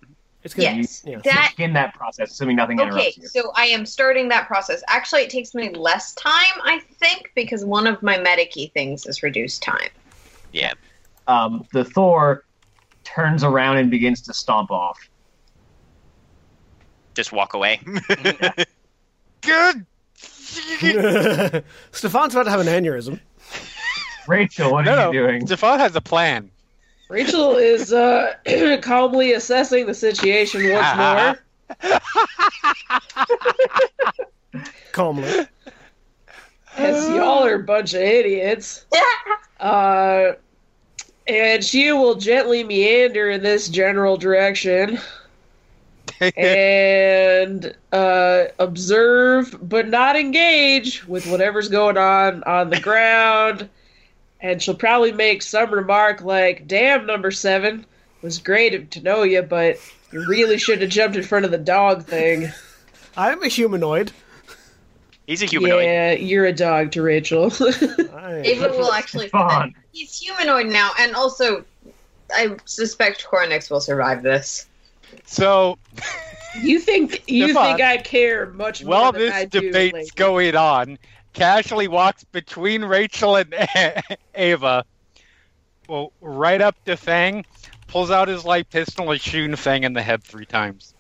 It's going to yes, yeah. [LAUGHS] that. begin that process, assuming nothing Okay, interrupts you. so I am starting that process. Actually, it takes me less time, I think, because one of my Medikey things is reduced time. Yeah. Um, the Thor turns around and begins to stomp off. Just walk [LAUGHS] away. Good. Stefan's about to have an aneurysm. Rachel, what No, are you doing? Stefan has a plan. [LAUGHS] [CLEARS THROAT] Rachel is uh, calmly assessing the situation once more. Calmly. Yes, y'all are a bunch [LAUGHS] of idiots. Uh, and she will gently meander in this general direction [LAUGHS] Eh. and uh, observe but not engage with whatever's going on on the ground. And she'll probably make some remark like, damn, number seven, was great to know you, but you really should have jumped in front of the [LAUGHS] dog thing. I'm a humanoid. He's a humanoid. Yeah, you're a dog to Rachel. [LAUGHS] I, David will [LAUGHS] actually. Fun. He's humanoid now, and also, I suspect Cornix will survive this. So You think you Stefan, think I care much more while than I this do, debate's lady. going on, Casually walks between Rachel and [LAUGHS] Ava, well, right up to Fang, pulls out his light pistol and shooting Fang in the head three times.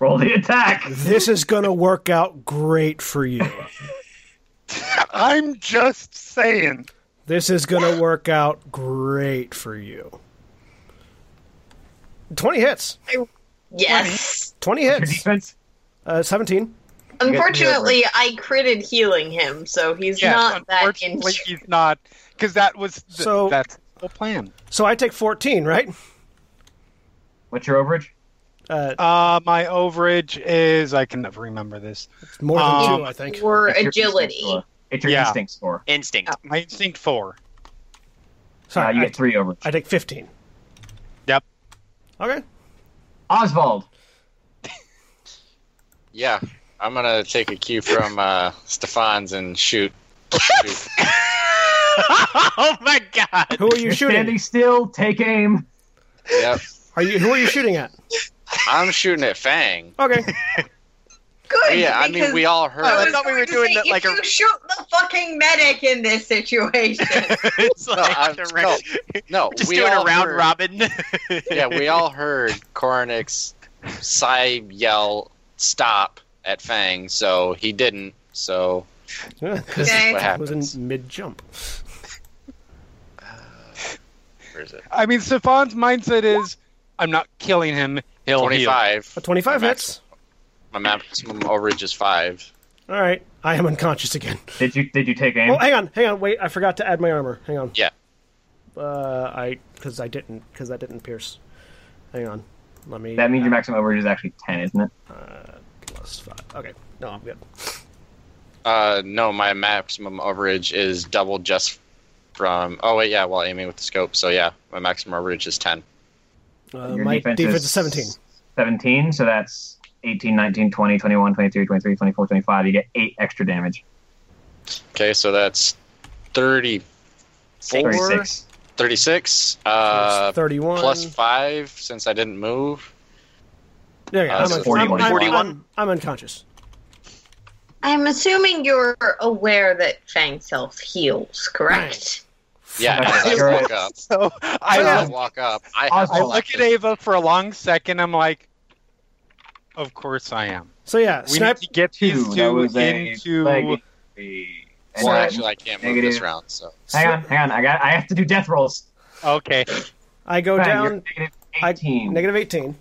Roll the attack. this is gonna work out great for you. [LAUGHS] I'm just saying. This is gonna work out great for you. Twenty hits. Yes. Twenty Your hits. defense. Uh, Seventeen. Unfortunately, I critted healing him, so he's Yes, not that unfortunately, injured. he's not because that was th- So- that's the whole plan. So I take fourteen, right? What's your overage? Uh, Uh, my overage is I can never remember this. it's more than Um, two, I think. Or It's your instinct agility. score. It's your Yeah. instinct score. Instinct. My instinct [LAUGHS] four. Uh, Sorry, you I, get three overage. I take fifteen. Yep. Okay. Oswald. Yeah, I'm gonna take a cue from uh, Stefan's and shoot. shoot. oh my god! Who are you You're standing shooting? still. Take aim. Yep, Are you who are you shooting at? I'm shooting [LAUGHS] at Fang. Okay. Good. Yeah, I mean because we all heard. I was thought we going were to doing say, that if like a- you shoot the fucking medic in this [LAUGHS] situation. [LAUGHS] it's like I'm- the no, rest- no, just we doing a all round heard- robin. [LAUGHS] Yeah, we all heard Cornix sigh yell stop at Fang, so he didn't. So [LAUGHS] this Okay. is what I was happens. in mid jump. Where is it? I mean, Stefan's mindset is I'm not killing him. He'll heal. Twenty-five. A twenty-five My hits. max- My maximum overage is five. All right. I am unconscious again. Did you did you take aim? Oh, hang on, hang on. Wait, I forgot to add my armor. Hang on. Yeah. Uh, I because I didn't because that didn't pierce. Hang on. Let me. that means your maximum overage is actually ten, isn't it? plus five. Okay. No, I'm good. Uh, no, my maximum overage is double just from. Oh wait, yeah, while aiming with the scope. So yeah, my maximum overage is ten. Uh, Your my defense, is Uh, seventeen. 17, so that's 18, 19, 20, 21, 22, 23, 24, 25. You get 8 extra damage. Okay, so that's 30, 36. 36, uh, It's Thirty-one plus five since I didn't move. There you go. uh, I'm, so un- 41. I'm, I'm, 41. I'm- I'm unconscious. I'm assuming you're aware that Fang self heals, correct? Yeah, 'cause You're I right. walk up. [LAUGHS] So I I look- walk up. I, Oswald. uh, I look at Ava for a long second. I'm like, of course I am. So yeah, We snipe. need to get Two, these that two was a into. leg injury. And well, that- actually, I can't move this Negative. round. So hang on, hang on. I got. I have to do death rolls. Okay. I go Fang, you're down. negative I- 18. Negative eighteen.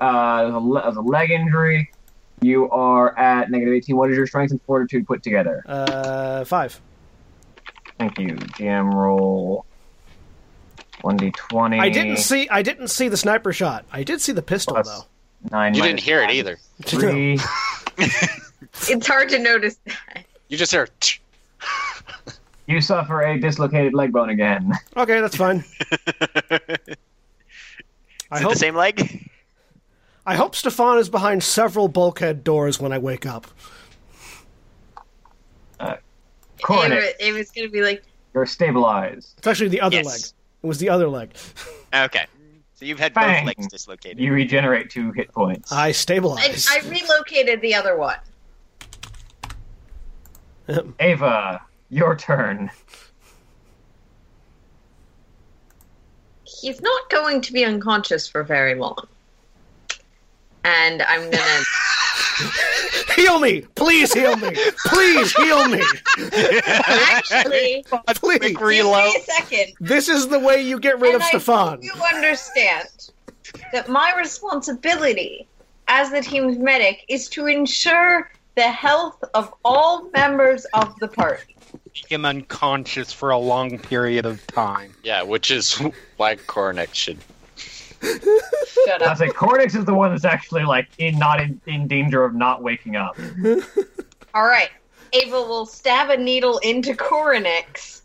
uh, it was a le- it was a leg injury. You are at negative 18. What is your strength and fortitude put together? Uh, five. Thank you. GM roll 1d20. I didn't see. I didn't see the sniper shot. I did see the pistol Plus though. [LAUGHS] Nine you minus didn't hear it either. Three. It's hard to notice that. You just hear. "Tch." you suffer a dislocated leg bone again. [LAUGHS] Okay, that's fine. I Is it hope the same leg? I hope Stefan is behind several bulkhead doors when I wake up. Cornix, Ava- Ava's going to be like, you're stabilized. It's actually the other Yes. leg. It was the other leg. Okay. So you've had Fang. both legs dislocated. You regenerate two hit points. I I, stabilized. I relocated the other one. Ava, your turn. He's not going to be unconscious for very long. And I'm going to. [LAUGHS] heal me! Please heal me! Please heal [LAUGHS] me! Actually, Please! give me a second. This is the way you get rid of and I Stefan. hope You understand that my responsibility as the team's medic is to ensure the health of all members of the party. him unconscious for a long period of time. Yeah, which is [LAUGHS] why Cornick should. [LAUGHS] Shut I up. say Cornix is the one that's actually like in not in, in danger of not waking up. All right. Ava will stab a needle into Coronix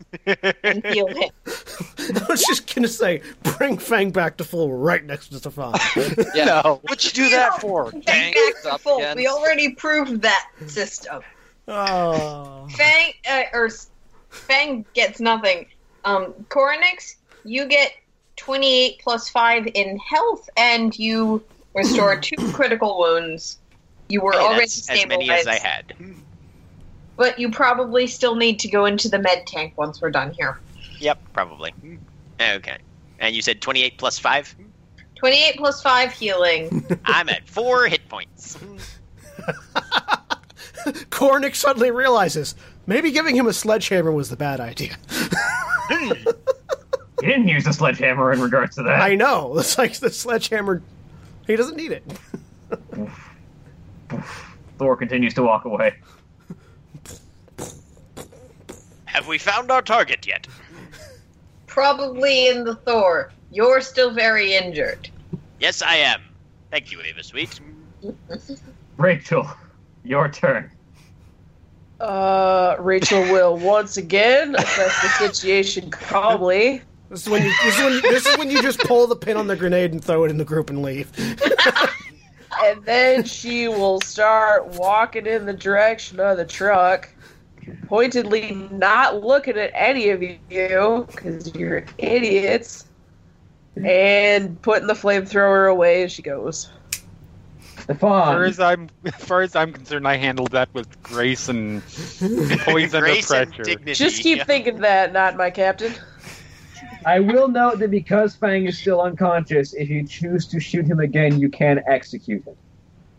and heal him. [LAUGHS] I was just gonna say, bring Fang back to full right next to Stefan. [LAUGHS] Yeah. No. What'd you do [LAUGHS] that for? Fang Gang back to up full. again. We already proved that system. oh. Fang uh, or s- Fang gets nothing. Um, Coronix, you get twenty-eight plus five in health, and you [CLEARS THROAT] restore two critical wounds. You were Hey, already that's as stabilized, many as I had. but you probably still need to go into the med tank once we're done here. Yep, probably. Okay. And you said 28 plus 5? Twenty-eight plus [LAUGHS] five healing. I'm at 4 hit points. Cornick suddenly realizes maybe giving him a sledgehammer was the bad idea. You didn't use the sledgehammer in regards to that. I know. [LAUGHS] It's like the sledgehammer. He doesn't need it. Thor continues to walk away. Have we found our target yet? probably in the Thor. You're still very injured. Yes, I am. Thank you, Ava Sweet. Rachel, your turn. Uh, Rachel will once again assess the situation calmly. This is when you. This is when. You, this is when you just pull the pin on the grenade and throw it in the group and leave. [LAUGHS] and then she will start walking in the direction of the truck, pointedly not looking at any of you because you're idiots, and putting the flamethrower away as she goes. As far Stefan, as I'm, [LAUGHS] as far as I'm concerned, I handled that with grace and poise under Grace and pressure. dignity. Just keep thinking that, not my captain. I will note that because Fang is still unconscious, if you choose to shoot him again, you can execute him.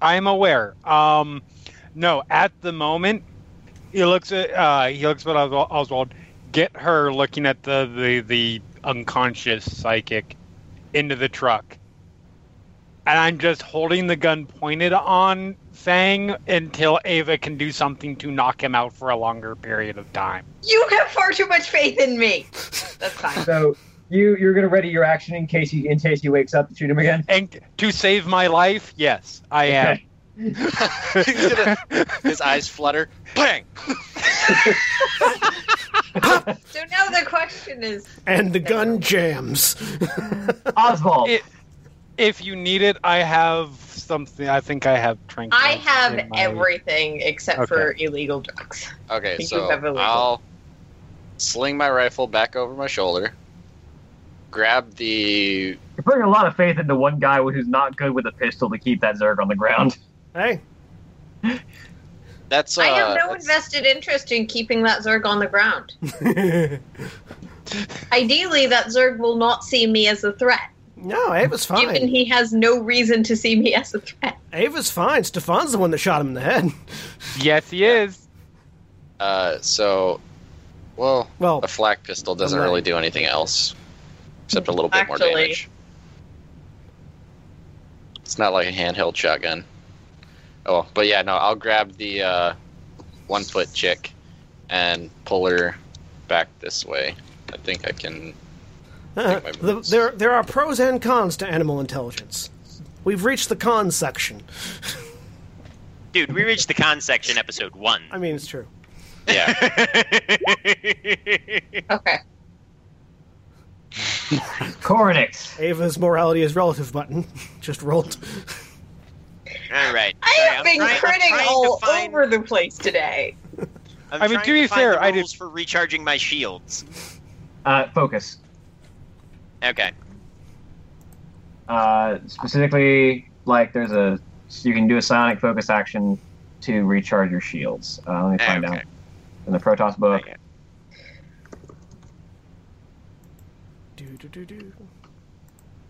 I'm aware. Um, no, at the moment, he looks at uh, he looks at Os- Oswald. Get her looking at the, the the unconscious psychic into the truck, and I'm just holding the gun pointed on Fang until Ava can do something to knock him out for a longer period of time. You have far too much faith in me. [LAUGHS] That's fine. So you you're gonna ready your action in case he in case he wakes up to shoot him again. And to save my life, yes, I am. Okay. [LAUGHS] He's gonna- his eyes flutter. Bang! So now the question is And the gun jams. Oswald, It- if you need it, I have something. I think I have tranquilizer. I have in my- everything except Okay. for illegal drugs. Okay, Think so you've ever labeled. I'll sling my rifle back over my shoulder, grab the you're putting a lot of faith into one guy who's not good with a pistol to keep that Zerg on the ground. [LAUGHS] Hey, [LAUGHS] that's uh, I have no that's- invested interest in keeping that Zerg on the ground. Ideally, that Zerg will not see me as a threat, no, Ava's given fine. he has no reason to see me as a threat. Ava's fine. Stefan's the one that shot him in the head. [LAUGHS] Yes, he is. uh, so well, Well, a flak pistol doesn't Right. really do anything else except a little bit Actually. more damage. It's not like a handheld shotgun. Oh, but yeah, no, I'll grab the uh, one foot chick and pull her back this way. I think I can. uh, my the, moves. there there are pros and cons to animal intelligence. We've reached the con section. Dude, we reached the con section, episode 1. I mean, it's true. Yeah. Okay. Coronix, Ava's morality is relative button [LAUGHS] just rolled. All right. I Sorry, have I'm been trying- I'm critting trying to all find- over the place today. I'm I mean, trying to be find fair, the I did- rules for recharging my shields. uh, focus. Okay. Uh, specifically, like there's a you can do a psionic focus action to recharge your shields. Uh, let me find Ah, Okay. out in the Protoss book. Okay. Do, do, do, do.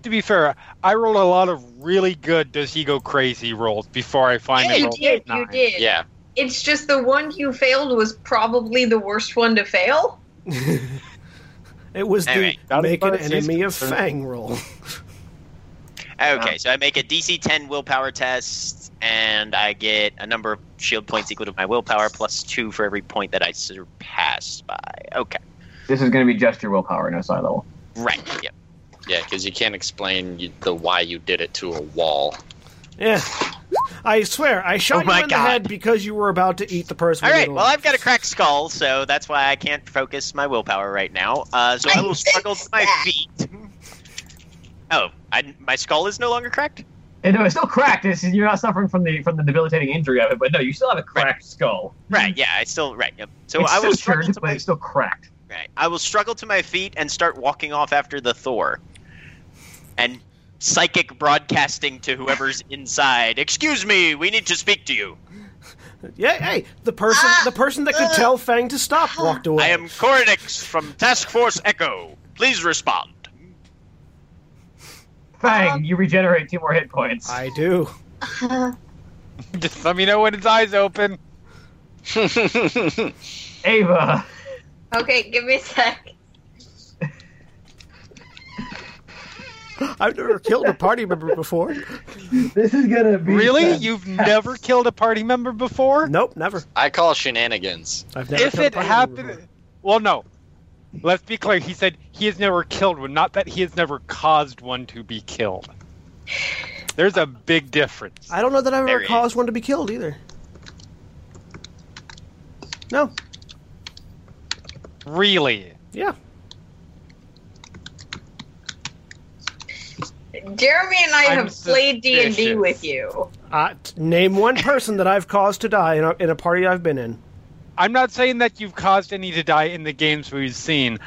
To be fair, I rolled a lot of really good does he go crazy rolls before I finally you rolled did, nine. you did. yeah. It's just the one you failed was probably the worst one to fail. [LAUGHS] It was the Anyway, not as make far an as he's enemy of concerned. Fang roll. Uh-huh. Okay, so I make a DC 10 willpower test, and I get a number of shield points equal to my willpower plus two for every point that I surpass by. Okay, This is going to be just your willpower, no side level. right. Yep. Yeah, because you can't explain you, the why you did it to a wall. [LAUGHS] Yeah. I swear, I shot Oh my you in the God. head because you were about to eat the person. All with right. the Well, little- I've got a cracked skull, so that's why I can't focus my willpower right now. Uh, so I I will struggle to fixed my that. feet. Oh, I, my skull is no longer cracked. And no, it's still cracked. It's, you're not suffering from the from the debilitating injury of it, but no, you still have a cracked skull. Right. Yeah. I still right. Yep. So it's I still will struggle turned, to but my it's still cracked. Right. I will struggle to my feet and start walking off after the Thor. And psychic broadcasting to whoever's inside. Excuse me, we need to speak to you. yeah, hey, the person, Ah! the person that could Ugh. tell Fang to stop walked away. I am Korinix from Task Force Echo. Please respond. Fang, Um, you regenerate two more hit points. I do. [LAUGHS] Just let me know when his eyes open. Ava, Okay, give me a sec. I've never killed a party member before. this is gonna be Really? fun. You've never killed a party member before? Nope, never. I call shenanigans. I've never. if killed a it party member happened, before. well, no. Let's be clear. He said he has never killed one, not that he has never caused one to be killed. There's a big difference. I don't know that I've There ever it is. caused one to be killed either. No. Really? Yeah. Jeremy and I I'm have played D and D suspicious. with you. Uh, t- name one person that I've caused to die in a, in a party I've been in. I'm not saying that you've caused any to die in the games we've seen.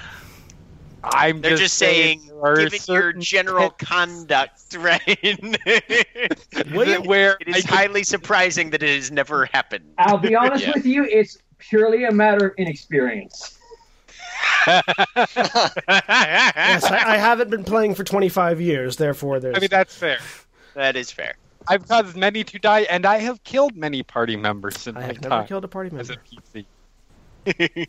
I'm They're just, saying, there are given your certain general pit- conduct, [LAUGHS] right? it William- where I is could- highly surprising that it has never happened. I'll be honest Yeah. with you, it's purely a matter of inexperience. [LAUGHS] Yes, I, I haven't been playing for 25 years, therefore there's. I mean, that's fair. That is fair. I've caused many to die, and I have killed many party members in I my have never time killed a party as a member. PC.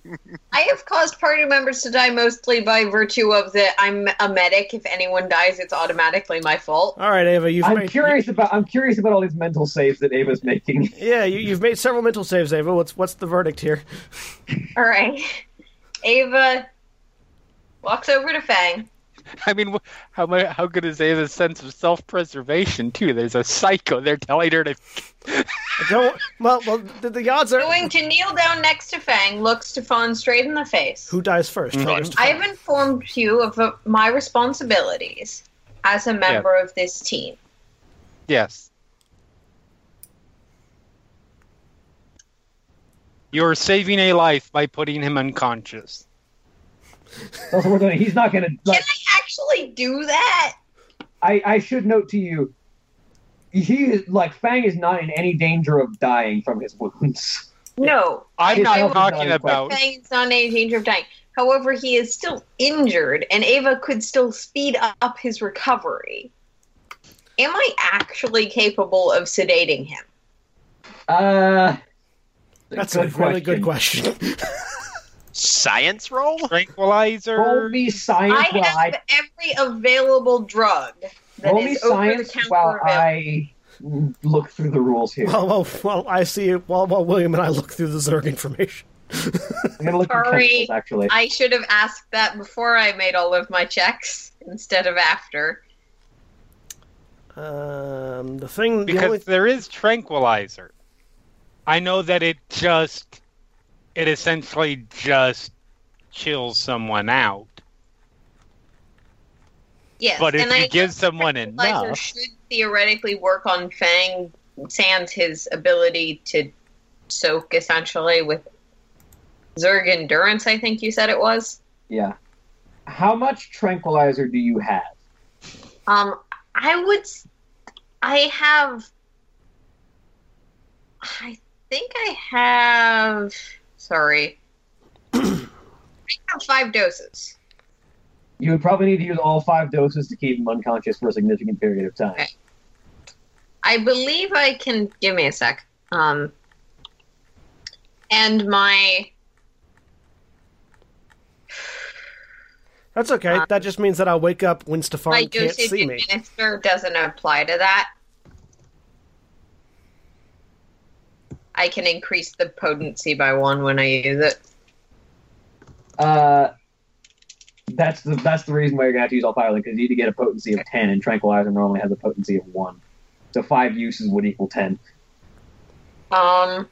I have caused party members to die mostly by virtue of the I'm a medic. If anyone dies, it's automatically my fault. All right, Ava, you've I'm made. curious about I'm curious about all these mental saves that Ava's making. [LAUGHS] Yeah, you, you've made several mental saves, Ava. What's what's the verdict here? All right. Ava walks over to Fang. I mean, wh- how mu- how good is Ava's sense of self preservation too? There's a psycho there telling her to. I don't. Well, well the, the odds are. Going to kneel down next to Fang, looks Stefan straight in the face. Who dies first? Mhm. First. I have informed you of uh, my responsibilities as a member of this team. Yes. You're saving a life by putting him unconscious. Also, we're gonna, he's not gonna. Can Like, I actually do that? I I should note to you, he is like Fang is not in any danger of dying from his wounds. No, I'm It's not not talking done quite. about. Fang is not in any danger of dying. However, he is still injured, and Ava could still speed up his recovery. Am I actually capable of sedating him? Uh, That's good a really good question. [LAUGHS] Science roll? Tranquilizer. Roll me science I while I have every available drug that roll me is over the science while counter available. I look through the rules here. well, well, well, I see. While well, well, William and I look through the Zerg information. I'm gonna look through Sorry. chemicals, actually. I should have asked that before I made all of my checks instead of after. Um, the thing. because the only, there is tranquilizer. I know that it just it essentially just chills someone out. Yes, But if and you I give someone Tranquilizer enough- should theoretically work on Fang sans his ability to soak essentially with Zerg endurance. I think you said it was. Yeah. How much tranquilizer do you have? Um, I would. s- I have. I think I have. Sorry. I have five doses. You would probably need to use all five doses to keep him unconscious for a significant period of time. Okay. I believe I can. Give me a sec. Um, and my That's okay. that just means that I'll wake up when Stefan My can't usage see me. administer doesn't apply to that. I can increase the potency by one when I use it. Uh, that's the that's the reason why you're gonna have to use all pilot because you need to get a potency of ten, and tranquilizer normally has a potency of one. So five uses would equal ten. Um,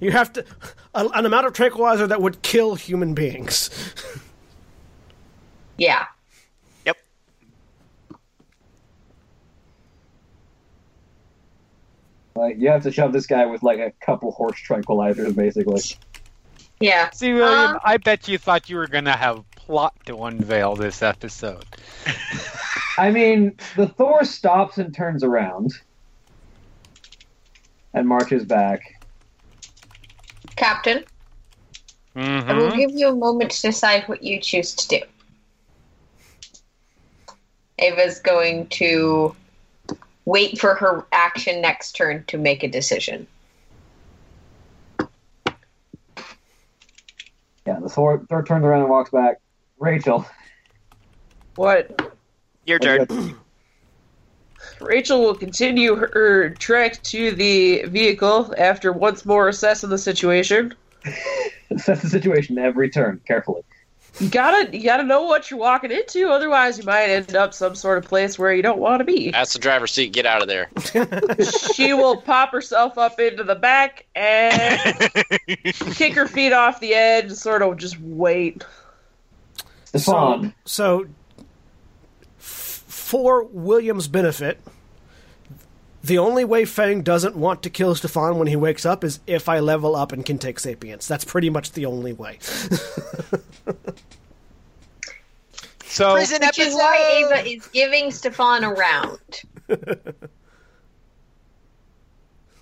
You have to [LAUGHS] a, an amount of tranquilizer that would kill human beings. yeah. Yep. Like you have to shove this guy with like a couple horse tranquilizers, basically. Yeah. See, William, Um, I bet you thought you were going to have plot to unveil this episode. I mean, the Thor stops and turns around and marches back. Captain, I will Mm-hmm. give you a moment to decide what you choose to do. Ava's going to wait for her action next turn to make a decision. Yeah, the Thor, Thor turns around and walks back. Rachel, What? Your turn. [LAUGHS] Rachel will continue her trek to the vehicle after once more assessing the situation. assess the situation every turn carefully. You gotta, you gotta know what you're walking into, otherwise you might end up some sort of place where you don't want to be. That's the driver's seat. Get out of there. she will pop herself up into the back [LAUGHS] and kick her feet off the edge and sort of just wait. Stefan, So, f- for William's benefit, the only way Fang doesn't want to kill Stefan when he wakes up is if I level up and can take Sapience. That's pretty much the only way. [LAUGHS] So, Prison Which is why Ava is giving Stefan a round.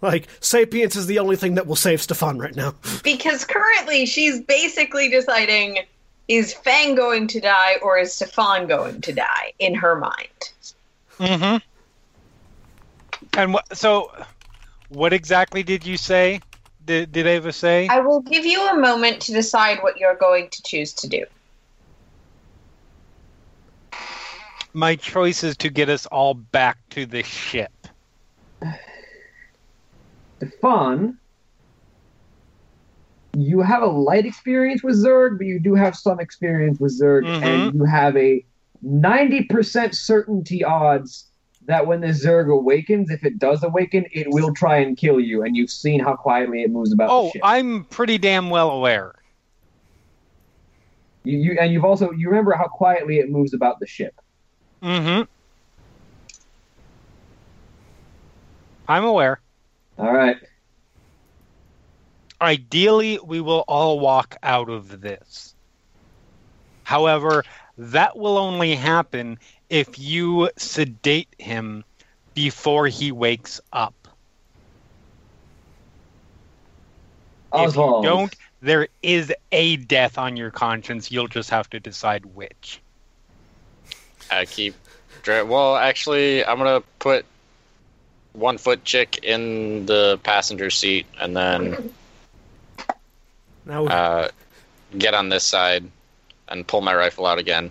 like, Sapience is the only thing that will save Stefan right now. [LAUGHS] Because currently she's basically deciding is Fang going to die or is Stefan going to die in her mind? hmm and what, so, what exactly did you say? Did, did Ava say? I will give you a moment to decide what you're going to choose to do. My choice is to get us all back to the ship. Stefan, you have a light experience with Zerg, but you do have some experience with Zerg, Mhm. and you have a 90% certainty odds that when the Zerg awakens, if it does awaken, it will try and kill you, and you've seen how quietly it moves about the Oh, ship. I'm pretty damn well aware. You, you, and you've also, you remember how quietly it moves about the ship. Mm-hmm. I'm aware. All right. Ideally, we will all walk out of this. However, that will only happen if you sedate him before he wakes up. Oswald. If you don't, there is a death on your conscience. You'll just have to decide which. I keep. Dri- well, actually, I'm gonna put one foot chick in the passenger seat and then Now, uh, get on this side and pull my rifle out again.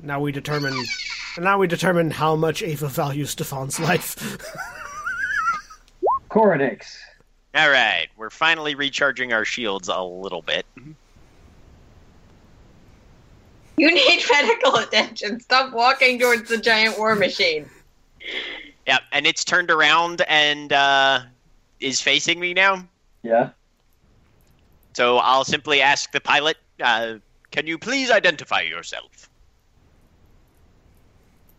now we determine. Now we determine how much Ava values Stefan's life. [LAUGHS] Coronix. All right, we're finally recharging our shields a little bit. You need [LAUGHS] medical attention. Stop walking towards the giant war machine. Yeah, and it's turned around and uh, is facing me now. Yeah. So I'll simply ask the pilot, uh, "Can you please identify yourself?"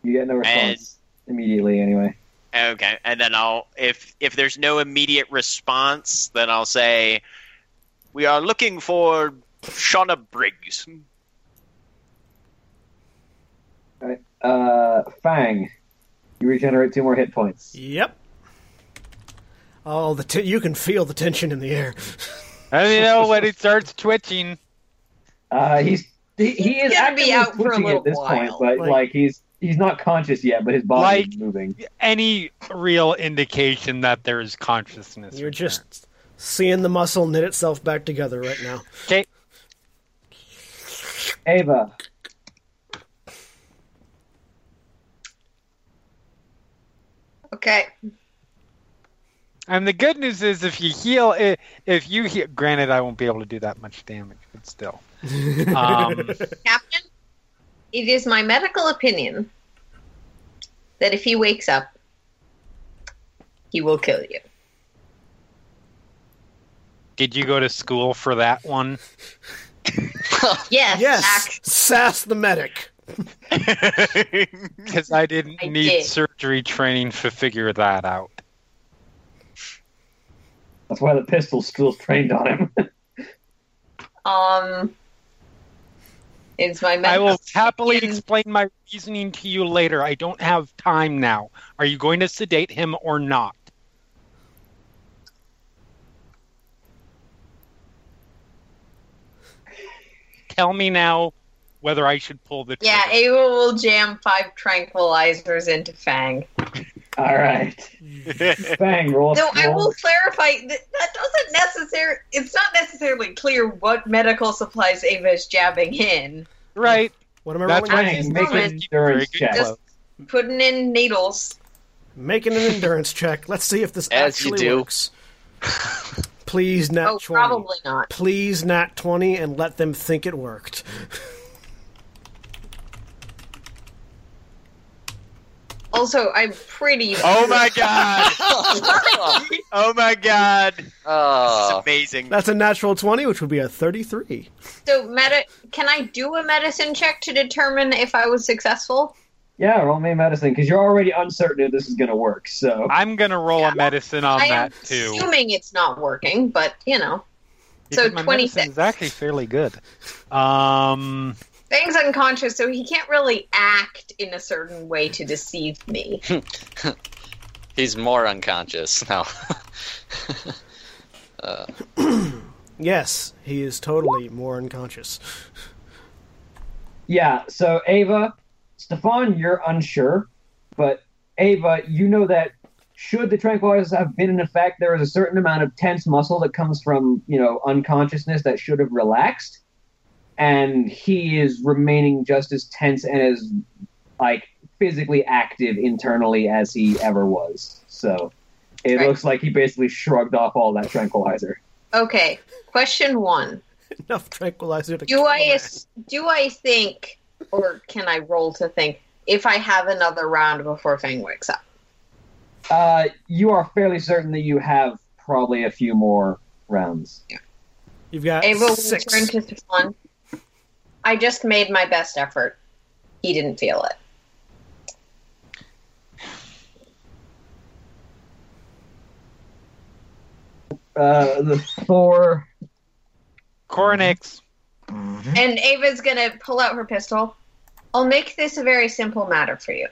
You get no response immediately, anyway. Okay, and then I'll if if there's no immediate response, then I'll say, "We are looking for Shauna Briggs." Uh, Fang. You regenerate two more hit points. yep. Oh, the t- you can feel the tension in the air. [LAUGHS] And you know when it starts twitching. Uh, he's he, he is He's gonna actively be out for a twitching little at this point, while. but Like- like, he's he's not conscious yet, but his body is moving. any real indication that there is consciousness. You're return. just Seeing the muscle knit itself back together right now. Okay. Ava. Okay. And the good news is, if you heal, i- if you heal, granted, I won't be able to do that much damage, but [LAUGHS] still. Um, Captain, it is my medical opinion that if he wakes up, he will kill you. did you go to school for that [LAUGHS] one? Yes, Yes, act- sass the medic. Because I didn't I need did. surgery training to figure that out. That's why the pistol's still trained on him. [LAUGHS] um, it's my I medical. will happily opinion- explain my reasoning to you later. I don't have time now. Are you going to sedate him or not? Tell me now whether I should pull the trigger. Yeah, Ava will jam five tranquilizers into Fang. All right. Bang, roll. No, I roll. will clarify that, that doesn't necessarily. It's not necessarily clear what medical supplies Ava is jabbing in. [LAUGHS] right. What am I That's rolling? right. Bang, Just make an moment. endurance Very good check. Just putting in needles. Making an endurance check. Let's see if this As you actually do. works. Please, nat Oh, 20. probably not. Please, nat 20, and let them think it worked. Also, I'm pretty. Oh my god! oh my god! This is Oh, amazing. That's a natural 20, which would be a 33. So, medi- can I do a medicine check to determine if I was successful? Yeah, roll me a medicine because you're already uncertain if this is going to work. So I'm going to roll a medicine on I am that too. assuming it's not working, but you know, so because my medicine 26. is actually fairly good. Um, Fang's unconscious, so he can't really act in a certain way to deceive me. he's more unconscious [LAUGHS] now. Yes, he is totally more unconscious. [LAUGHS] yeah, so Ava, Stefan, you're unsure, but Ava, you know that should the tranquilizers have been in effect, there is a certain amount of tense muscle that comes from you know unconsciousness that should have relaxed, and he is remaining just as tense and as like physically active internally as he ever was. So it Right. looks like he basically shrugged off all that tranquilizer. Okay, question one: Enough tranquilizer to Do kill I him. ass- do I think, or can I roll to think if I have another round before Fang wakes up? Uh, you are fairly certain that you have probably a few more rounds. You've got Ava will six. [LAUGHS] turn to Stefan. I just made my best effort. He didn't feel it. Uh, the Thor. Coronix, And Ava's gonna pull out her pistol. I'll make this a very simple matter for you.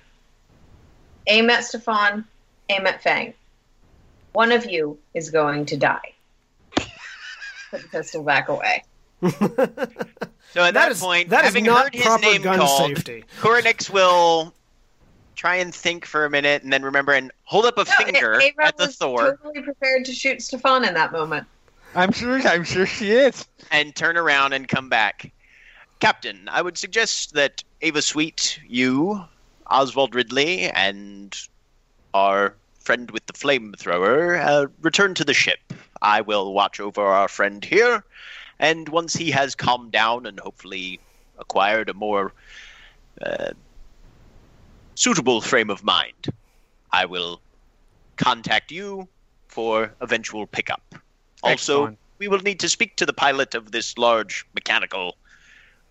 Aim at Stefan, aim at Fang. One of you is going to die. Put the pistol back away. So at that, that is, point, that is having not heard his proper name gun called, safety. Koronix will try and think for a minute and then remember and hold up a [LAUGHS] No, finger A- Ava at the was Thor totally prepared to shoot Stefan in that moment. I'm sure. I'm sure she is. and turn around and come back. Captain, I would suggest that Ava Sweet, you, Oswald Ridley, and our friend with the flamethrower uh, return to the ship. I will watch over our friend here, and once he has calmed down and hopefully acquired a more uh, suitable frame of mind, I will contact you for eventual pickup. Also, Excellent. we will need to speak to the pilot of this large mechanical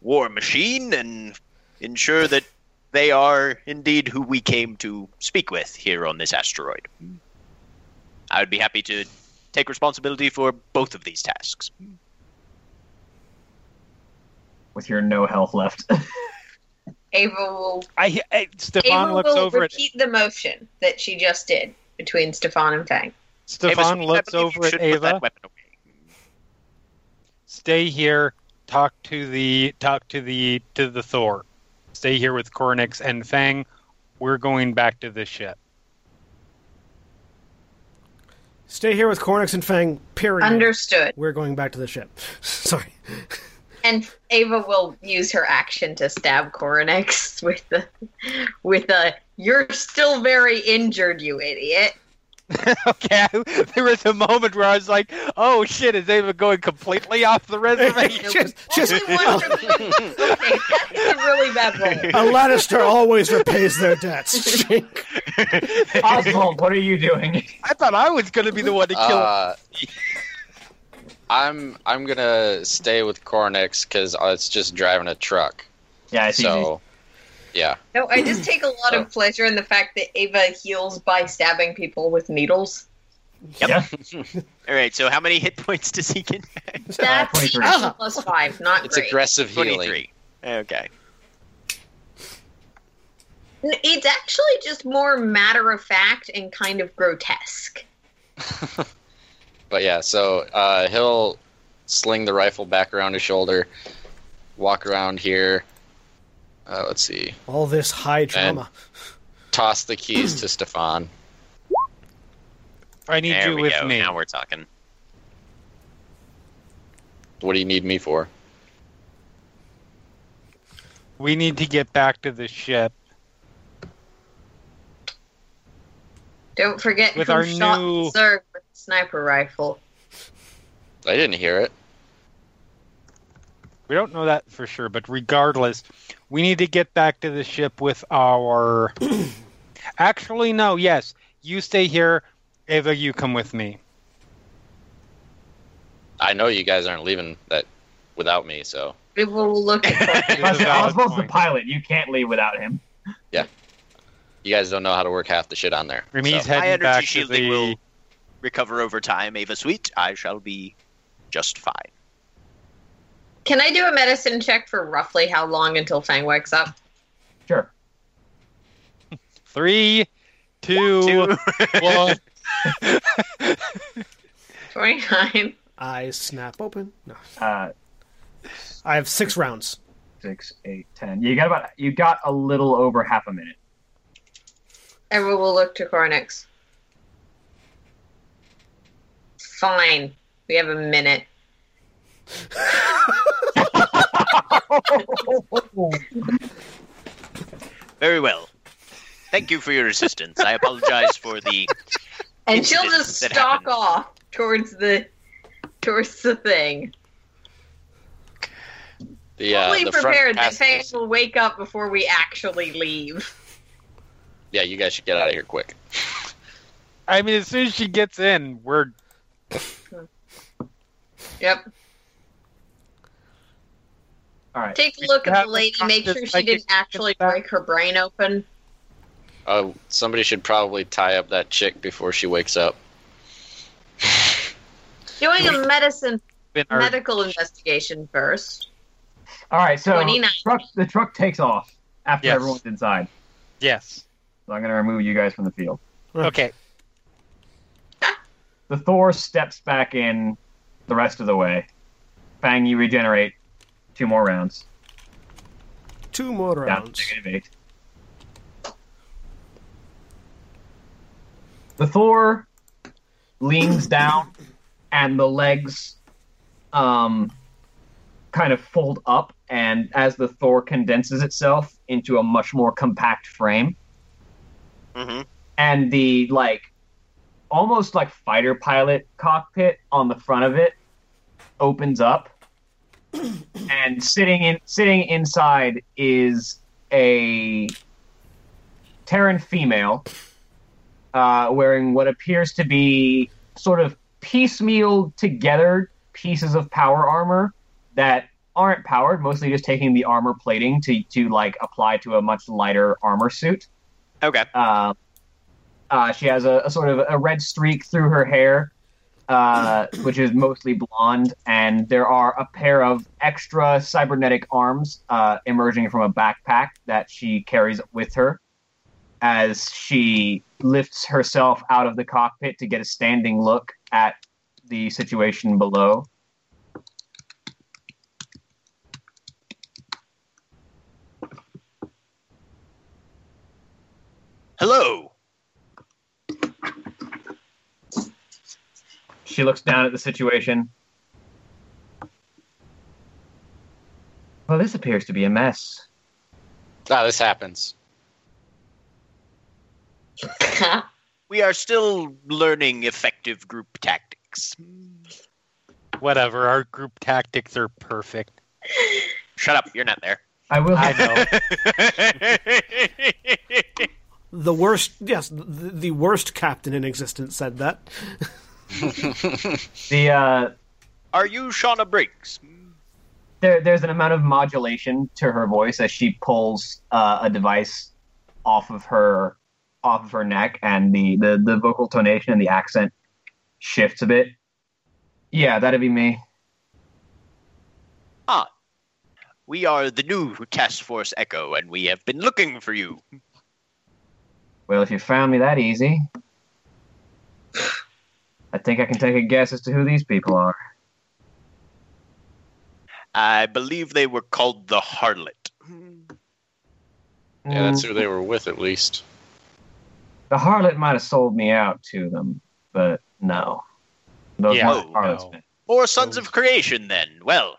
war machine and ensure that they are indeed who we came to speak with here on this asteroid. I would be happy to take responsibility for both of these tasks. With your no health [LAUGHS] left. Ava will I, I Stefan Ava looks will over at repeat the motion that she just did between Stefan and Fang. Ava Stefan Sweet, I looks believe you over at should put Ava. that weapon away. Stay here. Talk to the talk to the to the Thor. Stay here with Cornix and Fang. We're going back to the ship. Stay here with Cornix and Fang, period. Understood. We're going back to the ship. [LAUGHS] Sorry. And Ava will use her action to stab Coronex with the with a "You're still very injured, you idiot." [LAUGHS] okay, there was a moment where I was like, "Oh shit, is Ava going completely off the [LAUGHS] reservation?" [LAUGHS] just, just Only one remaining. Okay, that is a really [LAUGHS] bad roll. a Lannister always repays their debts. Jink. Oswald, what are you doing? I thought I was going to be the one to kill. Uh, [LAUGHS] I'm I'm gonna stay with Cornix because it's just driving a truck. Yeah, it's So, yeah, No, I just take a lot of pleasure in the fact that Ava heals by stabbing people with needles. All right, so how many hit points does he get? That's 23. even plus five, not it's great. aggressive healing. Twenty-three. Okay. N- It's actually just more matter of fact and kind of grotesque. But yeah, so uh, he'll sling the rifle back around his shoulder, walk around here. Uh, let's see, All this high trauma. toss the keys to Stefan. I need There you we with go. me. Now we're talking. What do you need me for? We need to get back to the ship Don't forget With who our shot new- Zerg with a sniper rifle. I didn't hear it. We don't know that for sure, but regardless, we need to get back to the ship with our. Actually, no, yes. You stay here. Ava, you come with me. I know you guys aren't leaving that without me. So We will [LAUGHS] look at It's a Listen, valid Oswald's the point. pilot. You can't leave without him. you guys don't know how to work half the shit on there. And he's So, High heading energy back to shielding the. will recover over time. Ava Sweet, I shall be just fine. Can I do a medicine check for roughly how long until Fang wakes up? Sure. Three, [LAUGHS] two, one. [LAUGHS] 29. Eyes snap open. No. Uh, I have six rounds. six, eight, ten. You got about. You got a little over half a minute. Everyone will look to Cornix. Fine. We have a minute. Very well. Thank you for your assistance. I apologize for the. and It's she'll just just that stalk happens. off towards the towards the thing. the, uh, Fully the front prepared that Fang passengers- will wake up before we actually leave. Yeah, you guys should get out of here quick. I mean, as soon as she gets in, we're. Yep. All right. Take a look at Have the the lady. Make sure conscious she didn't psychic actually back. break her brain open. Uh, somebody should probably tie up that chick before she wakes up. Doing a medicine in our- medical investigation first. All right. So 29. truck. The truck takes off after Yes. everyone's inside. Yes. So I'm gonna remove you guys from the field. Okay. The Thor steps back in the rest of the way. Fang, you regenerate two more rounds. Two more Down to rounds. negative eight. The Thor leans down, and the legs um, kind of fold up, and as the Thor condenses itself into a much more compact frame, hmm and the like almost like fighter pilot cockpit on the front of it opens up [CLEARS THROAT] and sitting in sitting inside is a Terran female uh, wearing what appears to be sort of piecemeal together pieces of power armor that aren't powered mostly just taking the armor plating to to like apply to a much lighter armor suit Okay. um, uh, she has a, a sort of a red streak through her hair, uh, which is mostly blonde, and there are a pair of extra cybernetic arms uh, emerging from a backpack that she carries with her as she lifts herself out of the cockpit to get a standing look at the situation below. Hello. She looks down at the situation. Well, this appears to be a mess. Ah, this happens. [LAUGHS] We are still learning effective group tactics. Whatever. Our group tactics are perfect. Shut up, you're not there. I will. [LAUGHS] I know. The worst, yes, the, the worst captain in existence said that. the uh, Are you Shauna Briggs? there, there's an amount of modulation to her voice as she pulls uh, a device off of her off of her neck, and the, the the vocal tonation and the accent shifts a bit. Yeah, that'd be me. We are the new Task Force Echo, and we have been looking for you. Well, if you found me that easy, I think I can take a guess as to who these people are. I believe they were called the Harlot. Yeah, that's who they were with, at least. The harlot might have sold me out to them, but no. Those Yeah, weren't harlots. no. man. Or Sons of Creation, then. Well,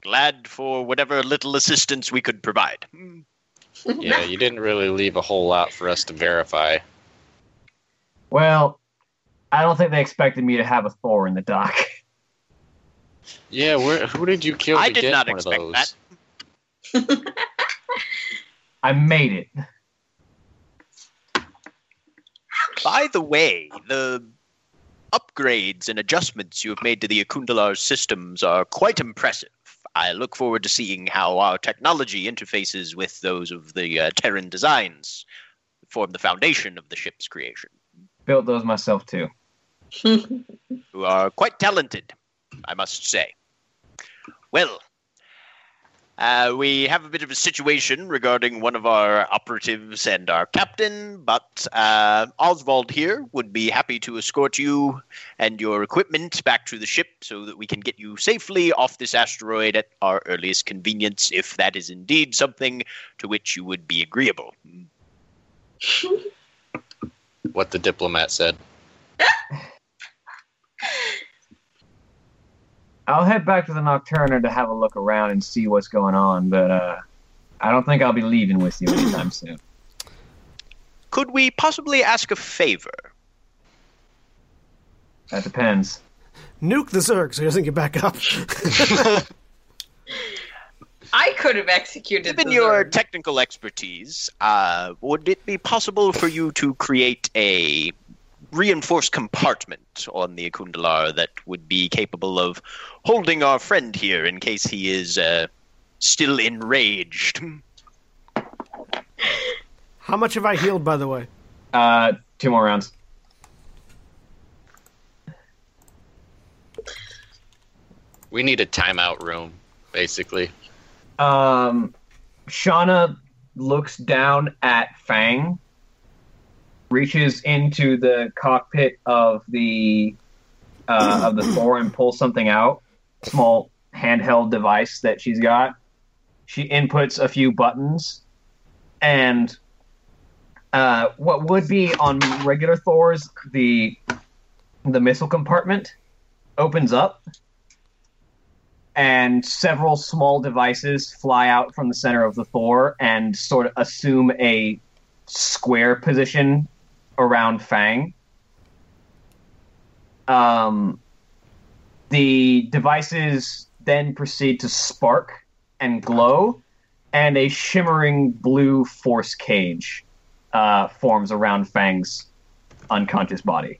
glad for whatever little assistance we could provide. Yeah, you didn't really leave a whole lot for us to verify. Well, I don't think they expected me to have a Thor in the dock. Yeah, where, who did you kill? I to did get not one of expect those? that. I made it. By the way, the upgrades and adjustments you have made to the Akundalar systems are quite impressive. I look forward to seeing how our technology interfaces with those of the uh, Terran designs that form the foundation of the ship's creation, Built those myself too. who are quite talented, I must say. Well, uh, we have a bit of a situation regarding one of our operatives and our captain, but uh, Oswald here would be happy to escort you and your equipment back to the ship so that we can get you safely off this asteroid at our earliest convenience, if that is indeed something to which you would be agreeable. What the diplomat said. I'll head back to the Nocturner to have a look around and see what's going on, but uh, I don't think I'll be leaving with you anytime soon. Could we possibly ask a favor? That depends. Nuke the Zerg so he doesn't get back [LAUGHS] up. [LAUGHS] I could have executed Given the your Zerg. technical expertise, uh, would it be possible for you to create a reinforced compartment on the Akundalar that would be capable of holding our friend here in case he is uh, still enraged? [LAUGHS] How much have I healed, by the way? Uh, two more rounds. We need a timeout room, basically. Um, Shauna looks down at Fang, reaches into the cockpit of the uh, of the Thor and pulls something out, small handheld device that she's got. She inputs a few buttons, and uh, what would be on regular Thors the the missile compartment opens up and several small devices fly out from the center of the Thor and sort of assume a square position around Fang. Um, the devices then proceed to spark and glow, and a shimmering blue force cage uh, forms around Fang's unconscious body.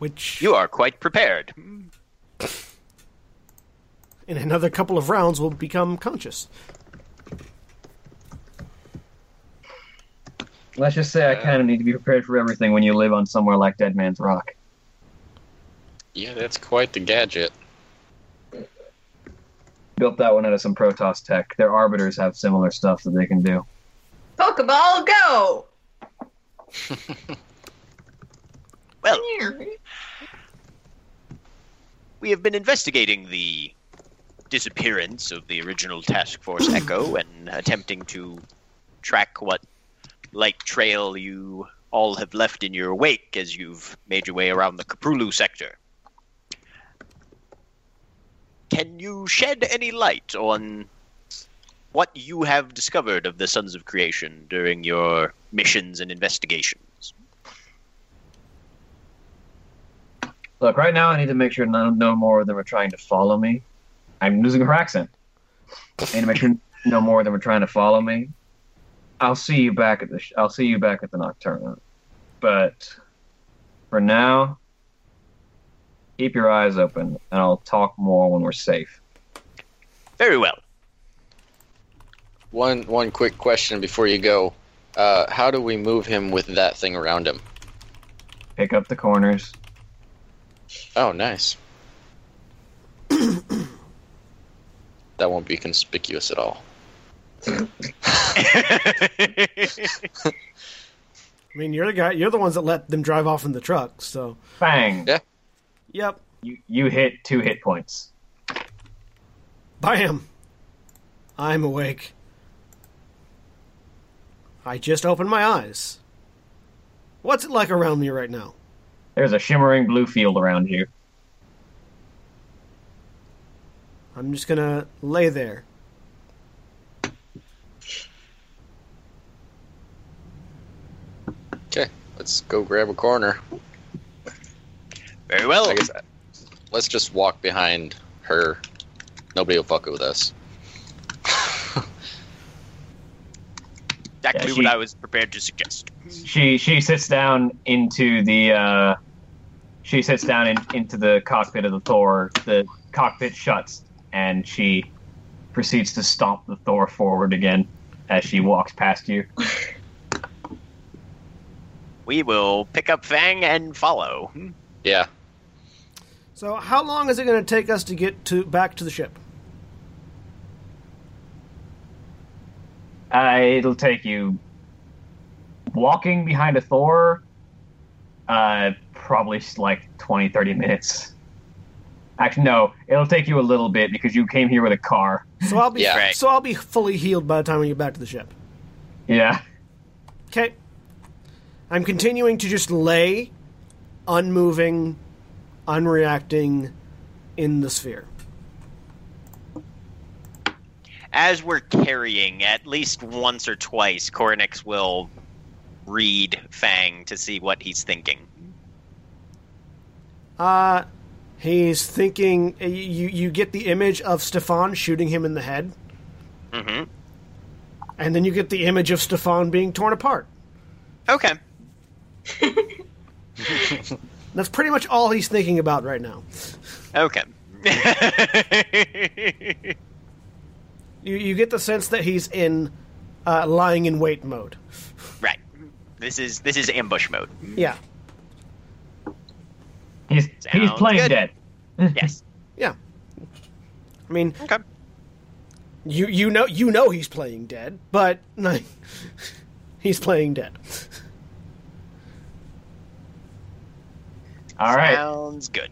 Which You are quite prepared. in another couple of rounds will become conscious. Let's just say I kind of need to be prepared for everything when you live on somewhere like Dead Man's Rock. Yeah, that's quite the gadget. built that one out of some Protoss tech. Their arbiters have similar stuff that they can do. Pokeball, go! Well, we have been investigating the disappearance of the original Task [COUGHS] Force Echo and attempting to track what light trail you all have left in your wake as you've made your way around the Kaprulu sector. Can you shed any light on what you have discovered of the Sons of Creation during your missions and investigations? Look, right now I need to make sure none no more of them are trying to follow me. I'm losing her accent. I need to make sure no more of them are trying to follow me. I'll see you back at the. Sh- I'll see you back at the Nocturna. But for now, keep your eyes open, and I'll talk more when we're safe. Very well. One one quick question before you go. Uh, how do we move him with that thing around him? Pick up the corners. [COUGHS] Oh, nice. that won't be conspicuous at all. I mean, you're the guy. You're the ones that let them drive off in the truck. So, Bang! Yeah. yep, You you hit two hit points. bam. I'm awake. I just opened my eyes. What's it like around me right now? There's a shimmering blue field around you. I'm just gonna lay there. Okay, let's go grab a corner. Very well. I guess let's just walk behind her. Nobody will fuck with us. Exactly Yeah, what she- I was prepared to suggest. She she sits down into the uh, she sits down in, into the cockpit of the Thor. The cockpit shuts, and she proceeds to stomp the Thor forward again as she walks past you. We will pick up Fang and follow. Yeah, So, how long is it gonna take us to get to back to the ship? Uh, it'll take you walking behind a Thor, uh, probably s- like 20, 30 minutes. Actually, no, it'll take you a little bit because you came here with a car. So I'll be Yeah. Right. so I'll be fully healed by the time we get back to the ship. Yeah. Okay. I'm continuing to just lay, unmoving, unreacting, in the sphere. as we're carrying at least once or twice, Cornix will read Fang to see what he's thinking. Uh, he's thinking. You you get the image of Stefan shooting him in the head, Mm-hmm. and then you get the image of Stefan being torn apart. Okay. That's pretty much all he's thinking about right now. Okay. You you get the sense that he's in uh, lying in wait mode. [LAUGHS] right. This is this is ambush mode. Yeah, He's, he's Sounds playing good. dead. Yes. yeah. I mean, Okay. you you know you know he's playing dead, but like, [LAUGHS] he's playing dead. All right. Sounds good.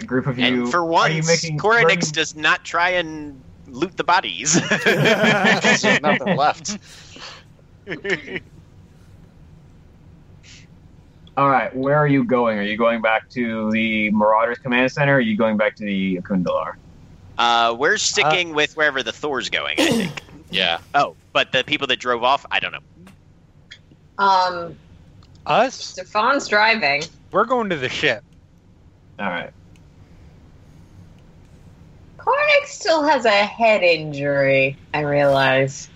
A group of you. And for are you once, making- Cornix are does not try and loot [LAUGHS] the bodies. [LAUGHS] there's nothing left. you- All right. Where are you going? Are you going back to the Marauders Command Center? Or are you going back to the Akundalar? uh, we're sticking with wherever the [COUGHS] Thor's going, I think. Yeah, oh, but the people that drove off, I don't know. Um, Us? Stefan's driving. We're going to the ship. [LAUGHS] All right. Cornick still has a head injury. I realize.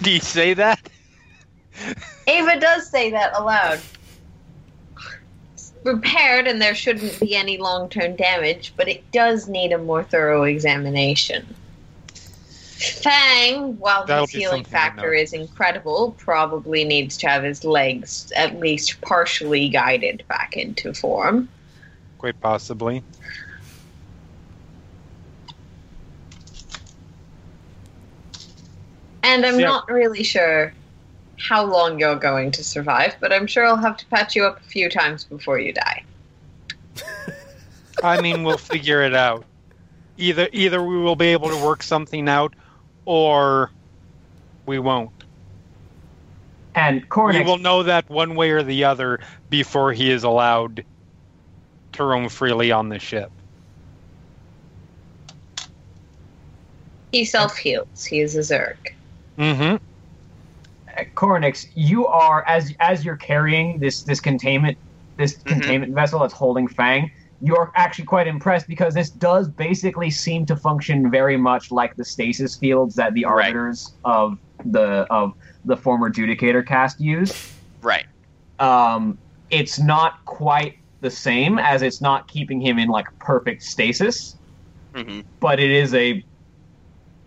Do you say that? Ava does say that aloud. Repaired, and there shouldn't be any long term damage, but it does need a more thorough examination. Fang, while That'll his be healing something I factor know. is incredible, probably needs to have his legs at least partially guided back into form. Quite possibly. And I'm Yeah. not really sure how long you're going to survive, but I'm sure I'll have to patch you up a few times before you die. I mean, we'll figure it out. Either either we will be able to work something out, or we won't. And Cornick We will know that one way or the other before he is allowed to roam freely on the ship. He self heals. He is a Zerg. Mm-hmm. Coronix, you are as as you're carrying this this containment this Mm-hmm. containment vessel that's holding Fang. You're actually quite impressed because this does basically seem to function very much like the stasis fields that the Right. arbiters of the of the former Judicator cast used. Right. Um, it's not quite the same as it's not keeping him in like perfect stasis, hmm but it is a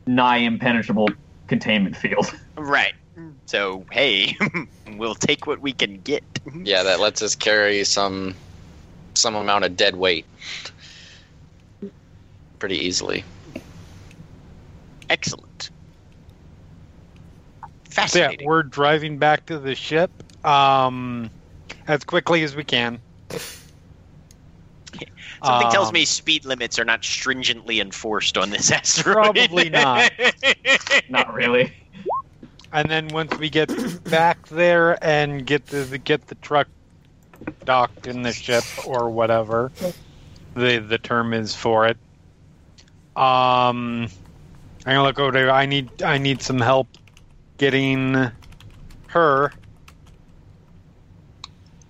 nigh impenetrable containment field. [LAUGHS] Right. Mm. So hey, [LAUGHS] we'll take what we can get. Yeah, that lets us carry some some amount of dead weight pretty easily. [LAUGHS] Excellent. So yeah, Fascinating. we're driving back to the ship um, as quickly as we can. Something tells Um, me speed limits are not stringently enforced on this [LAUGHS] asteroid. Uh, Probably [LAUGHS] not. not really. and then once we get back there and get the get the truck docked in the ship or whatever the the term is for it um i'm gonna look over there i need i need some help getting her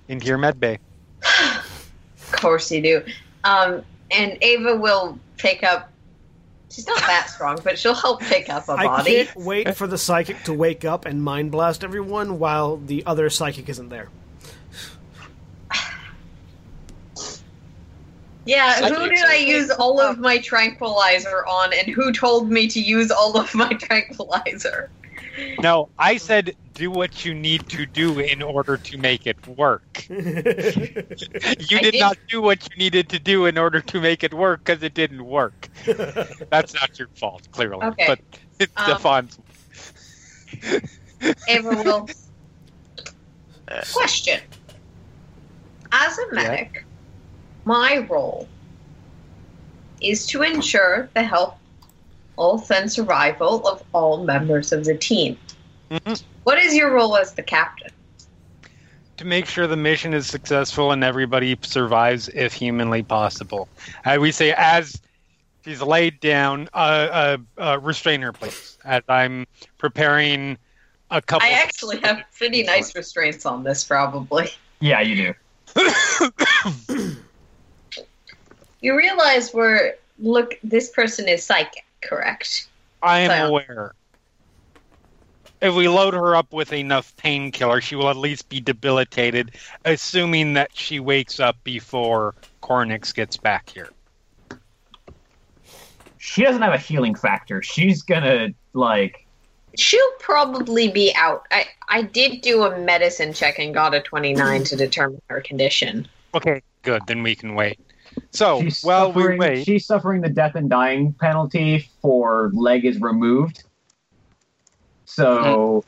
into your med bay Of course you do. Um, and Ava will pick up. She's not that strong, but she'll help pick up a I body. can't wait for the psychic to wake up and mind blast everyone while the other psychic isn't there. [LAUGHS] Yeah, who Psychic. did I use all of my tranquilizer on, and who told me to use all of my [LAUGHS] tranquilizer? no i said do what you need to do in order to make it work [LAUGHS] You I did did- not do what you needed to do in order to make it work because it didn't work. That's not your fault, clearly. Okay. But [LAUGHS] it's Um, Stefan's. Ava will. Question. As a medic, my role is to ensure the health, health, and survival of all members of the team. Mm-hmm. Mhm. What is your role as the captain? To make sure the mission is successful and everybody survives if humanly possible. I we say, as she's laid down, uh, uh, uh, restrain her, please. As I'm preparing a couple. I actually have pretty nice restraints on this, probably. Yeah, you do. You realize we're look. This person is psychic, correct? [LAUGHS] I am Sound. aware. If we load her up with enough painkiller, she will at least be debilitated, assuming that she wakes up before Cornix gets back here. she doesn't have a healing factor. She's gonna like She'll probably be out. I I did do a medicine check and got a twenty nine to determine her condition. Okay. Good, then we can wait. So, she's while Oh, we suffering- wait, She's suffering the death and dying penalty for leg is removed. Mm-hmm. So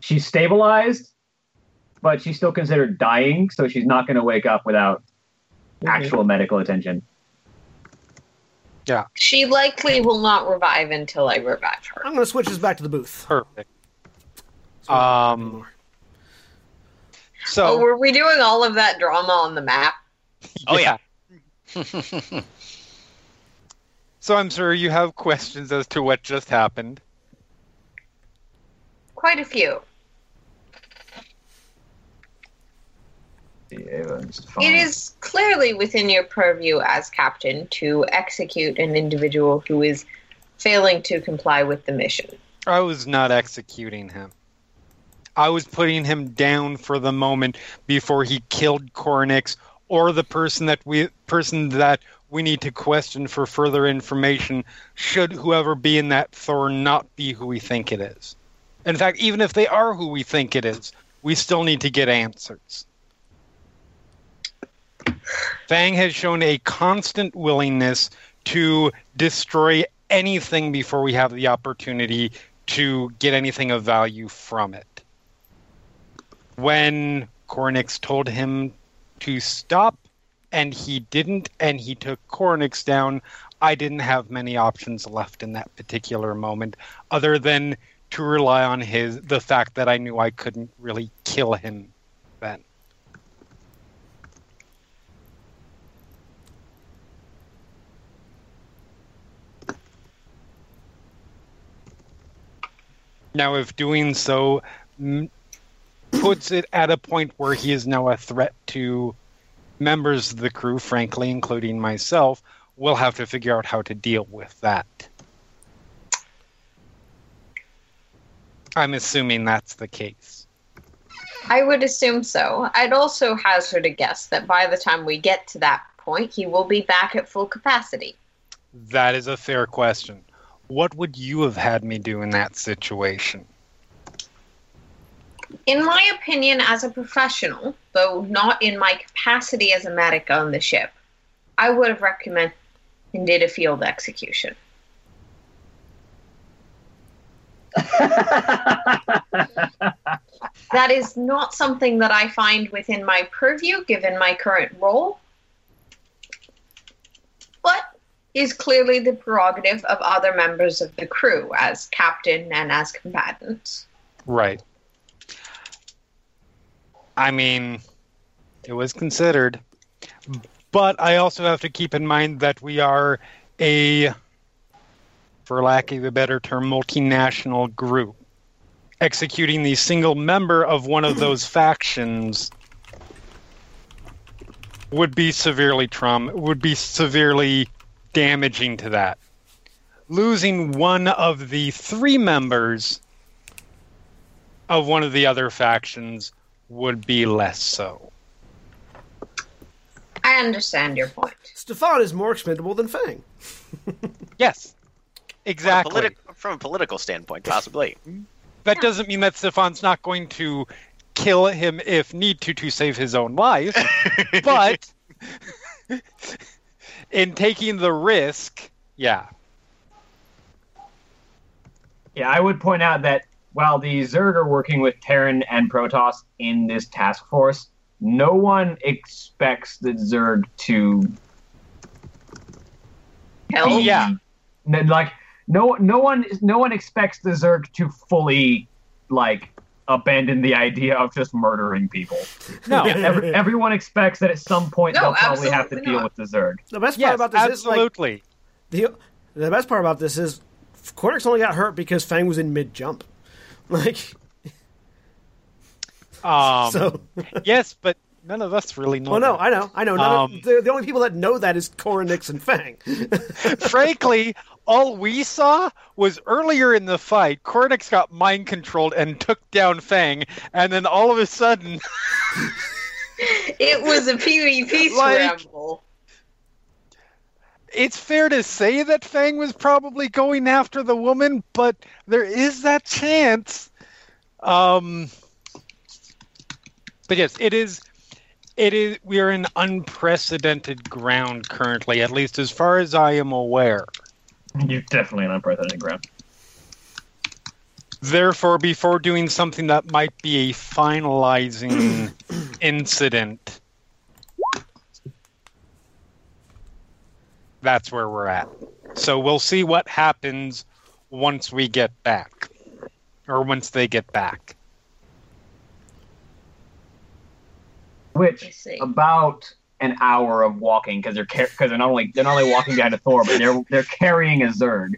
she's stabilized, but she's still considered dying, so she's not gonna wake up without actual medical attention. She likely will not revive until I revive her. I'm going to switch this back to the booth. perfect. So- Um, Oh, so, were we doing all of that drama on the map? Oh, yeah. so I'm sure you have questions as to what just happened. Quite a few. It Oh. [LAUGHS] is clearly within your purview as captain to execute an individual who is failing to comply with the mission. I was not executing him. I was putting him down for the moment before he killed Cornix or the person that we person that we need to question for further information should whoever be in that thorn not be who we think it is. In fact, even if they are who we think it is, we still need to get answers. Fang has shown a constant willingness to destroy anything before we have the opportunity to get anything of value from it. When Cornix told him to stop and he didn't, and he took Cornix down, I didn't have many options left in that particular moment other than to rely on his the fact that I knew I couldn't really kill him then. Now, if doing so m- puts it at a point where he is now a threat to members of the crew, frankly, including myself, we'll have to figure out how to deal with that. I'm assuming that's the case. I would assume so. I'd also hazard a guess that by the time we get to that point, he will be back at full capacity. That is a fair question. What would you have had me do in that situation? In my opinion, as a professional, though not in my capacity as a medic on the ship, I would have recommended a field execution. That is not something that I find within my purview given my current role, but is clearly the prerogative of other members of the crew as captain and as combatant. Right. I mean, it was considered. But I also have to keep in mind that we are a, for lack of a better term, multinational group. Executing the single member of one of those factions would be severely trauma would be severely damaging to that. Losing one of the three members of one of the other factions would be less so. I understand your point. Stefan is more expendable than Fang. Yes, exactly. Political, from a political standpoint, possibly. that doesn't mean that Stefan's not going to kill him if need to to save his own life, but in taking the risk, yeah, Yeah, I would point out that while the Zerg are working with Terran and Protoss in this task force, no one expects the Zerg to [LAUGHS] Hell, yeah. n- like no no one no one expects the Zerg to fully like abandon the idea of just murdering people. [LAUGHS] No, [LAUGHS] Every, everyone expects that at some point No, they'll probably have to absolutely deal not. with the Zerg. The best part yes, about this is absolutely. like the, the best part about this is Cortex only got hurt because Fang was in mid jump. [LAUGHS] Like Um, so. yes, but none of us really know. Well, no, that. I know, I know. None Um, of, the, the only people that know that is Cora, Nix, and Fang. [LAUGHS] Frankly, all we saw was earlier in the fight, Cornix got mind controlled and took down Fang, and then all of a sudden, [LAUGHS] it was a [LAUGHS] PvP Like- scramble. it's fair to say that Fang was probably going after the woman, but there is that chance. Um, but yes, it is. It is. We are in unprecedented ground currently, at least as far as I am aware. You're definitely an unprecedented ground. Therefore, before doing something that might be a finalizing incident, that's where we're at. So we'll see what happens once we get back, or once they get back. I Which see. um, about an hour of walking because they're because they're not only they're not only walking behind a Thor, but they're they're carrying a Zerg.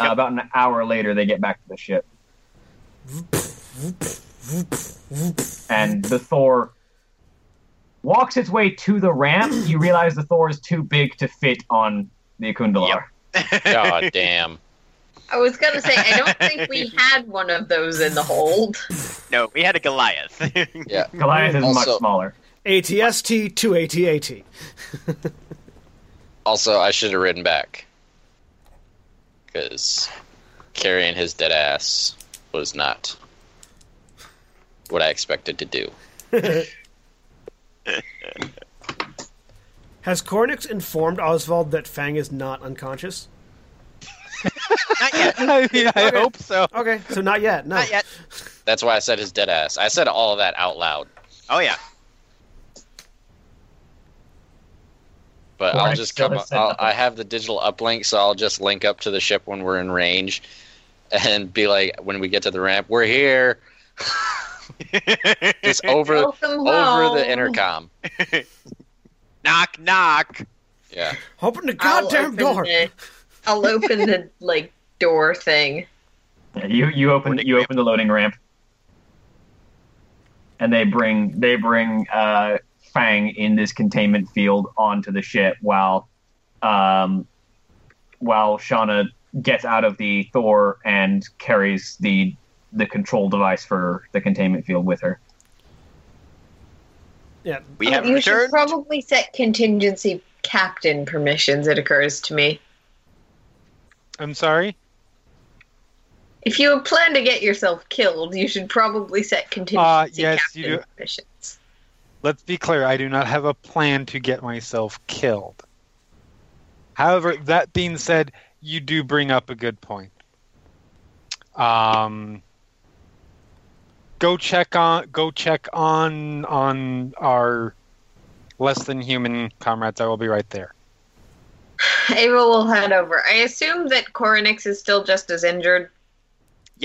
Uh, about an hour later, they get back to the ship, and the Thor walks its way to the ramp. You realize the Thor is too big to fit on the Akundalar. Yep. God damn. I was gonna say I don't [LAUGHS] think we had one of those in the hold. No, we had a Goliath. [LAUGHS] Yeah. Goliath is much Also- smaller. ATST to ATAT. Also, I should have ridden back. Because carrying his dead ass was not what I expected to do. Has Cornix informed Oswald that Fang is not unconscious? Not yet. [LAUGHS] I mean, I hope so. Okay, so not yet. No. Not yet. That's why I said his dead ass. I said all of that out loud. Oh yeah. But Well, I I'll just still come. have said I'll, nothing. I have the digital uplink, so I'll just link up to the ship when we're in range, and be like, when we get to the ramp, we're here. [LAUGHS] Just over [LAUGHS] Welcome home. over the intercom. knock, knock. Yeah. Open the I'll goddamn open door. the- [LAUGHS] I'll open the like door thing. Yeah, you you open you open the loading ramp, and they bring they bring uh, Fang in this containment field onto the ship while um, while Shauna gets out of the Thor and carries the the control device for the containment field with her. Yeah, We Oh, have you returned. should probably set contingency captain permissions. It occurs to me. I'm sorry. If you plan to get yourself killed, you should probably set contingency Uh, yes, captain you do. permissions. Let's be clear, I do not have a plan to get myself killed. However, that being said, you do bring up a good point. Um, go check on go check on on our less than human comrades. I will be right there. [LAUGHS] Ava will head over. I assume that Coronix is still just as injured.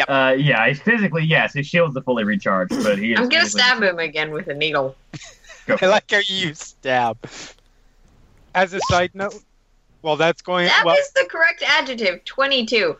Uh, yeah, he's physically yes, his shield's the fully recharged, but he is. [CLEARS THROAT] I'm gonna physically- stab him again with a needle. I like how you stab. As a side note, well, that's going That well. was the correct adjective. Twenty-two.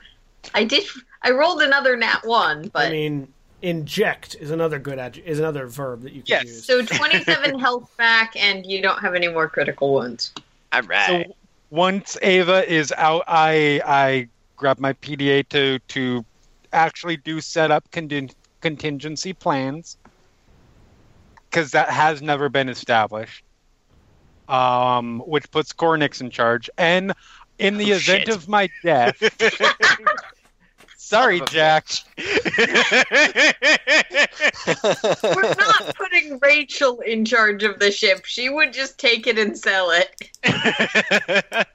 I did. I rolled another nat one, but I mean, inject is another good adj- is another verb that you can Yes. use. so twenty-seven health back, and you don't have any more critical wounds. All right. So once Ava is out, I I grab my PDA to to actually do set up contin- contingency plans because that has never been established, um, which puts Cornix in charge. And in the Oh, event shit. of my [LAUGHS] death, sorry, Jack. [LAUGHS] We're not putting Rachel in charge of the ship. She would just take it and sell it.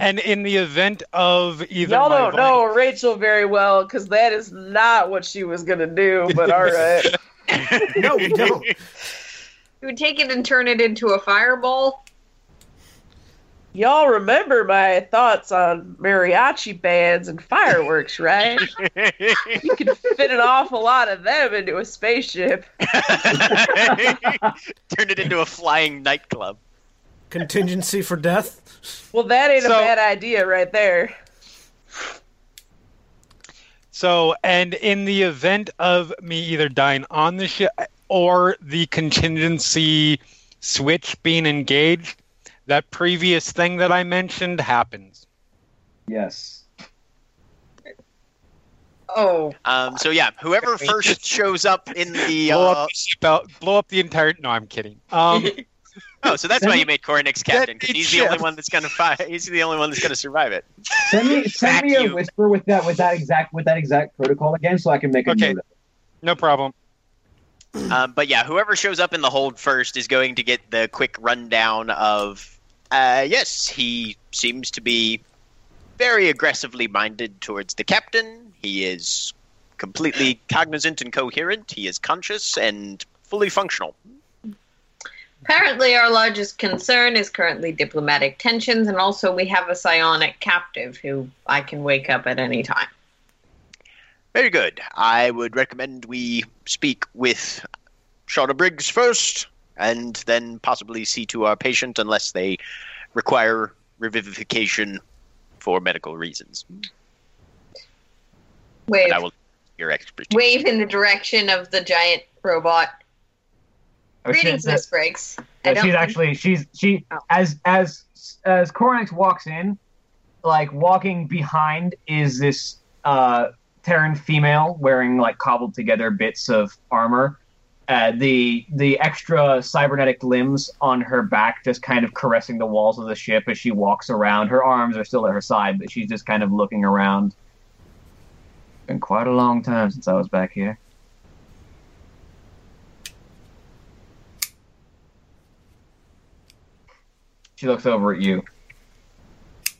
And in the event of either Y'all my don't vol- know Rachel very well because that is not what she was gonna do. But [LAUGHS] all right, no, we don't. She would take it and turn it into a fireball. y'all remember my thoughts on mariachi bands and [LAUGHS] fireworks, right? you could fit an awful lot of them into a spaceship. [LAUGHS] [LAUGHS] Turned it into a flying nightclub. Contingency for death. Well, that ain't So- a bad idea right there. So, and in the event of me either dying on the ship or the contingency switch being engaged, that previous thing that I mentioned happens. Yes. Oh, Um, so yeah, whoever first shows up in the Blow up uh, the ship, blow up the entire. No, I'm kidding. [LAUGHS] Um, oh, so that's why you made Cornix captain because That he's means the only ship. one that's gonna fight. He's the only one that's gonna survive it. Send me send me a Vacuum. whisper with that with that exact with that exact protocol again, so I can make a Okay. note no problem. Um, but yeah, whoever shows up in the hold first is going to get the quick rundown of. Uh, yes, he seems to be very aggressively minded towards the captain. He is completely cognizant and coherent. He is conscious and fully functional. apparently our largest concern is currently diplomatic tensions, and also we have a psionic captive who I can wake up at any time. Very good. I would recommend we speak with Shauna Briggs first, and then possibly see to our patient unless they require revivification for medical reasons. Wave, But I will your expertise. wave in the direction of the giant robot. Oh, Greetings, Miss Briggs. Yeah, Oh, she's think- actually she's she Oh. as as as Coronix walks in, like walking behind is this uh Terran female wearing like cobbled together bits of armor. Uh, the the extra cybernetic limbs on her back just kind of caressing the walls of the ship as she walks around. Her arms are still at her side, but she's just kind of looking around. Been quite a long time since I was back here. She looks over at you.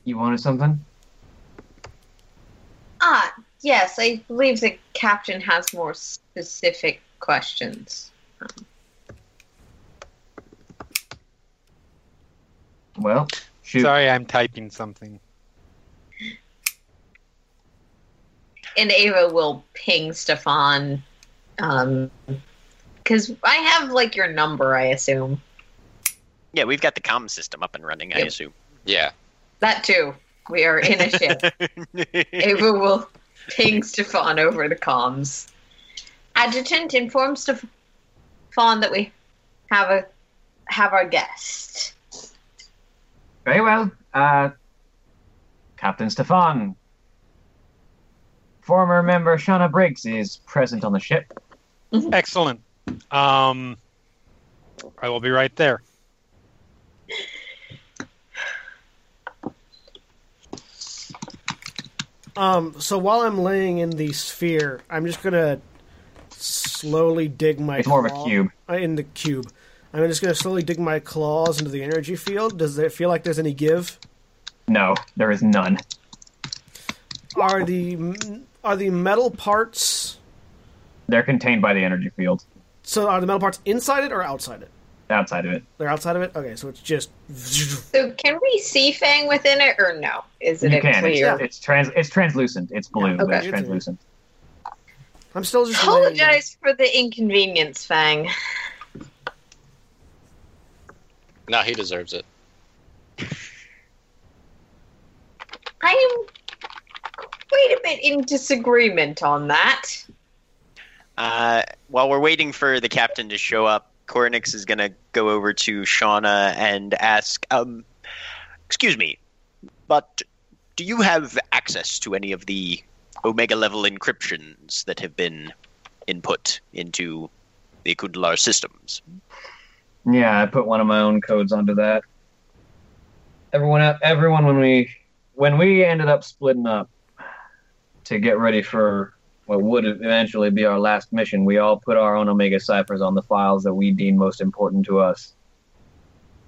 You wanted something? Ah, yes, I believe the captain has more specific questions. Well, shoot. Sorry, I'm typing something. and Ava will ping Stefan, um, because I have like your number. I assume Yeah, we've got the comm system up and running, I Yep. assume. Yeah. that too. We are in a ship. Ava will ping Stefan over the comms. Adjutant informs Stefan that we have a have our guest. Very well. Uh, Captain Stefan, former member Shauna Briggs, is present on the ship. Excellent. Um, I will be right there. Um, so while I'm laying in the sphere, I'm just gonna slowly dig my. It's more of a claw- cube. uh, In the cube, I'm just gonna slowly dig my claws into the energy field. Does it feel like there's any give? No, there is none. Are the are the metal parts? They're contained by the energy field So are the metal parts inside it or outside it? outside of it. They're outside of it. Okay, so it's just. So can we see Fang within it or no? Is it you a can. It's, clear? it's trans. It's translucent. It's blue, Yeah, but okay. it's translucent. I'm still just. laying there. Apologize for the inconvenience, Fang. No, he deserves it. I am quite a bit in disagreement on that. Uh, while we're waiting for the captain to show up, Cornix is going to go over to Shauna and ask, um, "Excuse me, but do you have access to any of the Omega level encryptions that have been input into the Kudlar systems?" Yeah, I put one of my own codes onto that. Everyone, everyone, when we when we ended up splitting up to get ready for what would eventually be our last mission, we all put our own Omega ciphers on the files that we deemed most important to us.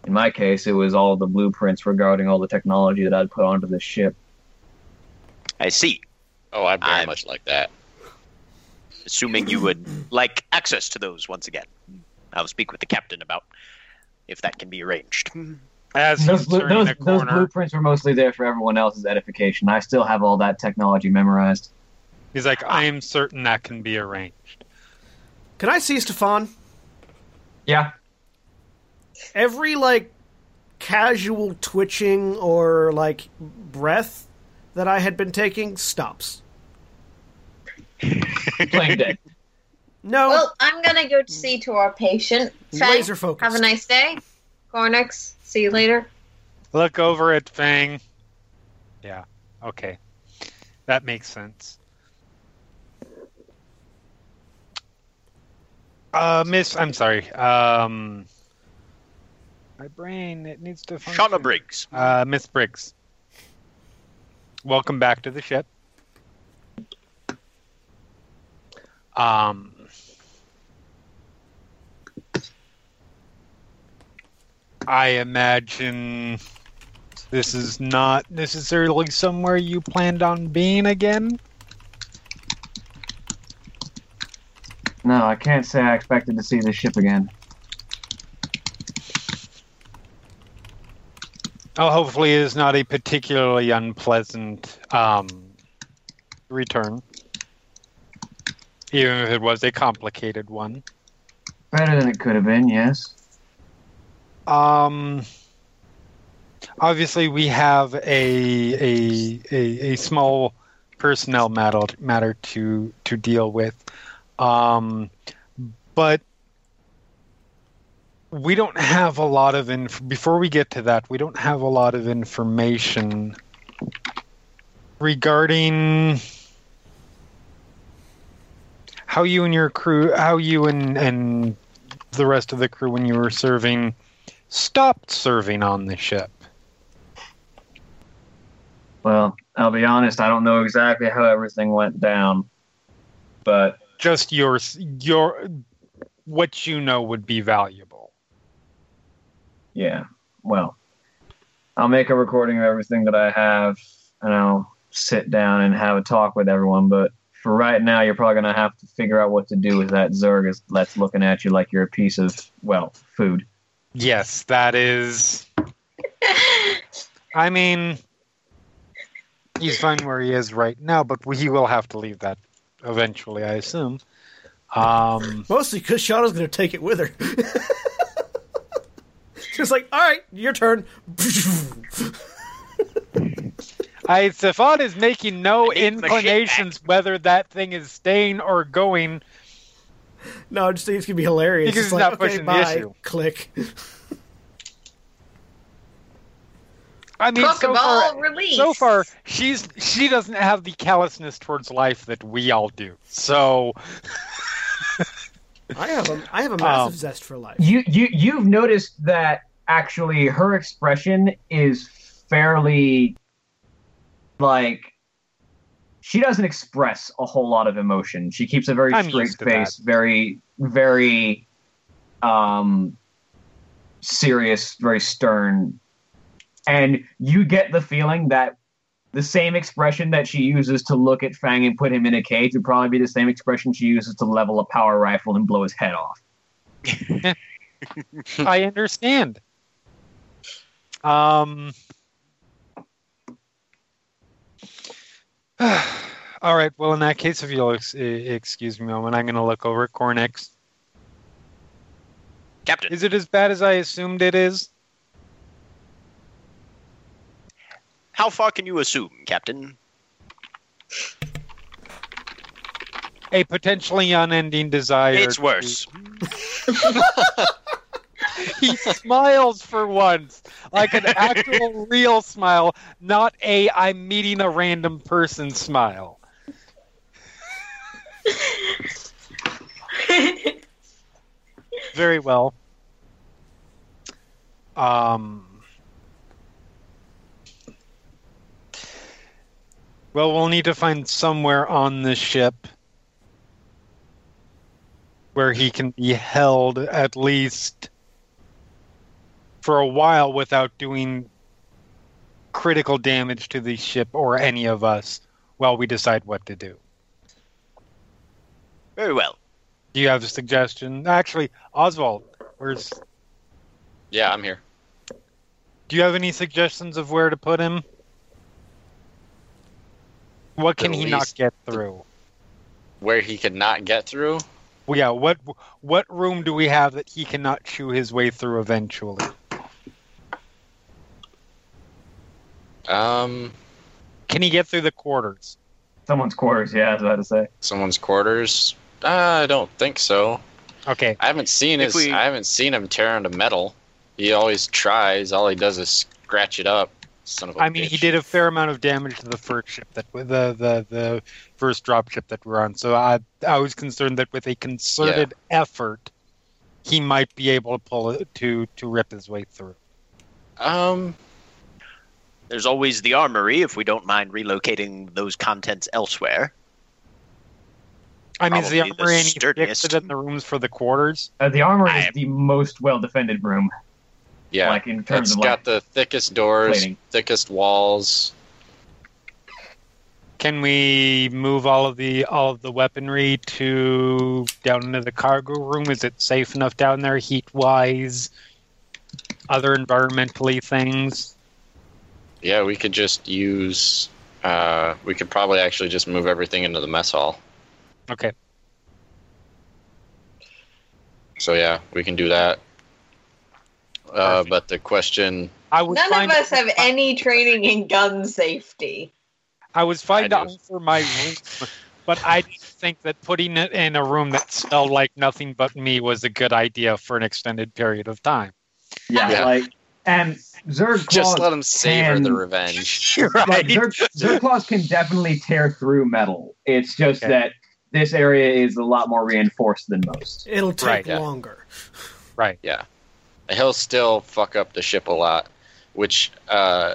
In my case, it was all the blueprints regarding all the technology that I'd put onto this ship. I see. Oh, I'm very I'm- much like that. Assuming you would like access to those once again, I'll speak with the captain about if that can be arranged. As Those, he's blu- turning those, a those corner, blueprints were mostly there for everyone else's edification. I still have all that technology memorized. he's like, "I am certain that can be arranged." Can I see Stefan? Yeah, every like casual twitching or like breath that I had been taking stops. [LAUGHS] playing dead. Oh. No, Well, I'm gonna go see to our patient. Fang, laser focus. have a nice day. Cornix, see [LAUGHS] you later. Look over at Fang. Yeah. Okay. That makes sense. Uh, Miss, I'm sorry. Um, my brain, it needs to. Function. Shauna Briggs. Uh, Miss Briggs. Welcome back to the ship. Um, I imagine this is not necessarily somewhere you planned on being again. No, I can't say I expected to see this ship again. Oh, hopefully, it is not a particularly unpleasant um, return, even if it was a complicated one. Better than it could have been, yes. Um, obviously, we have a a a, a small personnel matter matter to to deal with, um, but we don't have a lot of inf- before we get to that. We don't have a lot of information regarding how you and your crew, how you and and the rest of the crew when you were serving stopped serving on the ship. Well, I'll be honest, I don't know exactly how everything went down. But Just your your what you know would be valuable. yeah, well, I'll make a recording of everything that I have and I'll sit down and have a talk with everyone. But for right now, you're probably going to have to figure out what to do with that Zerg is- that's looking at you like you're a piece of, well, food. Yes, that is. I mean, he's fine where he is right now, but he will have to leave that eventually, I assume. Um, Mostly because Shauna's going to take it with her. [LAUGHS] She's like, all right, your turn. [LAUGHS] I Safan is making no I need my shit back. inclinations whether that thing is staying or going. no, I just think it's going to be hilarious. Because It's he's like, not okay, pushing the bye. issue. Click. I mean, Book so of far, all release. so far she's she doesn't have the callousness towards life that we all do. So I have a, I have a massive Um, zest for life. you you you've noticed that actually her expression is fairly like she doesn't express a whole lot of emotion. She keeps a very I'm straight used to that. face, very very um serious, very stern. And you get the feeling that the same expression that she uses to look at Fang and put him in a cage would probably be the same expression she uses to level a power rifle and blow his head off. I understand. Um. [SIGHS] All right. Well, in that case, if you'll ex- e- excuse me a moment, I'm going to look over at Cornex. Captain, Is it as bad as I assumed it is? how far can you assume, Captain? A potentially unending desire. It's to- worse. [LAUGHS] he smiles for once, like an [LAUGHS] actual real smile, not a I'm meeting a random person smile. Very well. Um. Well, we'll need to find somewhere on the ship where he can be held at least for a while without doing critical damage to the ship or any of us while we decide what to do. Very well. Do you have a suggestion? Actually, Oswald, where's Yeah, I'm here. Do you have any suggestions of where to put him? What can he not Release. get through? Where he could not get through? Well, yeah, what what room do we have that he cannot chew his way through eventually? Um, Can he get through the quarters? Someone's quarters, yeah, I was about to say. someone's quarters? Uh, I don't think so. Okay. I haven't seen If his. we- I haven't seen him tear into metal. He always tries. All he does is scratch it up. Son of a I mean, he bitch. did a fair amount of damage to the first ship that the the the first drop ship that we're on. So I I was concerned that with a concerted effort, he might be able to pull it to to rip his way through. Um, There's always the armory if we don't mind relocating those contents elsewhere. I mean, is the Probably the armory any sturdiest. fixed in the rooms for the quarters? Uh, the armor I- is the most well defended room, yeah. like in terms It's of got like the thickest doors, plating. thickest walls. Can we move all of the all of the weaponry to down into the cargo room? Is it safe enough down there, heat wise? Other environmentally things. Yeah, we could just use. Uh, we could probably actually just move everything into the mess hall. Okay. So yeah, we can do that. Uh, Perfect. but the question, I was None fine- of [LAUGHS] us have any training in gun safety. I was fine to I do. offer my room, but I didn't think that putting it in a room that smelled like nothing but me was a good idea for an extended period of time. yeah, Yeah. like and Zerg just let claws, him savor the and- revenge. like, Zerg, Zerg claws can definitely tear through metal. It's just Okay. that this area is a lot more reinforced than most. It'll take Right, yeah. longer. Right. He'll still fuck up the ship a lot, which uh,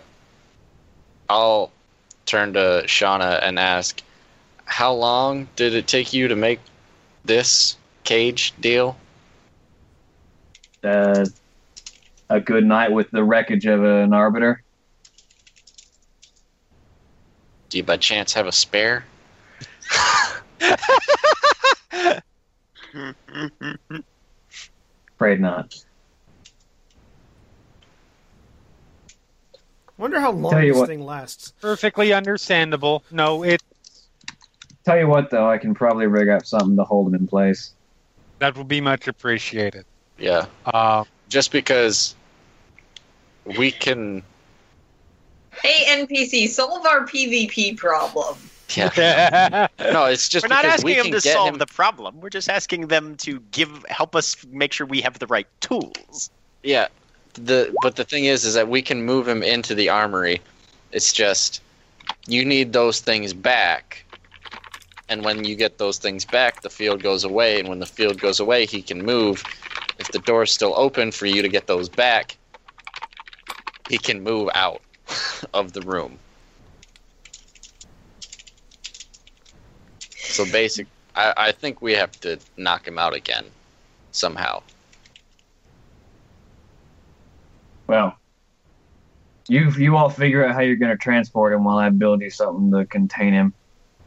I'll turn to Shauna and ask, how long did it take you to make this cage deal? Uh, a good night with the wreckage of an arbiter. Do you by chance have a spare? Afraid not. Wonder how long Tell you this what. thing lasts. Perfectly understandable. No, it Tell you what, though, I can probably rig up something to hold him in place. that will be much appreciated. Yeah. Uh, Just because we can. Hey NPC, solve our PvP problem. [LAUGHS] Yeah. no, it's just We're not because asking we them can to get solve him- the problem. We're just asking them to give help us make sure we have the right tools. Yeah. The but the thing is, is that we can move him into the armory. It's just you need those things back, and when you get those things back, the field goes away. And when the field goes away, he can move. If the door's still open for you to get those back, he can move out [LAUGHS] of the room. So basic, I, I think we have to knock him out again somehow. Well, you you all figure out how you're going to transport him while I build you something to contain him,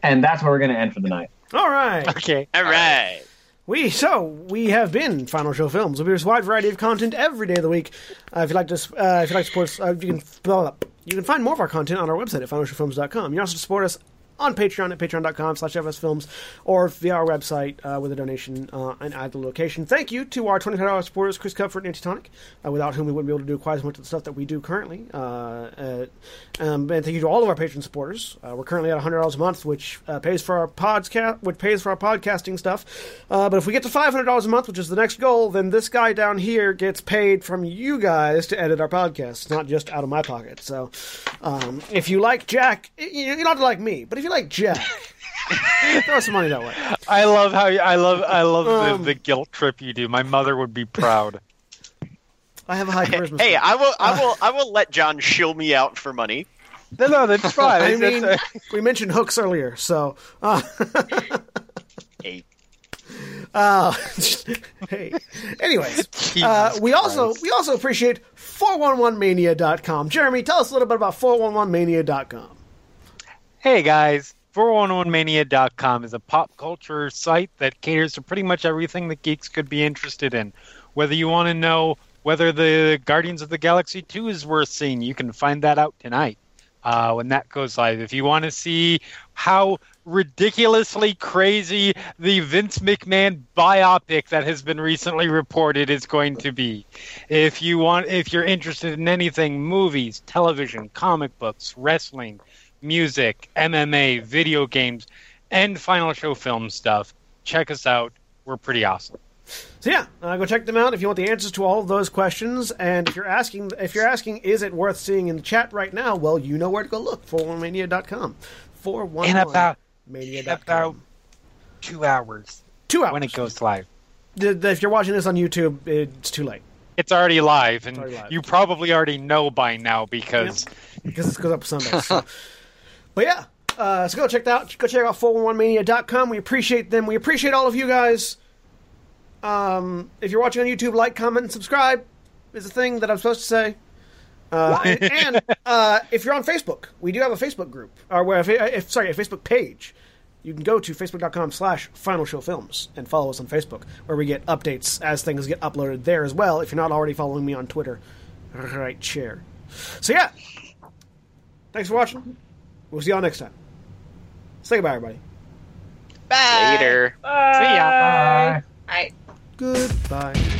and that's where we're going to end for the night. All right. [LAUGHS] okay. All right. We so we have been Final Show Films. We produce a wide variety of content every day of the week. Uh, if you'd like to, uh, if you'd like to support us, uh, you can blah, blah, blah. you can find more of our content on our website at finalshowfilms.com. You can also support us on Patreon at patreon.com slash fsfilms or via our website uh, with a donation uh, in either location. Thank you to our $25 supporters, Chris Comfort and Antitonic, uh, without whom we wouldn't be able to do quite as much of the stuff that we do currently. Uh, uh, um, and thank you to all of our patron supporters. Uh, we're currently at $100 a month, which uh, pays for our podcast, which pays for our podcasting stuff. Uh, but if we get to $500 a month, which is the next goal, then this guy down here gets paid from you guys to edit our podcast, not just out of my pocket. So um, if you like Jack, you, you don't have to like me, but if you like Jack, [LAUGHS] throw some money that way. I love how you, I love I love Um, the, the guilt trip you do. My mother would be proud. I have a high charisma. Hey, score. I will, I will, I will let John shill me out for money. [LAUGHS] no, no, that's [LAUGHS] fine. I That's- mean, we mentioned hooks earlier, so uh, [LAUGHS] Hey, uh, [LAUGHS] hey. Anyways, uh, we also we also appreciate 411mania.com. Jeremy, tell us a little bit about 411mania.com. Hey guys, 411mania.com is a pop culture site that caters to pretty much everything that geeks could be interested in. Whether you want to know whether the Guardians of the Galaxy 2 is worth seeing, you can find that out tonight uh, when that goes live. If you want to see how ridiculously crazy the Vince McMahon biopic that has been recently reported is going to be. If you want if you're interested in anything movies, television, comic books, wrestling, music, MMA, video games, and final show film stuff. Check us out. We're pretty awesome. So yeah, uh, go check them out if you want the answers to all of those questions. And if you're asking, if you're asking, is it worth seeing in the chat right now? Well, you know where to go look. 411mania.com. 411mania.com. In about- about two hours two hours. when it goes live. Th- th- if you're watching this on YouTube, it's too late It's already live, and already live. you probably already know by now because because this goes up Sunday. So. but yeah, uh, so go check that out. Go check out 411mania.com. We appreciate them. We appreciate all of you guys. Um, if you're watching on YouTube, like, comment, and subscribe is the thing that I'm supposed to say. Uh, and and uh, if you're on Facebook, we do have a Facebook group, or where if, if sorry, a Facebook page. You can go to facebook.com slash final show films and follow us on Facebook, where we get updates as things get uploaded there as well. If you're not already following me on Twitter, right chair. So yeah, thanks for watching. We'll see y'all next time. Say goodbye, everybody. bye. Later. Bye. See ya. I Goodbye.